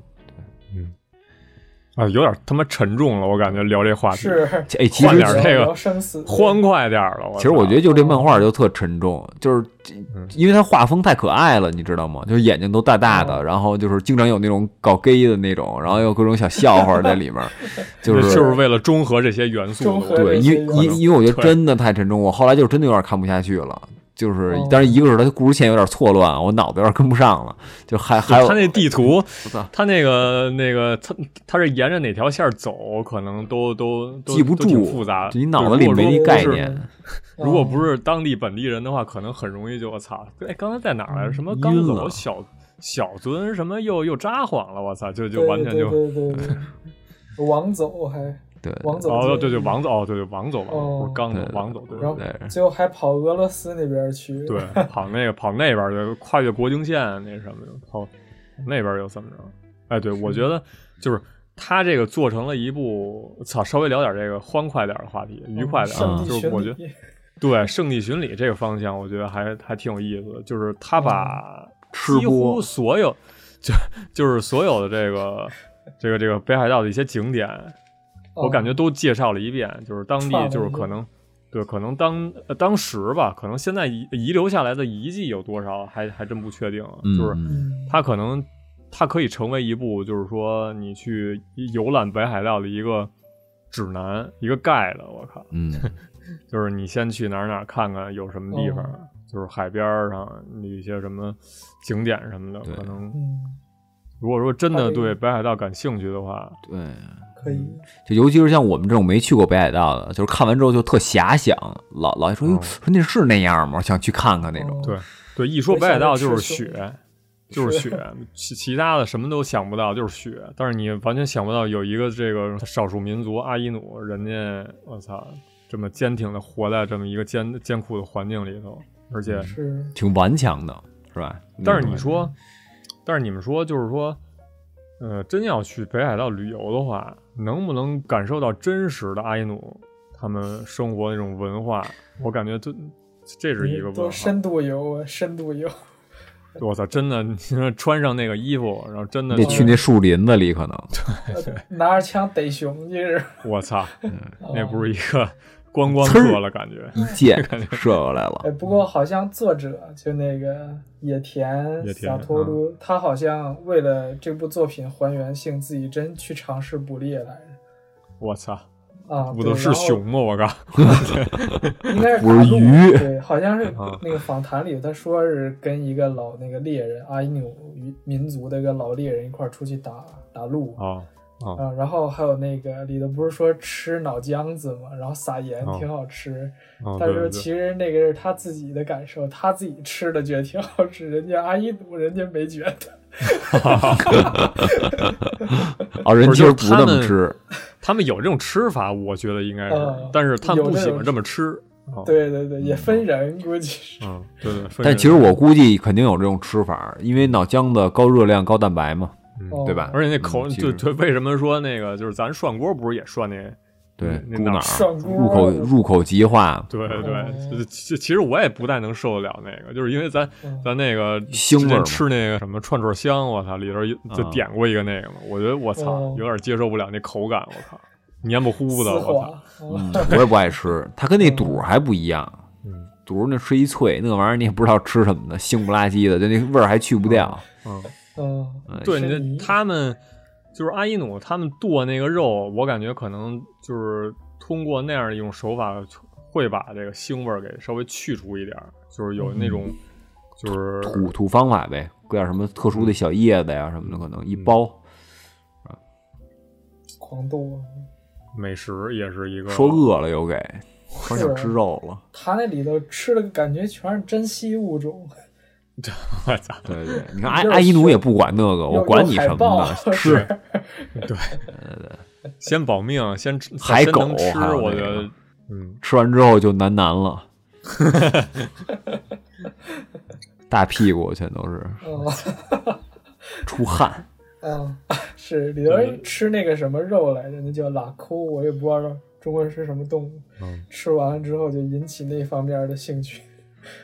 Speaker 3: 啊，有点他妈沉重了，我感觉聊这话题，
Speaker 4: 是
Speaker 2: 哎，其
Speaker 3: 换
Speaker 2: 实
Speaker 3: 点儿这个
Speaker 4: 聊生死，
Speaker 3: 欢快点儿了。我
Speaker 2: 其 实我哦嗯
Speaker 3: 操
Speaker 2: 觉得就这漫画就特沉重，就是这因为它画风太可爱了，你知道吗？就是眼睛都大大的，然后就是经常有那种搞 gay 的那种，然后有各种小笑话在里面， 就
Speaker 3: 就是为了中和这些元素的，
Speaker 4: 中和
Speaker 3: 我
Speaker 4: 这
Speaker 2: 对，
Speaker 4: 些
Speaker 2: 因
Speaker 4: 原
Speaker 2: 为因
Speaker 3: 因
Speaker 2: 因为我觉得
Speaker 3: 对
Speaker 2: 真的太沉重，我后来就真的有点看不下去了。就是
Speaker 4: 哦，
Speaker 2: 当然一个是他故事线有点错乱，啊我脑子有点跟不上了，就还还有
Speaker 3: 他那地图
Speaker 2: 操，
Speaker 3: 他那个那个，他他是沿着哪条线走，可能都都都
Speaker 2: 记不
Speaker 3: 都挺
Speaker 2: 住，
Speaker 3: 复杂。
Speaker 2: 就你脑子里
Speaker 3: 对
Speaker 2: 没
Speaker 3: 如果
Speaker 2: 概
Speaker 3: 说不是
Speaker 2: 念。
Speaker 3: 如果
Speaker 4: 是
Speaker 3: 不是当地本地人的话，可能很容易就我操，哎，刚才在哪儿来着？什么
Speaker 2: 晕
Speaker 3: 刚
Speaker 2: 了
Speaker 3: 走小小樽，什么又又札幌了，我操，就就
Speaker 4: 对
Speaker 3: 完全就
Speaker 4: 对对对 对，王走还
Speaker 2: 对，
Speaker 4: 王走
Speaker 3: 哦，
Speaker 4: 街
Speaker 3: 对对，王总，哦，对对，王总，
Speaker 4: 哦
Speaker 3: 不是刚走
Speaker 2: 对，对
Speaker 3: 王总，对
Speaker 4: 然后
Speaker 3: 对
Speaker 4: 最后还跑俄罗斯那边去，
Speaker 3: 对，对跑那个跑那边儿就跨啊越国境线那什么的，跑那边儿又怎么着？哎，对，我觉得就是他这个做成了一部，操，稍微聊点这个欢快点的话题，愉 快点
Speaker 4: 上
Speaker 3: 啊，
Speaker 4: 帝
Speaker 3: 就是
Speaker 4: 选
Speaker 3: 我觉得
Speaker 4: 你
Speaker 3: 对圣地巡礼这个方向，我觉得还还挺有意思的，就是他把
Speaker 2: 吃
Speaker 3: 几乎
Speaker 2: 播
Speaker 3: 所有，就就是所有的这个这个这个北海道的一些景点，我
Speaker 4: 啊
Speaker 3: 感觉都介绍了一遍，就是当
Speaker 4: 哦串了
Speaker 3: 地
Speaker 4: 一
Speaker 3: 就是可
Speaker 4: 遍
Speaker 3: 能。对，可能当、呃、当时吧，可能现在遗遗留下来的遗迹有多少，还还真不确定啊。就是
Speaker 2: 嗯
Speaker 4: 嗯
Speaker 3: 它可能它可以成为一部，就是说你去游览北海道的一个指南，一个 guide。我靠，
Speaker 2: 嗯，
Speaker 3: 就是你先去哪儿哪儿看看有什么地方，
Speaker 4: 哦
Speaker 3: 就是海边儿上一些什么景点什么的。
Speaker 2: 对
Speaker 3: 可能
Speaker 4: 嗯，
Speaker 3: 如果说真
Speaker 4: 它
Speaker 3: 的
Speaker 4: 这个
Speaker 3: 对北海道感兴趣的话，
Speaker 2: 对，
Speaker 4: 可以，
Speaker 2: 就尤其是像我们这种没去过北海道的，就是看完之后就特遐想，老老说哟、
Speaker 3: 嗯
Speaker 2: 说那是那样吗？我想去看看那种。
Speaker 4: 哦
Speaker 3: 对对，一说
Speaker 4: 我
Speaker 3: 北海
Speaker 4: 想
Speaker 3: 道
Speaker 4: 着
Speaker 3: 就是
Speaker 4: 吃熊
Speaker 3: 雪，就是
Speaker 4: 是
Speaker 3: 雪，其其他的什么都想不到，就是雪。但是你完全想不到有一个这个少数民族阿伊努，人家我操，这么坚挺的活在这么一个艰艰苦的环境里头，而且，
Speaker 4: 嗯是
Speaker 2: 挺顽强的，是吧？
Speaker 3: 但是你说，但是你们说，就是说，呃，真要去北海道旅游的话，能不能感受到真实的阿伊努他们生活那种文化？我感觉这这是一个
Speaker 4: 你
Speaker 3: 文
Speaker 4: 都
Speaker 3: 化。
Speaker 4: 深度游啊，深度游，
Speaker 3: 我操，真的，你 说穿上那个衣服，然后真的
Speaker 2: 得
Speaker 3: 是
Speaker 2: 去那树林子里，可 能
Speaker 4: 拿着枪逮熊去是吧？
Speaker 3: 我操，
Speaker 4: 嗯
Speaker 3: 那不
Speaker 4: 是。
Speaker 3: 是一 个观光客了，感觉。
Speaker 2: 一箭射过来了。
Speaker 4: 哎，不过好像作者就那个野田
Speaker 3: 野田嗯
Speaker 4: 萨托鲁，他好像为了这部作品还原性，自己真去尝试捕猎来着。
Speaker 3: 我操，
Speaker 4: 啊，
Speaker 3: 不
Speaker 4: 对
Speaker 3: 都是熊，吗？ 我靠！啊
Speaker 4: 然后应该是
Speaker 2: 不是
Speaker 4: 大陆
Speaker 2: 鱼
Speaker 4: 对，好像是
Speaker 3: 啊
Speaker 4: 那个访谈里他说是跟一个老那个猎人阿伊纽民族的一个老猎人一块儿出去打打鹿。
Speaker 3: 啊啊，
Speaker 4: 啊，然后还有那个里头不是说吃脑浆子嘛，然后撒盐
Speaker 3: 哦
Speaker 4: 挺好吃，
Speaker 3: 啊
Speaker 4: 但
Speaker 3: 对
Speaker 4: 是
Speaker 3: 对
Speaker 4: 其
Speaker 3: 对，
Speaker 4: 实那个是他自己的感受，他自己吃的觉得挺好吃，人家阿姨努人家没觉得。
Speaker 2: 哦，人
Speaker 3: 不
Speaker 2: 其
Speaker 3: 是
Speaker 2: 实
Speaker 3: 就
Speaker 2: 不
Speaker 3: 是
Speaker 2: 那
Speaker 3: 他
Speaker 2: 么
Speaker 3: 们
Speaker 2: 吃，
Speaker 3: 他们有这种吃法，我觉得应该是
Speaker 4: 嗯，
Speaker 3: 但是他们
Speaker 4: 有
Speaker 3: 不
Speaker 4: 这
Speaker 3: 喜
Speaker 4: 种
Speaker 3: 欢这么吃。啊，
Speaker 4: 对对对，也分人，估计是。
Speaker 3: 嗯，对对。分
Speaker 2: 但
Speaker 3: 人
Speaker 2: 其实我估计肯定有这种吃法，因为脑浆子高热量、高蛋白嘛，
Speaker 3: 嗯
Speaker 4: 哦
Speaker 2: 对吧？
Speaker 3: 而且那口
Speaker 2: 嗯其
Speaker 3: 就
Speaker 2: 实
Speaker 3: 就为什么说那个就是咱涮锅不是也涮那？
Speaker 2: 对
Speaker 3: 那
Speaker 2: 猪
Speaker 3: 那
Speaker 2: 脑
Speaker 4: 涮锅
Speaker 2: 入口入口即化，
Speaker 3: 对
Speaker 4: 哦
Speaker 3: 对，就其其实我也不太能受得了那个，就是因为咱
Speaker 4: 嗯
Speaker 3: 咱那个
Speaker 2: 腥味
Speaker 3: 之前
Speaker 2: 儿嘛
Speaker 3: 吃那个什么串串香，我操，里头有就
Speaker 2: 啊
Speaker 3: 点过一个那个嘛，我觉得我操
Speaker 4: 哦
Speaker 3: 有点接受不了那口感，我靠，黏不糊的，
Speaker 4: 丝
Speaker 3: 我操，
Speaker 4: 滑，
Speaker 2: 嗯
Speaker 4: 嗯，
Speaker 2: 我也不爱吃，它跟那肚儿还不一样，
Speaker 3: 嗯
Speaker 2: 肚儿那吃一脆，那玩意儿你也不知道吃什么的，腥不拉几的，就那味儿还去不掉。
Speaker 3: 嗯，
Speaker 4: 嗯，
Speaker 2: 哎
Speaker 3: 对，
Speaker 4: 是
Speaker 3: 你
Speaker 4: 泥
Speaker 3: 这他们就是阿伊努他们剁那个肉，我感觉可能就是通过那样一种手法，会把这个腥味儿给稍微去除一点儿，就是有
Speaker 4: 嗯
Speaker 3: 那种就是
Speaker 2: 土土方法呗，搁点什么特殊的小叶子呀什么的，可能一
Speaker 3: 嗯
Speaker 2: 包。
Speaker 4: 狂啊剁。
Speaker 3: 美食也是一个
Speaker 2: 说 饿了又给，说想吃肉了。
Speaker 4: 他那里头吃的感觉全是珍稀物种，
Speaker 3: 我操，
Speaker 2: 对对，你看
Speaker 4: 就
Speaker 2: 阿
Speaker 4: 是
Speaker 2: 阿依奴也不管那个，我
Speaker 4: 有
Speaker 2: 管
Speaker 4: 有
Speaker 2: 你
Speaker 4: 海
Speaker 2: 什么
Speaker 4: 豹
Speaker 2: 呢？
Speaker 4: 是
Speaker 2: 吃
Speaker 3: 先保命，先吃
Speaker 2: 海
Speaker 3: 先能
Speaker 2: 狗
Speaker 3: 吃，
Speaker 2: 还有
Speaker 3: 我
Speaker 2: 那
Speaker 3: 觉
Speaker 2: 个
Speaker 3: 得，嗯，
Speaker 2: 吃完之后就难难了，大屁股全都是
Speaker 4: 嗯
Speaker 2: 出汗。
Speaker 4: 嗯，是里头吃那个什么肉来着，那叫拉哭，我也不知道中文是什么动物。
Speaker 3: 嗯
Speaker 4: 吃完了之后就引起那方面的兴趣。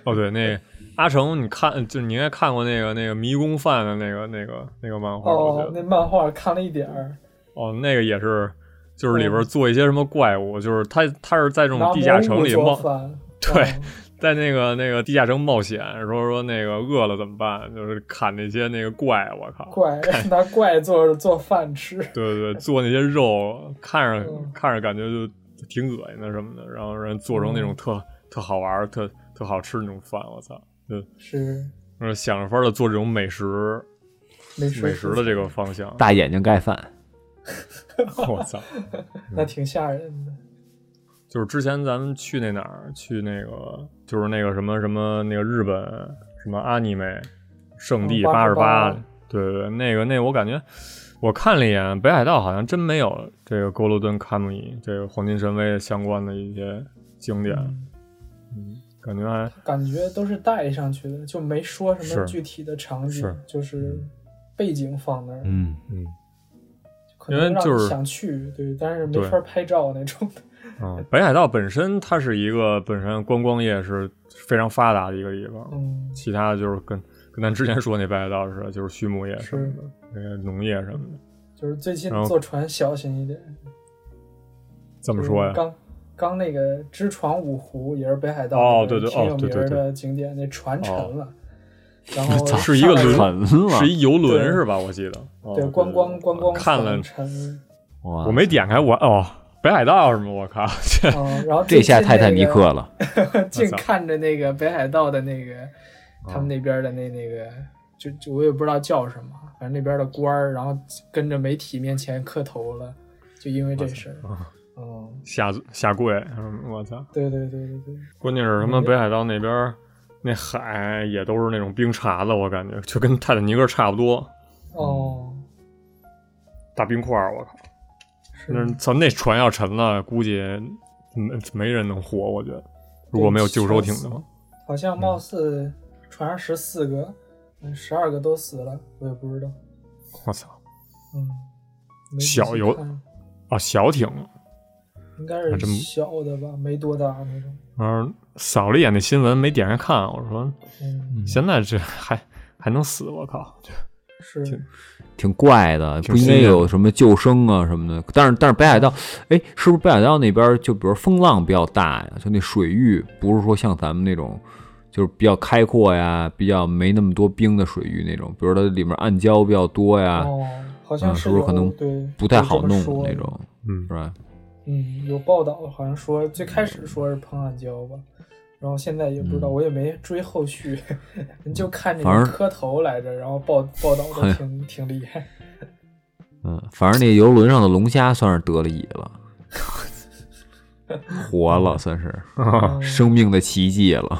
Speaker 3: 哦对，那个阿成，你看，就是你应该看过那个那个迷宫饭的那个那个那个漫画，我觉
Speaker 4: 哦，
Speaker 3: 得
Speaker 4: 那漫画看了一点儿，
Speaker 3: 哦，那个也是，就是里边做一些什么怪物，就是他他是在这种
Speaker 4: 嗯拿
Speaker 3: 地下
Speaker 4: 蘑
Speaker 3: 城
Speaker 4: 菇
Speaker 3: 里
Speaker 4: 做
Speaker 3: 冒，
Speaker 4: 饭，
Speaker 3: 对
Speaker 4: 嗯
Speaker 3: 在那个那个地下城冒险，说说那个饿了怎么办，就是砍那些那个怪，我靠，
Speaker 4: 怪 拿怪做做饭吃，
Speaker 3: 对对对，做那些肉，看着、
Speaker 4: 嗯
Speaker 3: 看着感觉就挺恶心的什么的，然后人做成那
Speaker 4: 嗯
Speaker 3: 种特、特好玩儿、特特好吃那种饭，我操，就
Speaker 4: 是
Speaker 3: 然后想着法儿的做这种美食
Speaker 4: 美食
Speaker 3: 美食的这个方向，
Speaker 2: 大眼睛盖饭，
Speaker 3: 我操。
Speaker 4: 那挺吓人的。
Speaker 3: 就是之前咱们去那哪儿，去那个就是那个什么什么那个日本什么阿尼美圣地
Speaker 4: 嗯
Speaker 3: 八十八
Speaker 4: 88，
Speaker 3: 对对对，那个那我感觉我看了一眼，北海道好像真没有这个勾罗顿卡姆伊这个黄金神威相关的一些景点，
Speaker 4: 嗯
Speaker 3: 嗯，感觉还
Speaker 4: 感觉都是带上去的，就没说什么
Speaker 3: 是嗯
Speaker 4: 具体的场景
Speaker 3: 是，
Speaker 4: 就是背景放那儿，
Speaker 2: 嗯，
Speaker 3: 嗯，
Speaker 4: 可能
Speaker 3: 因为就
Speaker 4: 让
Speaker 3: 是
Speaker 4: 你想去，对，但是没
Speaker 3: 对
Speaker 4: 法拍照那种 的。
Speaker 3: 嗯，北海道本身它是一个本身观光业是非常发达的一个地方，
Speaker 4: 嗯，
Speaker 3: 其他的就是跟跟咱之前说那北海道似的，就是畜牧业什么的，那个农业什么的，
Speaker 4: 就是最近
Speaker 3: 然后
Speaker 4: 坐船小心一点。
Speaker 3: 怎么说呀？
Speaker 4: 刚刚那个知床五湖也是北海道
Speaker 3: 哦
Speaker 4: 那个
Speaker 3: 对对
Speaker 4: 挺
Speaker 3: 哦
Speaker 4: 有
Speaker 3: 对对
Speaker 4: 名儿
Speaker 3: 对
Speaker 4: 的景点，那船沉
Speaker 3: 哦
Speaker 4: 了，然后
Speaker 3: 是一个
Speaker 4: 上来
Speaker 3: 轮
Speaker 2: 沉了
Speaker 3: 是，一游轮
Speaker 4: 对
Speaker 3: 是吧？我记得，哦
Speaker 4: 对观光观光
Speaker 3: 看了
Speaker 4: 船，沉，
Speaker 2: 哇
Speaker 3: 我没点开我哦，北海道什么？我靠，这
Speaker 4: 嗯，然后
Speaker 2: 这
Speaker 4: 最
Speaker 2: 下
Speaker 4: 近
Speaker 2: 泰
Speaker 4: 那
Speaker 2: 坦尼
Speaker 4: 个
Speaker 2: 克了，
Speaker 4: 净看着那个北海道的那个他们那边的那那个，就就我也不知道叫什么，反正那边的官儿，然后跟着媒体面前磕头了，就因为这事儿。嗯，
Speaker 3: 下下跪，嗯我操！
Speaker 4: 对对对对对，
Speaker 3: 关键是他
Speaker 4: 嗯
Speaker 3: 妈北海道那边儿那海也都是那种冰碴子，我感觉就跟泰坦尼克差不多，
Speaker 4: 哦，
Speaker 3: 大冰块儿，我靠！
Speaker 4: 是
Speaker 3: 那咱们那船要沉了，估计没没人能活，我觉得，如果没有救生艇的话，
Speaker 4: 好像貌似船上十四个，嗯十二个都死了，我也不知道。
Speaker 3: 我操！
Speaker 4: 嗯，没仔细
Speaker 3: 小游
Speaker 4: 看
Speaker 3: 啊，小艇，
Speaker 4: 应该
Speaker 3: 还真
Speaker 4: 是小的吧，没多大那种。
Speaker 3: 嗯，扫了一眼那新闻，没点开看，我说
Speaker 4: 嗯，
Speaker 3: 现在这还还能死，我靠！
Speaker 4: 是
Speaker 2: 挺怪的，
Speaker 3: 挺
Speaker 2: 不应该
Speaker 3: 新鲜的
Speaker 2: 有什么救生啊什么的。但是但是北海道，哎，是不是北海道那边就比如风浪比较大呀？就那水域不是说像咱们那种，就是比较开阔呀，比较没那么多冰的水域那种，比如它里面暗礁比较多呀，
Speaker 4: 哦，好
Speaker 2: 嗯
Speaker 4: 像
Speaker 2: 是不是可
Speaker 4: 有
Speaker 2: 能
Speaker 4: 对
Speaker 2: 不太
Speaker 4: 有这
Speaker 2: 好
Speaker 4: 么
Speaker 2: 弄
Speaker 4: 说
Speaker 2: 那种，
Speaker 3: 嗯
Speaker 2: 是，吧？
Speaker 4: 嗯，有报道好像说最开始说是彭汉娇吧，然后现在也不知道，我也没追后续， 人就看这
Speaker 2: 嗯反而
Speaker 4: 个磕头来着，然后报报道的挺挺厉害，
Speaker 2: 嗯，反正那游轮上的龙虾算是得了乙了，活了算是。
Speaker 4: 嗯
Speaker 2: 啊生命的奇迹了，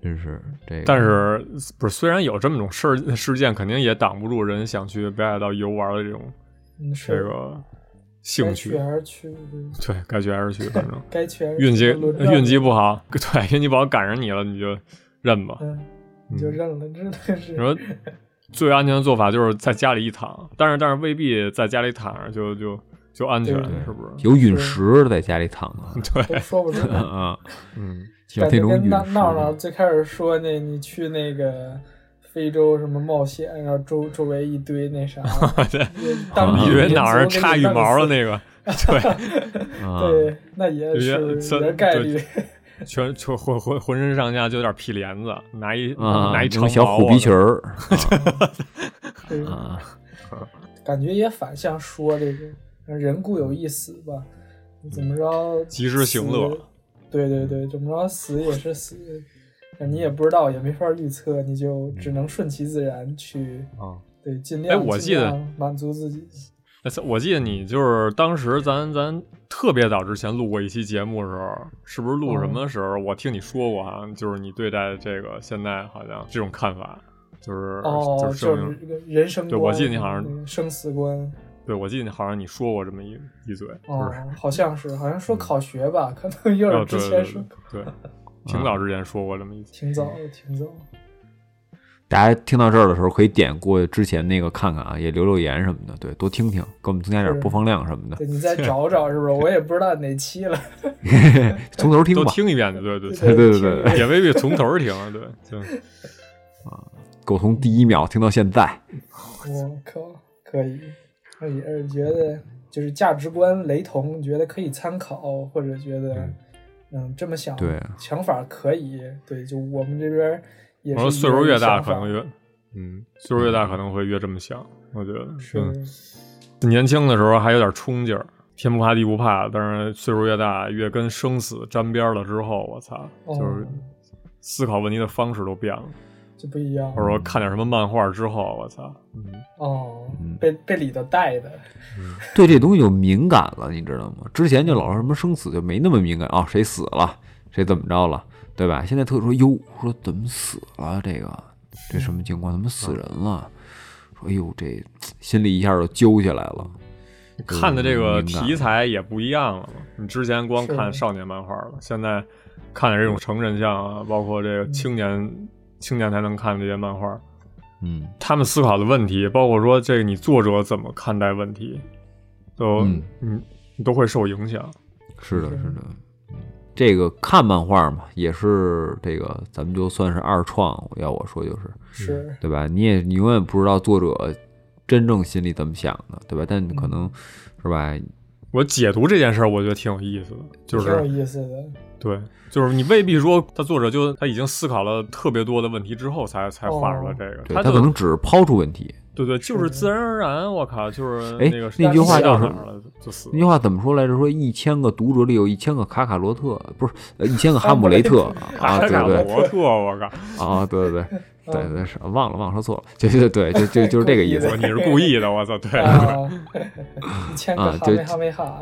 Speaker 2: 真是这个。
Speaker 3: 但是不是虽然有这么种事儿事件，肯定也挡不住人想去北海道游玩的这种
Speaker 4: 嗯是
Speaker 3: 这个
Speaker 4: 该
Speaker 3: 兴趣
Speaker 4: 去。还是去，对
Speaker 3: 对，该去还是去，反正
Speaker 4: 该去还是去
Speaker 3: 运气
Speaker 4: 轮着
Speaker 3: 运气不好，对，运气不好赶上你了，你就认吧。
Speaker 4: 嗯，你就认了，真的是
Speaker 3: 你说最安全的做法就是在家里一躺，但是但是未必在家里躺着就就就安全
Speaker 4: 对，
Speaker 3: 是不是？
Speaker 2: 有陨石在家里躺着，
Speaker 4: 都说不准。
Speaker 2: 啊，
Speaker 3: 嗯，
Speaker 2: 有那
Speaker 4: 感觉
Speaker 2: 种
Speaker 4: 跟
Speaker 2: 陨
Speaker 4: 闹闹闹
Speaker 2: 石，
Speaker 4: 最开始说那你去那个非洲什么冒险，然后周周围一堆 那啥，当
Speaker 2: 啊
Speaker 4: 地
Speaker 3: 以为哪儿
Speaker 4: 民族给
Speaker 3: 插
Speaker 4: 你
Speaker 3: 羽
Speaker 4: 弄
Speaker 3: 毛了
Speaker 4: 死
Speaker 3: 那个，对，
Speaker 2: 啊，
Speaker 4: 对，那也
Speaker 3: 也
Speaker 4: 是
Speaker 3: 算
Speaker 4: 也是概率。
Speaker 3: 全全浑浑浑身上下就有点屁帘子，拿一
Speaker 2: 啊，
Speaker 3: 拿一
Speaker 2: 那
Speaker 3: 长
Speaker 2: 种小
Speaker 3: 毛
Speaker 2: 虎
Speaker 3: 啊
Speaker 2: 皮裙儿，
Speaker 4: 对，
Speaker 2: 啊，
Speaker 4: 感觉也反向说这个人固有一死吧，怎么着
Speaker 3: 嗯及时行乐
Speaker 4: 死。对对对，怎么着死也是死，你也不知道，也没法预测，你就只能顺其自然去，
Speaker 3: 嗯啊。
Speaker 4: 对，尽
Speaker 3: 哎
Speaker 4: 量
Speaker 3: 我
Speaker 4: 尽
Speaker 3: 记得
Speaker 4: 量满足自己。
Speaker 3: 那次我记得你就是当时咱咱特别早之前录过一期节目的时候，是不是录什么
Speaker 4: 嗯
Speaker 3: 时候？我听你说过，好像就是你对待这个现在好像这种看法，就是、
Speaker 4: 哦，
Speaker 3: 就
Speaker 4: 就是
Speaker 3: 证
Speaker 4: 是
Speaker 3: 明。
Speaker 4: 这个人生
Speaker 3: 对
Speaker 4: 观，
Speaker 3: 我记得你好像
Speaker 4: 那个生死观，
Speaker 3: 对，我记得你好像你说过这么一一嘴，
Speaker 4: 哦
Speaker 3: 就是、，嗯
Speaker 4: 好像是，好像说考学吧，可能又
Speaker 3: 哦
Speaker 4: 是
Speaker 3: 对对
Speaker 4: 之前
Speaker 3: 对
Speaker 4: 说，
Speaker 3: 对， 挺早之前说过这么一次。
Speaker 4: 挺早的，挺早的。
Speaker 2: 大家听到这儿的时候可以点过去之前那个看看啊，也留留言什么的，对，多听听，给我们增加点
Speaker 4: 是
Speaker 2: 播放量什么的，
Speaker 4: 对你再找找，是不是？我也不知道哪期了。
Speaker 2: 从头听
Speaker 3: 都
Speaker 2: 吧，
Speaker 3: 听一遍的， 对对
Speaker 2: 对
Speaker 3: 对，
Speaker 2: 对对
Speaker 4: 听着
Speaker 3: 也未必从头儿听，对对，
Speaker 2: 狗从第一秒听到现在，
Speaker 4: 我靠，可以。那也是觉得就是价值观雷同，觉得可以参考，或者觉得嗯这么想，
Speaker 2: 对
Speaker 3: 啊
Speaker 4: 想法可以。对，就我们这边也
Speaker 3: 我
Speaker 4: 是
Speaker 3: 说岁数越大可能
Speaker 4: 越
Speaker 3: 越，嗯，岁数越大可能会越这么想，我觉得
Speaker 4: 是
Speaker 3: 嗯年轻的时候还有点冲劲儿，天不怕地不怕，但是岁数越大，越跟生死沾边儿了之后，我操，
Speaker 4: 哦
Speaker 3: 就是思考问题的方式都变了。
Speaker 4: 就不一样
Speaker 3: 或者说看点什么漫画之后，我操，
Speaker 4: 哦
Speaker 2: 嗯，
Speaker 4: 被被里头带的，
Speaker 2: 对这东西就敏感了，你知道吗？之前就老是什么生死就没那么敏感啊，谁死了，谁怎么着了，对吧？现在特说哟，说怎么死了这个，这什么情况？怎么死人了？说哎呦，这心里一下就揪起来了。
Speaker 3: 看的这个
Speaker 2: 敏感
Speaker 3: 题材也不一样了嘛。你之前光看
Speaker 4: 是
Speaker 3: 少年漫画了，现在看的这种成人像啊，包括这个青年青年才能看的这些漫画，
Speaker 2: 嗯
Speaker 3: 他们思考的问题，包括说这个你作者怎么看待问题，都
Speaker 2: 嗯
Speaker 3: 嗯你都会受影响。
Speaker 2: 是的，
Speaker 4: 是
Speaker 2: 是的。嗯这个看漫画嘛，也是这个，咱们就算是二创。要我说，就是
Speaker 4: 是
Speaker 2: 对吧？你也你永远不知道作者真正心里怎么想的，对吧？但可能是吧，
Speaker 3: 我解读这件事儿，我觉得挺有意思的，就
Speaker 4: 挺有
Speaker 3: 是
Speaker 4: 意思的，
Speaker 3: 对，就是你未必说他作者就他已经思考了特别多的问题之后才才画出来这个，
Speaker 2: 哦对
Speaker 3: 他
Speaker 2: 他
Speaker 3: 就
Speaker 2: 可能只是抛出问题。
Speaker 3: 对对，就是自然而然，我靠，就是
Speaker 2: 哎
Speaker 3: 那个
Speaker 2: 那
Speaker 4: 句话
Speaker 2: 叫什么
Speaker 3: 么？就死了
Speaker 2: 那句话怎么说来着？说一千个读者里有一千个卡卡罗特，不是呃一千个哈姆雷特 啊！对
Speaker 3: 卡
Speaker 2: 对
Speaker 3: 罗特，哎我靠！
Speaker 2: 啊，对对对对对，是忘了忘了说错了，就就对就就就是这个意思
Speaker 3: 我。你是故意的，我操！对，
Speaker 4: 啊， 一千个
Speaker 2: 啊
Speaker 4: 哈
Speaker 2: 就
Speaker 4: 梅哈梅哈，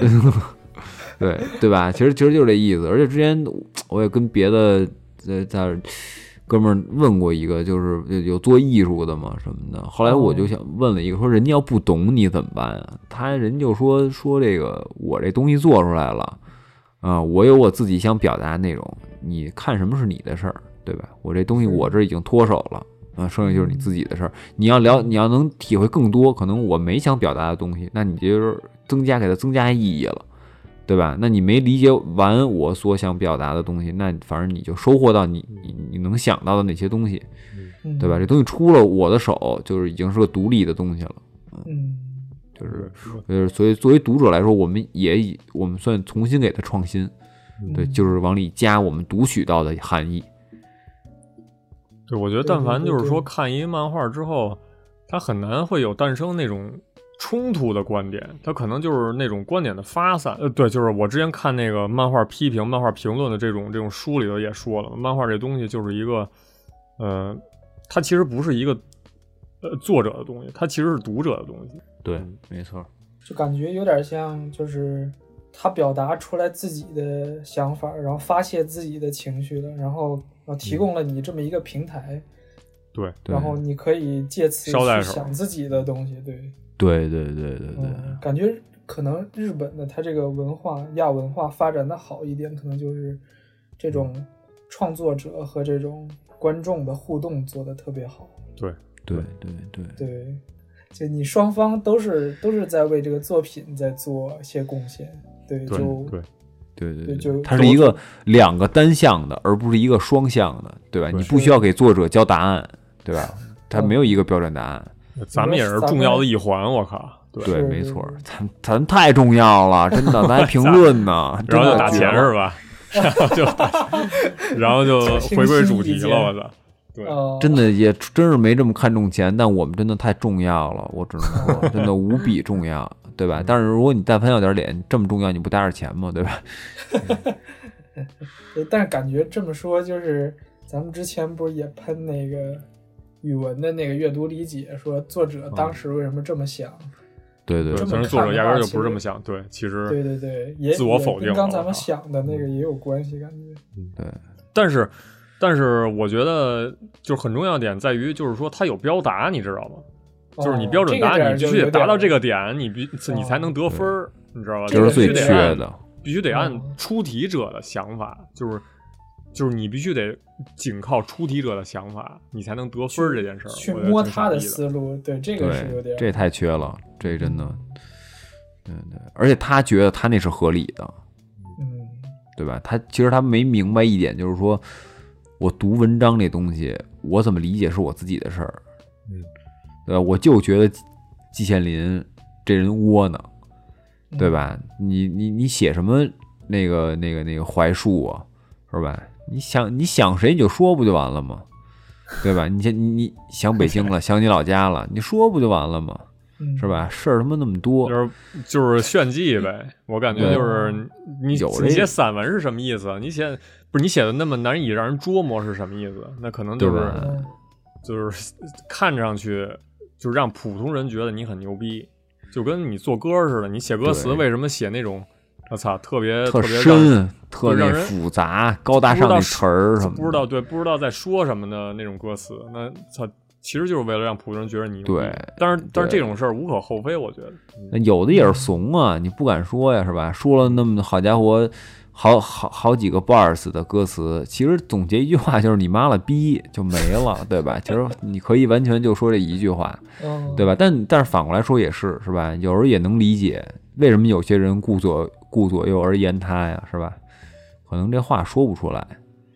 Speaker 2: 对对吧？其实其实就是这意思。而且之前我也跟别的在在哥们儿问过一个，就是有有做艺术的嘛什么的。后来我就想问了一个，说人家要不懂你怎么办啊？他人就说说这个我这东西做出来了，啊、我有我自己想表达的内容，你看什么是你的事儿，对吧？我这东西
Speaker 4: 是
Speaker 2: 我这已经脱手了。啊，剩下就是你自己的事儿。你要了，你要能体会更多，可能我没想表达的东西，那你就是增加给它增加意义了。对吧？那你没理解完我所想表达的东西，那反正你就收获到你你你能想到的哪些东西，
Speaker 4: 嗯
Speaker 2: 对吧？？这东西出了我的手，就是已经是个独立的东西了，
Speaker 4: 嗯，
Speaker 2: 就是就是所以作为读者来说，我们也以我们算重新给它创新，对，
Speaker 4: 嗯
Speaker 2: 就是往里加我们读取到的含义，
Speaker 3: 对，我觉得
Speaker 4: 对
Speaker 3: 但
Speaker 4: 对
Speaker 3: 凡
Speaker 4: 对
Speaker 3: 就是
Speaker 4: 对
Speaker 3: 说看一漫画之后，它很难会有诞生那种冲突的观点，它可能就是那种观点的发散。呃，对，就是我之前看那个漫画批评、漫画评论的这种这种书里头也说了，漫画这东西就是一个，呃，它其实不是一个呃作者的东西，它其实是读者的东西。
Speaker 2: 对，
Speaker 4: 嗯
Speaker 2: 没错，
Speaker 4: 就感觉有点像，就是他表达出来自己的想法，然后发泄自己的情绪了，然后呃提供了你这么一个平台，
Speaker 3: 对，
Speaker 2: 嗯对
Speaker 4: 然后你可以借此
Speaker 3: 捎带
Speaker 4: 去
Speaker 3: 手
Speaker 4: 想自己的东西，对，
Speaker 2: 对对对对对，
Speaker 4: 嗯，感觉可能日本的它这个文化亚文化发展的好一点，可能就是这种
Speaker 2: 嗯
Speaker 4: 创作者和这种观众的互动做的特别好。
Speaker 2: 对对对
Speaker 4: 对，就你双方都是都是在为这个作品在做一些贡献。对，
Speaker 3: 对
Speaker 4: 就
Speaker 3: 对，
Speaker 2: 对对
Speaker 4: 对就
Speaker 2: 它是一个两个单向的，而不是一个双向的，对吧？
Speaker 3: 对
Speaker 2: 你不需要给作者交答案，对吧？它没有一个标准答案，
Speaker 3: 咱们也是
Speaker 4: 咱
Speaker 3: 重
Speaker 4: 们
Speaker 3: 要的一环，我靠。对，
Speaker 2: 对，
Speaker 4: 是
Speaker 2: 没错，咱咱太重要了，真的，咱还评论呢，真
Speaker 3: 然后就
Speaker 2: 的
Speaker 3: 打钱是吧？ 然后就打钱，然 后就回归主题了，我操！对
Speaker 4: 呃，
Speaker 2: 真的也真是没这么看重钱，但我们真的太重要了，我只能 说，真的无比重要，对吧？但是如果你但凡要点脸，这么重要你不搭点钱吗？对吧？
Speaker 4: 对但是感觉这么说就是，咱们之前不是也喷那个语文的那个阅读理解，说作者当
Speaker 2: 嗯
Speaker 4: 时为什么这么想？
Speaker 2: 对对
Speaker 3: 对，
Speaker 4: 这
Speaker 2: 对
Speaker 4: 么
Speaker 3: 虽然作者
Speaker 4: 看的
Speaker 3: 压根儿
Speaker 4: 话
Speaker 3: 就
Speaker 4: 其
Speaker 3: 不是这
Speaker 4: 实
Speaker 3: 么想，对，其实
Speaker 4: 对对对，也
Speaker 3: 自我否定
Speaker 4: 也跟刚
Speaker 3: 了
Speaker 4: 咱
Speaker 3: 我
Speaker 4: 们
Speaker 3: 靠
Speaker 4: 想的那个
Speaker 2: 嗯
Speaker 4: 也有关系，感觉。
Speaker 2: 对，
Speaker 3: 但是，但是我觉得就是很重要的点在于，就是说它有标答，你知道吗？就是你
Speaker 4: 哦
Speaker 3: 标准
Speaker 4: 这个
Speaker 3: 答，
Speaker 4: 点
Speaker 3: 你
Speaker 4: 儿
Speaker 3: 必
Speaker 4: 就
Speaker 3: 须
Speaker 4: 有
Speaker 3: 得达
Speaker 4: 点
Speaker 3: 到
Speaker 4: 儿
Speaker 3: 这个点，你必你才
Speaker 4: 哦
Speaker 3: 能得分儿，你知道吧？
Speaker 2: 这是最
Speaker 3: 必须得
Speaker 2: 缺
Speaker 3: 按
Speaker 2: 的，
Speaker 3: 必须得按
Speaker 4: 嗯
Speaker 3: 出题者的想法，就是就是你必须得仅靠出题者的想法，你才能得分儿这件事儿。
Speaker 4: 去
Speaker 3: 我觉得
Speaker 4: 摸
Speaker 3: 挺
Speaker 4: 他
Speaker 3: 傻
Speaker 4: 的
Speaker 3: 逼
Speaker 4: 思路，对这个是有
Speaker 2: 对
Speaker 4: 点，
Speaker 2: 这太缺了，这真的，对对，而且他觉得他那是合理的，
Speaker 4: 嗯，
Speaker 2: 对吧？他其实他没明白一点，就是说我读文章这东西，我怎么理解是我自己的事儿，
Speaker 3: 嗯，
Speaker 2: 对吧？我就觉得季季羡林这人窝囊，
Speaker 4: 嗯
Speaker 2: 对吧？你你你写什么那个那个那个槐树啊，是吧？你想你想谁你就说不就完了吗？对吧？你先你你想北京了，想你老家了，你说不就完了吗？
Speaker 4: 嗯？
Speaker 2: 是吧？事儿他妈那么多，
Speaker 3: 就是就是炫技呗，我感觉
Speaker 2: 对
Speaker 3: 就是你
Speaker 2: 有
Speaker 3: 你
Speaker 2: 这
Speaker 3: 写
Speaker 2: 个
Speaker 3: 散文是什么意思？啊你写不是你写的那么难以让人捉摸是什么意思？那可能就
Speaker 2: 对
Speaker 3: 是
Speaker 2: 吧
Speaker 4: 嗯？
Speaker 3: 就是看上去就让普通人觉得你很牛逼，就跟你做歌似的，你写歌词
Speaker 2: 对
Speaker 3: 为什么写那种我操特别
Speaker 2: 特
Speaker 3: 别让人
Speaker 2: 深，特
Speaker 3: 让
Speaker 2: 那
Speaker 3: 人
Speaker 2: 复杂、高大上
Speaker 3: 不知道
Speaker 2: 的词儿什么的，
Speaker 3: 不知道对不知道在说什么的那种歌词？那操其实就是为了让普通人觉得你牛逼
Speaker 2: 对
Speaker 3: 但是但是这
Speaker 2: 对
Speaker 3: 种事儿无可厚非，我觉得。嗯
Speaker 2: 那有的也是怂啊，你不敢说呀，是吧？说了那么好家伙，好好好几个 bars 的歌词，其实总结一句话就是“你妈了逼”就没了，对吧？其实你可以完全就说这一句话，
Speaker 4: 嗯，
Speaker 2: 对吧？但但是反过来说也是，是吧？有时候也能理解为什么有些人顾左顾左右而言他呀，是吧？可能这话说不出来，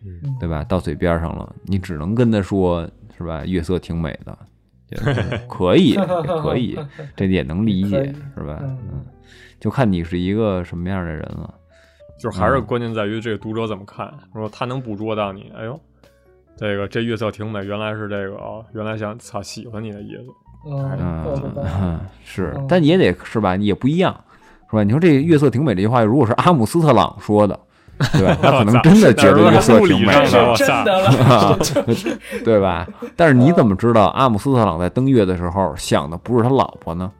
Speaker 4: 嗯
Speaker 2: 对吧？到嘴边儿上了，你只能跟他说，是吧？月色挺美的，也 可以，也可以，这也能理
Speaker 4: 可
Speaker 2: 解
Speaker 4: 以，
Speaker 2: 是吧？
Speaker 4: 嗯
Speaker 2: 嗯，就看你是一个什么样的人了。
Speaker 3: 就是还
Speaker 2: 嗯
Speaker 3: 是关键在于这个读者怎么看，如果他能捕捉到你，哎呦，这个这月色挺美，原来是这个哦，原来想操喜欢你的意思，
Speaker 4: 嗯，够了吧？
Speaker 2: 嗯， 是
Speaker 4: 嗯，
Speaker 2: 但也得是吧？也不一样，是吧？你说这“月色挺美”这句话，如果是阿姆斯特朗说的，对吧？他可 能真的觉得月色挺美
Speaker 3: 哎呀
Speaker 4: 这是
Speaker 2: 的
Speaker 3: 我，
Speaker 4: 真
Speaker 3: 操
Speaker 4: 的了，
Speaker 2: 对吧？但是你怎么知道阿姆斯特朗在登月的时候想的不是他老婆呢？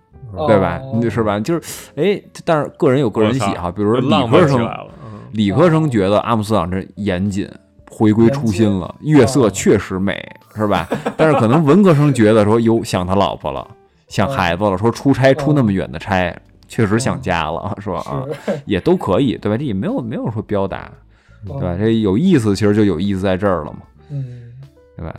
Speaker 4: 哦
Speaker 2: 对吧？你是吧？就是，哎，但是个人有个人喜好，比如说
Speaker 3: 就浪
Speaker 2: 理科
Speaker 3: 漫起来
Speaker 2: 生，
Speaker 3: 了，嗯，
Speaker 2: 理科生觉得阿姆斯特朗这严谨，回归初心了，月色确实美，是吧？但是可能文科生觉得说，哟，想他老婆了，想孩子了，说出差出那么远的差，确实想家了，是吧？啊，
Speaker 4: 是，
Speaker 2: 也都可以，对吧？这也没有没有说标达，对
Speaker 4: 对
Speaker 2: 吧？这有意思，其实就有意思在这儿了嘛，
Speaker 4: 嗯。
Speaker 2: 对吧？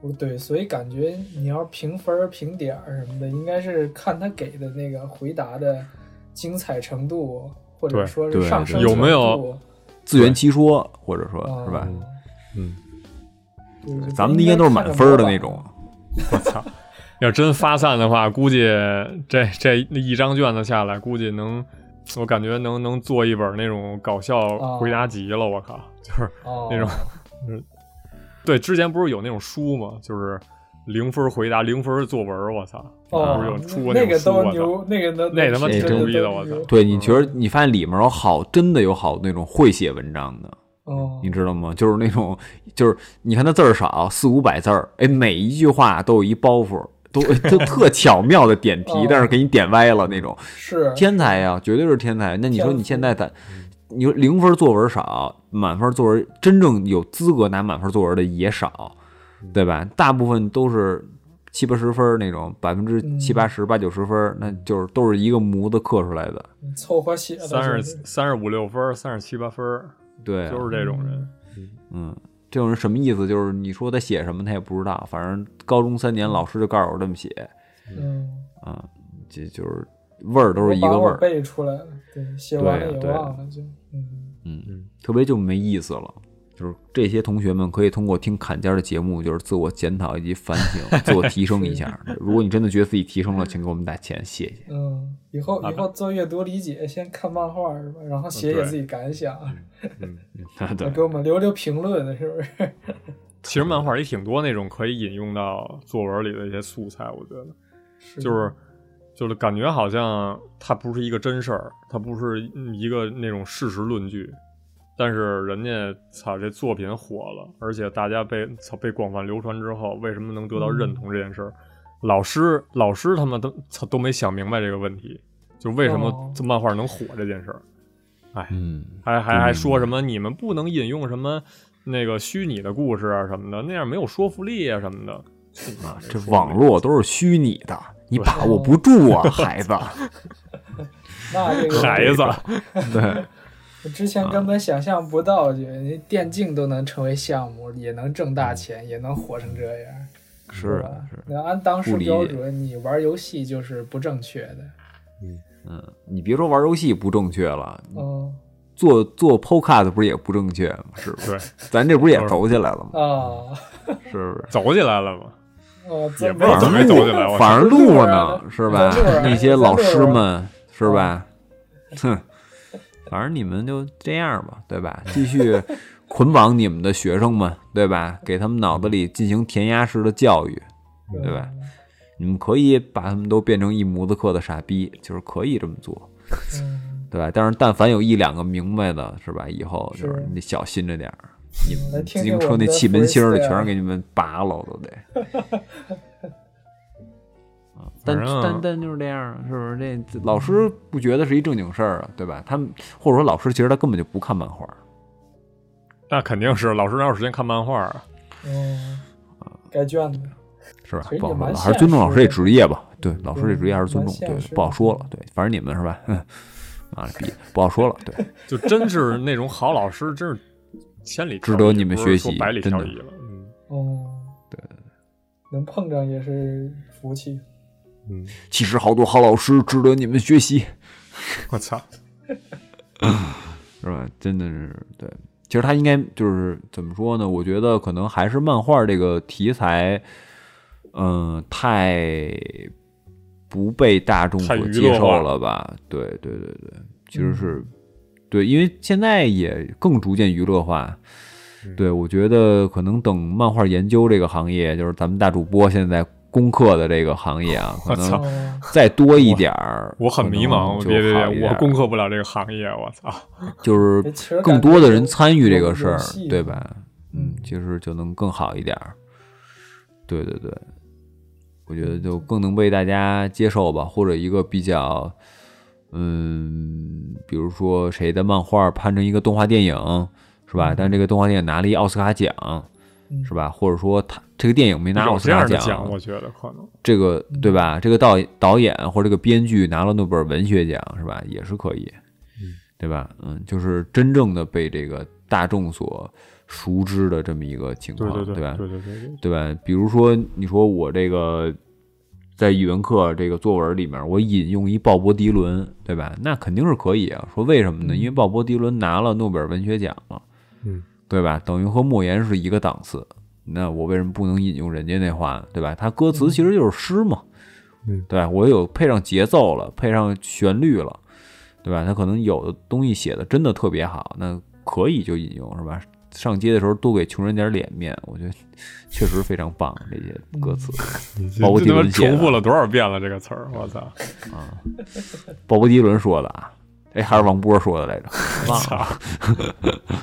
Speaker 4: 不对，所以感觉你要评分儿、评点儿什么的，应该是看他给的那个回答的精彩程度，或者
Speaker 3: 对
Speaker 4: 说是
Speaker 2: 对
Speaker 4: 上升
Speaker 2: 有
Speaker 3: 没有
Speaker 4: 程度
Speaker 2: 自圆其说，或者说
Speaker 4: 啊
Speaker 2: 是吧？
Speaker 3: 嗯，
Speaker 4: 对就不
Speaker 2: 咱们应该都是
Speaker 4: 看
Speaker 2: 满
Speaker 4: 着
Speaker 2: 分儿的
Speaker 4: 模板
Speaker 2: 那种，
Speaker 3: 我操，要真发散的话，估计这这一张卷子下来，估计能，我感觉能能做一本那种搞笑回答集了，我靠，就是
Speaker 4: 哦
Speaker 3: 那种对，之前不是有那种书吗？就是零分回答、零分作文，我操，不是有
Speaker 4: 哦，
Speaker 3: 出过
Speaker 4: 那
Speaker 3: 那
Speaker 4: 个
Speaker 3: 种书，
Speaker 4: 都
Speaker 3: 我操，
Speaker 4: 牛，那个都
Speaker 3: 那他妈
Speaker 2: 挺
Speaker 4: 真的
Speaker 2: 牛
Speaker 3: 逼的
Speaker 4: 都
Speaker 3: 我操
Speaker 4: 牛
Speaker 2: 对你觉得你发现里面有好，真的有好那种会写文章的，
Speaker 4: 哦
Speaker 2: 你知道吗？就是那种，就是你看他字儿少，四五百字儿，哎，每一句话都有一包袱，都都特巧妙的点题
Speaker 4: 哦，
Speaker 2: 但是给你点歪了那种
Speaker 4: 是
Speaker 2: 天才呀，绝对是天才。那你说
Speaker 4: 嗯天赋嗯
Speaker 2: 你现在咱，你说零分作文少，满分作文真正有资格拿满分作文的也少，
Speaker 4: 嗯
Speaker 2: 对吧？大部分都是。七八十分儿那种，百分之七
Speaker 4: 嗯
Speaker 2: 八十、八九十分儿，那就是都是一个模子刻出来的。
Speaker 4: 凑合写的，
Speaker 3: 三十
Speaker 4: 就是
Speaker 3: 三十五六分、三十七八分，
Speaker 2: 对，啊
Speaker 3: 就是这种人。
Speaker 2: 嗯，这种人什么意思？就是你说他写什么，他也不知道。反正高中三年，老师就告诉我这么写
Speaker 4: 嗯，
Speaker 2: 啊，这就是味儿都是一
Speaker 4: 我
Speaker 2: 个
Speaker 4: 把
Speaker 2: 味
Speaker 4: 我
Speaker 2: 儿，
Speaker 4: 背出来了，对，写
Speaker 2: 对
Speaker 4: 完
Speaker 3: 啊
Speaker 4: 了也
Speaker 2: 对
Speaker 4: 忘了，就嗯
Speaker 2: 嗯，特别就没意思了。就是这些同学们可以通过听砍尖儿的节目，就是自我检讨以及反省、自我提升一 下。如果你真的觉得自己提升了，请给我们打钱，谢谢。
Speaker 4: 嗯，以后以后做阅读理解，先看漫画是吧？然后写写
Speaker 3: 啊对嗯
Speaker 4: 自己感想，
Speaker 2: 对
Speaker 4: 给我们留留评论，是不 是？
Speaker 3: 其实漫画里挺多那种可以引用到作文里的一些素材，我觉得。
Speaker 4: 是
Speaker 3: 就是就是感觉好像它不是一个真事儿，它不是一个那种事实论据，但是人家操这作品火了，而且大家被操被广泛流传之后，为什么能得到认同这件事儿？老师老师他们都操都没想明白这个问题，就为什
Speaker 4: 哦
Speaker 3: 么这漫画能火这件事儿，
Speaker 2: 嗯，
Speaker 3: 还还
Speaker 2: 嗯
Speaker 3: 还说什么你们不能引用什么那个虚拟的故事啊什么的，那样没有说服力啊什么的。
Speaker 2: 啊，这网络都是虚拟的，你把握不住啊，孩 子。
Speaker 4: 那这个
Speaker 3: 孩子，
Speaker 2: 对，
Speaker 4: 我之前根
Speaker 3: 啊
Speaker 4: 本想象不到，就人家电竞都能成为项目，也能挣
Speaker 3: 嗯
Speaker 4: 大钱，也能火成这样。
Speaker 2: 是
Speaker 4: 吧
Speaker 2: 啊，是啊。
Speaker 4: 那按当时
Speaker 2: 不理解
Speaker 4: 标准，你玩游戏就是不正确的。
Speaker 2: 嗯，你别说玩游戏不正确了，
Speaker 4: 嗯
Speaker 2: 做做 podcast 不是也不正确吗？是不是？
Speaker 3: 对，
Speaker 2: 咱这不是也走起来了吗？
Speaker 4: 啊
Speaker 2: 是不是？
Speaker 3: 走起来了嘛。
Speaker 4: 哦，
Speaker 3: 也
Speaker 4: 这
Speaker 3: 不知道哎怎么没走起来我
Speaker 2: 反而录
Speaker 4: 着
Speaker 2: 呢，是吧
Speaker 4: 咱录着？
Speaker 2: 那些老师们是嗯吧？哼，反正你们就这样吧，对吧？继续捆绑你们的学生们，对吧？给他们脑子里进行填鸭式的教育，对吧？你们可以把他们都变成一模子刻的傻逼，就是可以这么做。
Speaker 4: 嗯，
Speaker 2: 对吧？但是但凡有一两个明白的，是吧？以后就是是你得小心着点儿。你
Speaker 4: 嗯来
Speaker 2: 们
Speaker 4: 听
Speaker 2: 自
Speaker 4: 听
Speaker 2: 行
Speaker 4: 我
Speaker 2: 车
Speaker 4: 们
Speaker 2: 那
Speaker 4: 的啊
Speaker 2: 气门芯儿的
Speaker 4: freestyle
Speaker 2: 全是给你们拔了，都得。 啊但
Speaker 3: 反正嗯
Speaker 2: 但但就是这样儿，是不是？这这老师不觉得是一正经事儿啊，对吧？他们或者说老师其实他根本就不看漫画儿，
Speaker 3: 那肯定是老师哪有时间看漫画啊？
Speaker 4: 嗯，
Speaker 2: 啊
Speaker 4: 改卷子。
Speaker 2: 是吧
Speaker 4: 其实？
Speaker 2: 不好说
Speaker 4: 也蛮
Speaker 2: 了，还是
Speaker 4: 现
Speaker 2: 尊重老
Speaker 4: 实
Speaker 2: 师这
Speaker 4: 的嗯
Speaker 2: 职业吧。对，老师这职业还是
Speaker 4: 蛮
Speaker 2: 尊重，
Speaker 4: 现
Speaker 2: 对
Speaker 4: 实，
Speaker 2: 不好
Speaker 4: 的
Speaker 2: 说了。对，反正你们是吧？嗯 妈了逼，不好说了。对，
Speaker 3: 就真是那种好老师，真是千里
Speaker 2: 值
Speaker 3: 挑
Speaker 2: 得
Speaker 3: 一
Speaker 2: 你们
Speaker 3: 不是
Speaker 2: 学
Speaker 3: 说
Speaker 2: 习
Speaker 3: 百里
Speaker 2: 真
Speaker 3: 挑
Speaker 2: 的
Speaker 3: 一了。嗯
Speaker 4: 哦，对，能碰上也是福气。
Speaker 3: 嗯，
Speaker 2: 其实好多好老师值得你们学习，
Speaker 3: 我操，
Speaker 2: 是吧？真的是对。其实他应该就是怎么说呢？我觉得可能还是漫画这个题材，嗯、太不被大众所
Speaker 3: 太娱乐
Speaker 2: 接
Speaker 3: 化嗯
Speaker 2: 受了吧？对对对对，其实是、对，因为现在也更逐渐娱乐化。
Speaker 3: 嗯
Speaker 2: 对，我觉得可能等漫画研究这个行业，就是咱们大主播现在攻克的这个行 业啊，可能
Speaker 3: 操
Speaker 4: 哦，
Speaker 2: 再多一点儿，
Speaker 3: 我很迷茫，我
Speaker 2: 可能就
Speaker 3: 别
Speaker 2: 啊
Speaker 3: 别
Speaker 2: 好一
Speaker 3: 别，
Speaker 2: 点
Speaker 3: 我
Speaker 2: 儿
Speaker 3: 攻克不了这个行业，我操。
Speaker 2: 就是
Speaker 4: 哎其实
Speaker 2: 更
Speaker 4: 感觉
Speaker 2: 多的人参与这个事
Speaker 4: 有
Speaker 2: 儿
Speaker 4: 戏，
Speaker 2: 对吧？嗯
Speaker 4: 嗯，
Speaker 2: 其实就能更好一点儿。对对对，我觉得就更能被大家接受吧，或者一个比较，嗯，比如说谁的漫画拍成一个动画电影，是吧？但这个动画电影拿了一奥斯卡奖，
Speaker 4: 嗯
Speaker 2: 是吧？或者说他这个电影没拿
Speaker 3: 有
Speaker 2: 奥斯
Speaker 3: 这
Speaker 2: 卡
Speaker 3: 样的
Speaker 2: 奖，
Speaker 3: 奖，我觉得可能
Speaker 2: 这个
Speaker 3: 嗯
Speaker 2: 对吧？这个导导演或者这个编剧拿了诺贝尔文学奖是吧？也是可以，对吧？嗯，就是真正的被这个大众所熟知的这么一个情
Speaker 3: 对
Speaker 2: 况，
Speaker 3: 对对
Speaker 2: 啊吧？
Speaker 3: 对对对对，
Speaker 2: 对吧？比如说，你说我这个在语文课这个作文里面，我引用一鲍勃迪伦，对吧？那肯定是可以啊。说为什么呢？因为鲍勃迪伦拿了诺贝尔文学奖了，
Speaker 3: 嗯，
Speaker 2: 对吧？等于和莫言是一个档次。那我为什么不能引用人家那话呢？对吧？他歌词其实就是诗嘛，
Speaker 3: 嗯，
Speaker 2: 对吧？我有配上节奏了，配上旋律了，对吧？他可能有的东西写的真的特别好，那可以就引用，是吧？上街的时候多给穷人点脸面，我觉得确实非常棒这些歌词。
Speaker 3: 这
Speaker 2: 包括
Speaker 3: 他
Speaker 2: 地啊
Speaker 3: 妈
Speaker 2: 文写的
Speaker 3: 重复了多少遍了这个词儿，我操！
Speaker 2: 鲍勃迪伦说的啊，哎，还是王波说的来着，忘了。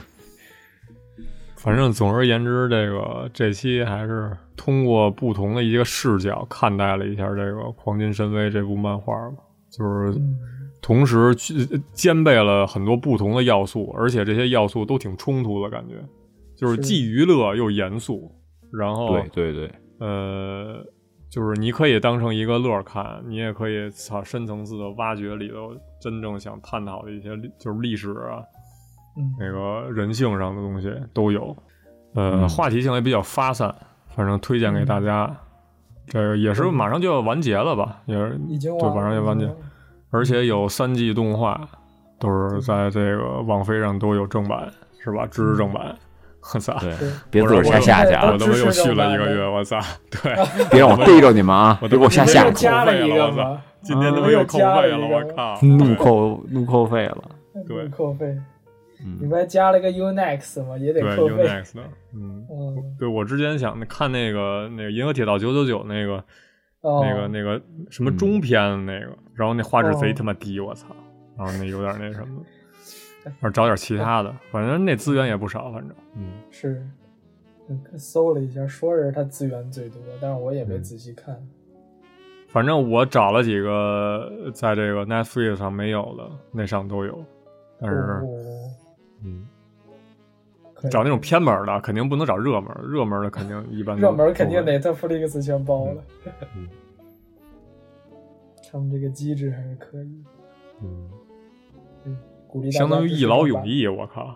Speaker 3: 反正总而言之，这个这期还是通过不同的一个视角看待了一下这个《黄金神威》这部漫画吧，就是
Speaker 4: 嗯
Speaker 3: 同时去兼备了很多不同的要素，而且这些要素都挺冲突的感觉，就是
Speaker 4: 是
Speaker 3: 既娱乐又严肃，然后
Speaker 2: 对对对，
Speaker 3: 呃，就是你可以当成一个乐儿看，你也可以操深层次的挖掘里头真正想探讨的一些历就是历史啊，
Speaker 4: 嗯
Speaker 2: 哎
Speaker 3: 那个人性上的东西都有。呃，
Speaker 2: 嗯
Speaker 3: 话题性也比较发散，反正推荐给大家。这个也是马上就要完结了吧？也是
Speaker 4: 已经
Speaker 3: 对，
Speaker 4: 完了，嗯
Speaker 3: 马上就完
Speaker 4: 已
Speaker 3: 结
Speaker 4: 经，完了
Speaker 3: 而且有三季动画，都是在这个网飞上都有正版，是吧？支持正版。我操！
Speaker 2: 对
Speaker 4: 对，
Speaker 2: 别自个儿瞎下去啊
Speaker 3: 我！他妈又
Speaker 4: 支持
Speaker 3: 续
Speaker 4: 正版
Speaker 3: 了一个
Speaker 4: 的啊
Speaker 3: 月，我操！对，
Speaker 2: 别让我逮着你们啊！
Speaker 3: 我
Speaker 2: 别给我瞎
Speaker 4: 你
Speaker 2: 下
Speaker 4: 们又
Speaker 2: 口，
Speaker 4: 加了一个
Speaker 3: 我操
Speaker 4: 吗？
Speaker 3: 今天他妈
Speaker 4: 又
Speaker 3: 有扣费
Speaker 4: 加了
Speaker 3: 了，
Speaker 4: 一
Speaker 3: 我
Speaker 4: 个
Speaker 3: 靠！
Speaker 2: 怒扣怒扣费了。
Speaker 3: 对
Speaker 4: 扣费，
Speaker 2: 嗯
Speaker 4: 你不还加了个 Unix 吗？也得
Speaker 3: 对对
Speaker 4: 扣费。
Speaker 3: Unex 的，嗯，
Speaker 4: 嗯，
Speaker 3: 对我之前想看那个那个《银河铁道九九九》那个
Speaker 4: 哦，
Speaker 3: 那个那个什么中篇的那个，然后那画质贼
Speaker 4: 哦
Speaker 3: 他妈低，我操！然后那有点那 什么，然后找点其他的，反正那资源也不少，反正嗯，
Speaker 4: 是，嗯搜了一下，说是它资源最多，但是我也
Speaker 2: 嗯
Speaker 4: 没仔细看。
Speaker 3: 反正我找了几个呃在这个 Netflix 上没有的，那上都有，但是
Speaker 4: 哦，
Speaker 3: 嗯，
Speaker 4: 可以
Speaker 3: 找那种偏门的肯定不能找热门，热门的肯定一般都
Speaker 4: 热门肯定
Speaker 3: 不会
Speaker 4: Netflix 全包了
Speaker 3: 嗯。
Speaker 4: 他们这个机制还是可以，
Speaker 3: 嗯。
Speaker 4: 鼓励大家
Speaker 3: 相当于
Speaker 4: 支
Speaker 3: 一
Speaker 4: 持
Speaker 3: 劳
Speaker 4: 正
Speaker 3: 永
Speaker 4: 版，
Speaker 3: 逸，我靠，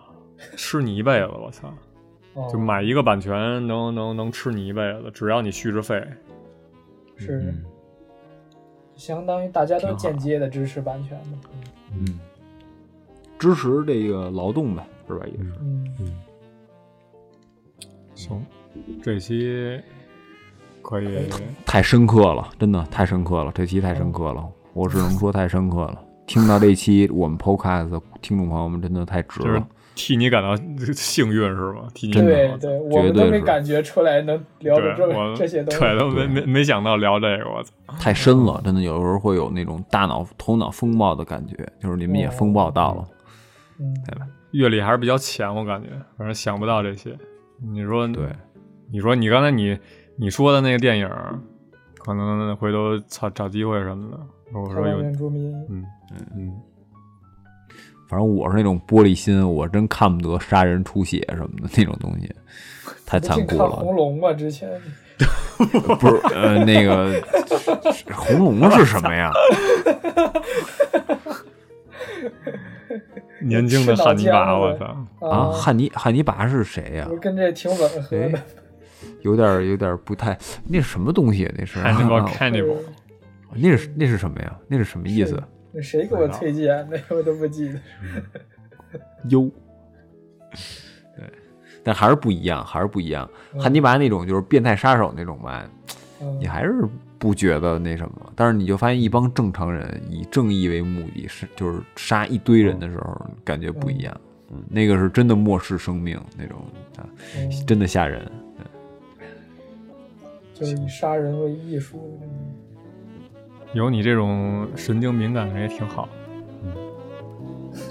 Speaker 3: 吃你一辈子，我操，
Speaker 4: 哦
Speaker 3: 就买一个版权能能能吃你一辈子，只要你续着费，
Speaker 4: 是
Speaker 2: 嗯
Speaker 4: 相当于大家都
Speaker 2: 挺好
Speaker 4: 间接的支持版权嘛。
Speaker 2: 嗯，支持这个劳动呗，是吧？也是。
Speaker 4: 嗯，
Speaker 3: 行，这期可 以，
Speaker 2: 太深刻了，真的太深刻了，这期太深刻
Speaker 3: 嗯
Speaker 2: 了，我只能说太深刻了。听到这期我们 podcast 的听众朋友们真的太值
Speaker 3: 就是
Speaker 2: 了，
Speaker 3: 替你感到 幸运是吗？替你感
Speaker 2: 真的
Speaker 4: 对
Speaker 3: 到
Speaker 4: 对，
Speaker 2: 绝
Speaker 4: 我们都
Speaker 2: 对
Speaker 4: 没
Speaker 2: 是
Speaker 4: 感觉出来能聊
Speaker 3: 对
Speaker 4: 出这
Speaker 3: 我
Speaker 4: 么这些东西。
Speaker 3: 对都没没没想到聊这个，我操，
Speaker 2: 太深了，真的有时候会有那种大脑头脑风暴的感觉，就是你们也风暴到了。
Speaker 4: 嗯，
Speaker 3: 阅历还是比较浅，我感觉，反正想不到这些。你说
Speaker 2: 对，
Speaker 3: 你说你刚才你你说的那个电影，可能回头找找机会什么的，我
Speaker 4: 台
Speaker 3: 说
Speaker 4: 湾
Speaker 3: 有，
Speaker 4: 原住民，
Speaker 3: 嗯嗯。
Speaker 2: 反正我是那种玻璃心，我真看不得杀人出血什么的那种东西，太
Speaker 4: 不
Speaker 2: 残
Speaker 4: 净
Speaker 2: 酷
Speaker 4: 看红
Speaker 2: 了。
Speaker 4: 龙吧？之前
Speaker 2: 不是，呃，那个红龙是什么呀？
Speaker 3: 年轻的汉尼拔，我操！
Speaker 2: 啊，
Speaker 4: 啊，
Speaker 2: 汉尼汉尼拔是谁呀、
Speaker 4: 不是跟这挺吻合的
Speaker 2: 哎。有点儿有点儿不太，那是什么东西、啊？那是、
Speaker 3: 汉尼拔
Speaker 2: 啊
Speaker 3: Cannibal，
Speaker 2: 那是那是什么呀？那是什么意思？
Speaker 4: 那谁给我推荐的？我都不记得。
Speaker 2: 优。对，但还是不一样，还是不一样。汉尼拔那种就是变态杀手那种吧，
Speaker 4: 嗯
Speaker 2: 你还是不觉得那什么，但是你就发现一帮正常人以正义为目的，是就是杀一堆人的时候，感觉不一样。嗯，那个是真的漠视生命那种啊，
Speaker 4: 嗯
Speaker 2: 真的吓人。
Speaker 4: 就是以杀人为艺术。
Speaker 3: 有你这种神经敏感的也挺好。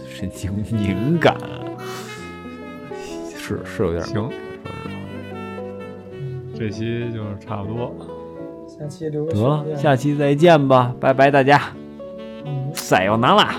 Speaker 2: 神经敏感，是是有点儿
Speaker 3: 行，
Speaker 2: 是
Speaker 3: 这期就差不多。
Speaker 4: 下期留个
Speaker 2: 得
Speaker 4: 悬
Speaker 2: 了，
Speaker 4: 念
Speaker 2: 下期再见吧，拜拜大家，
Speaker 4: 嗯
Speaker 2: 塞哟拿啦。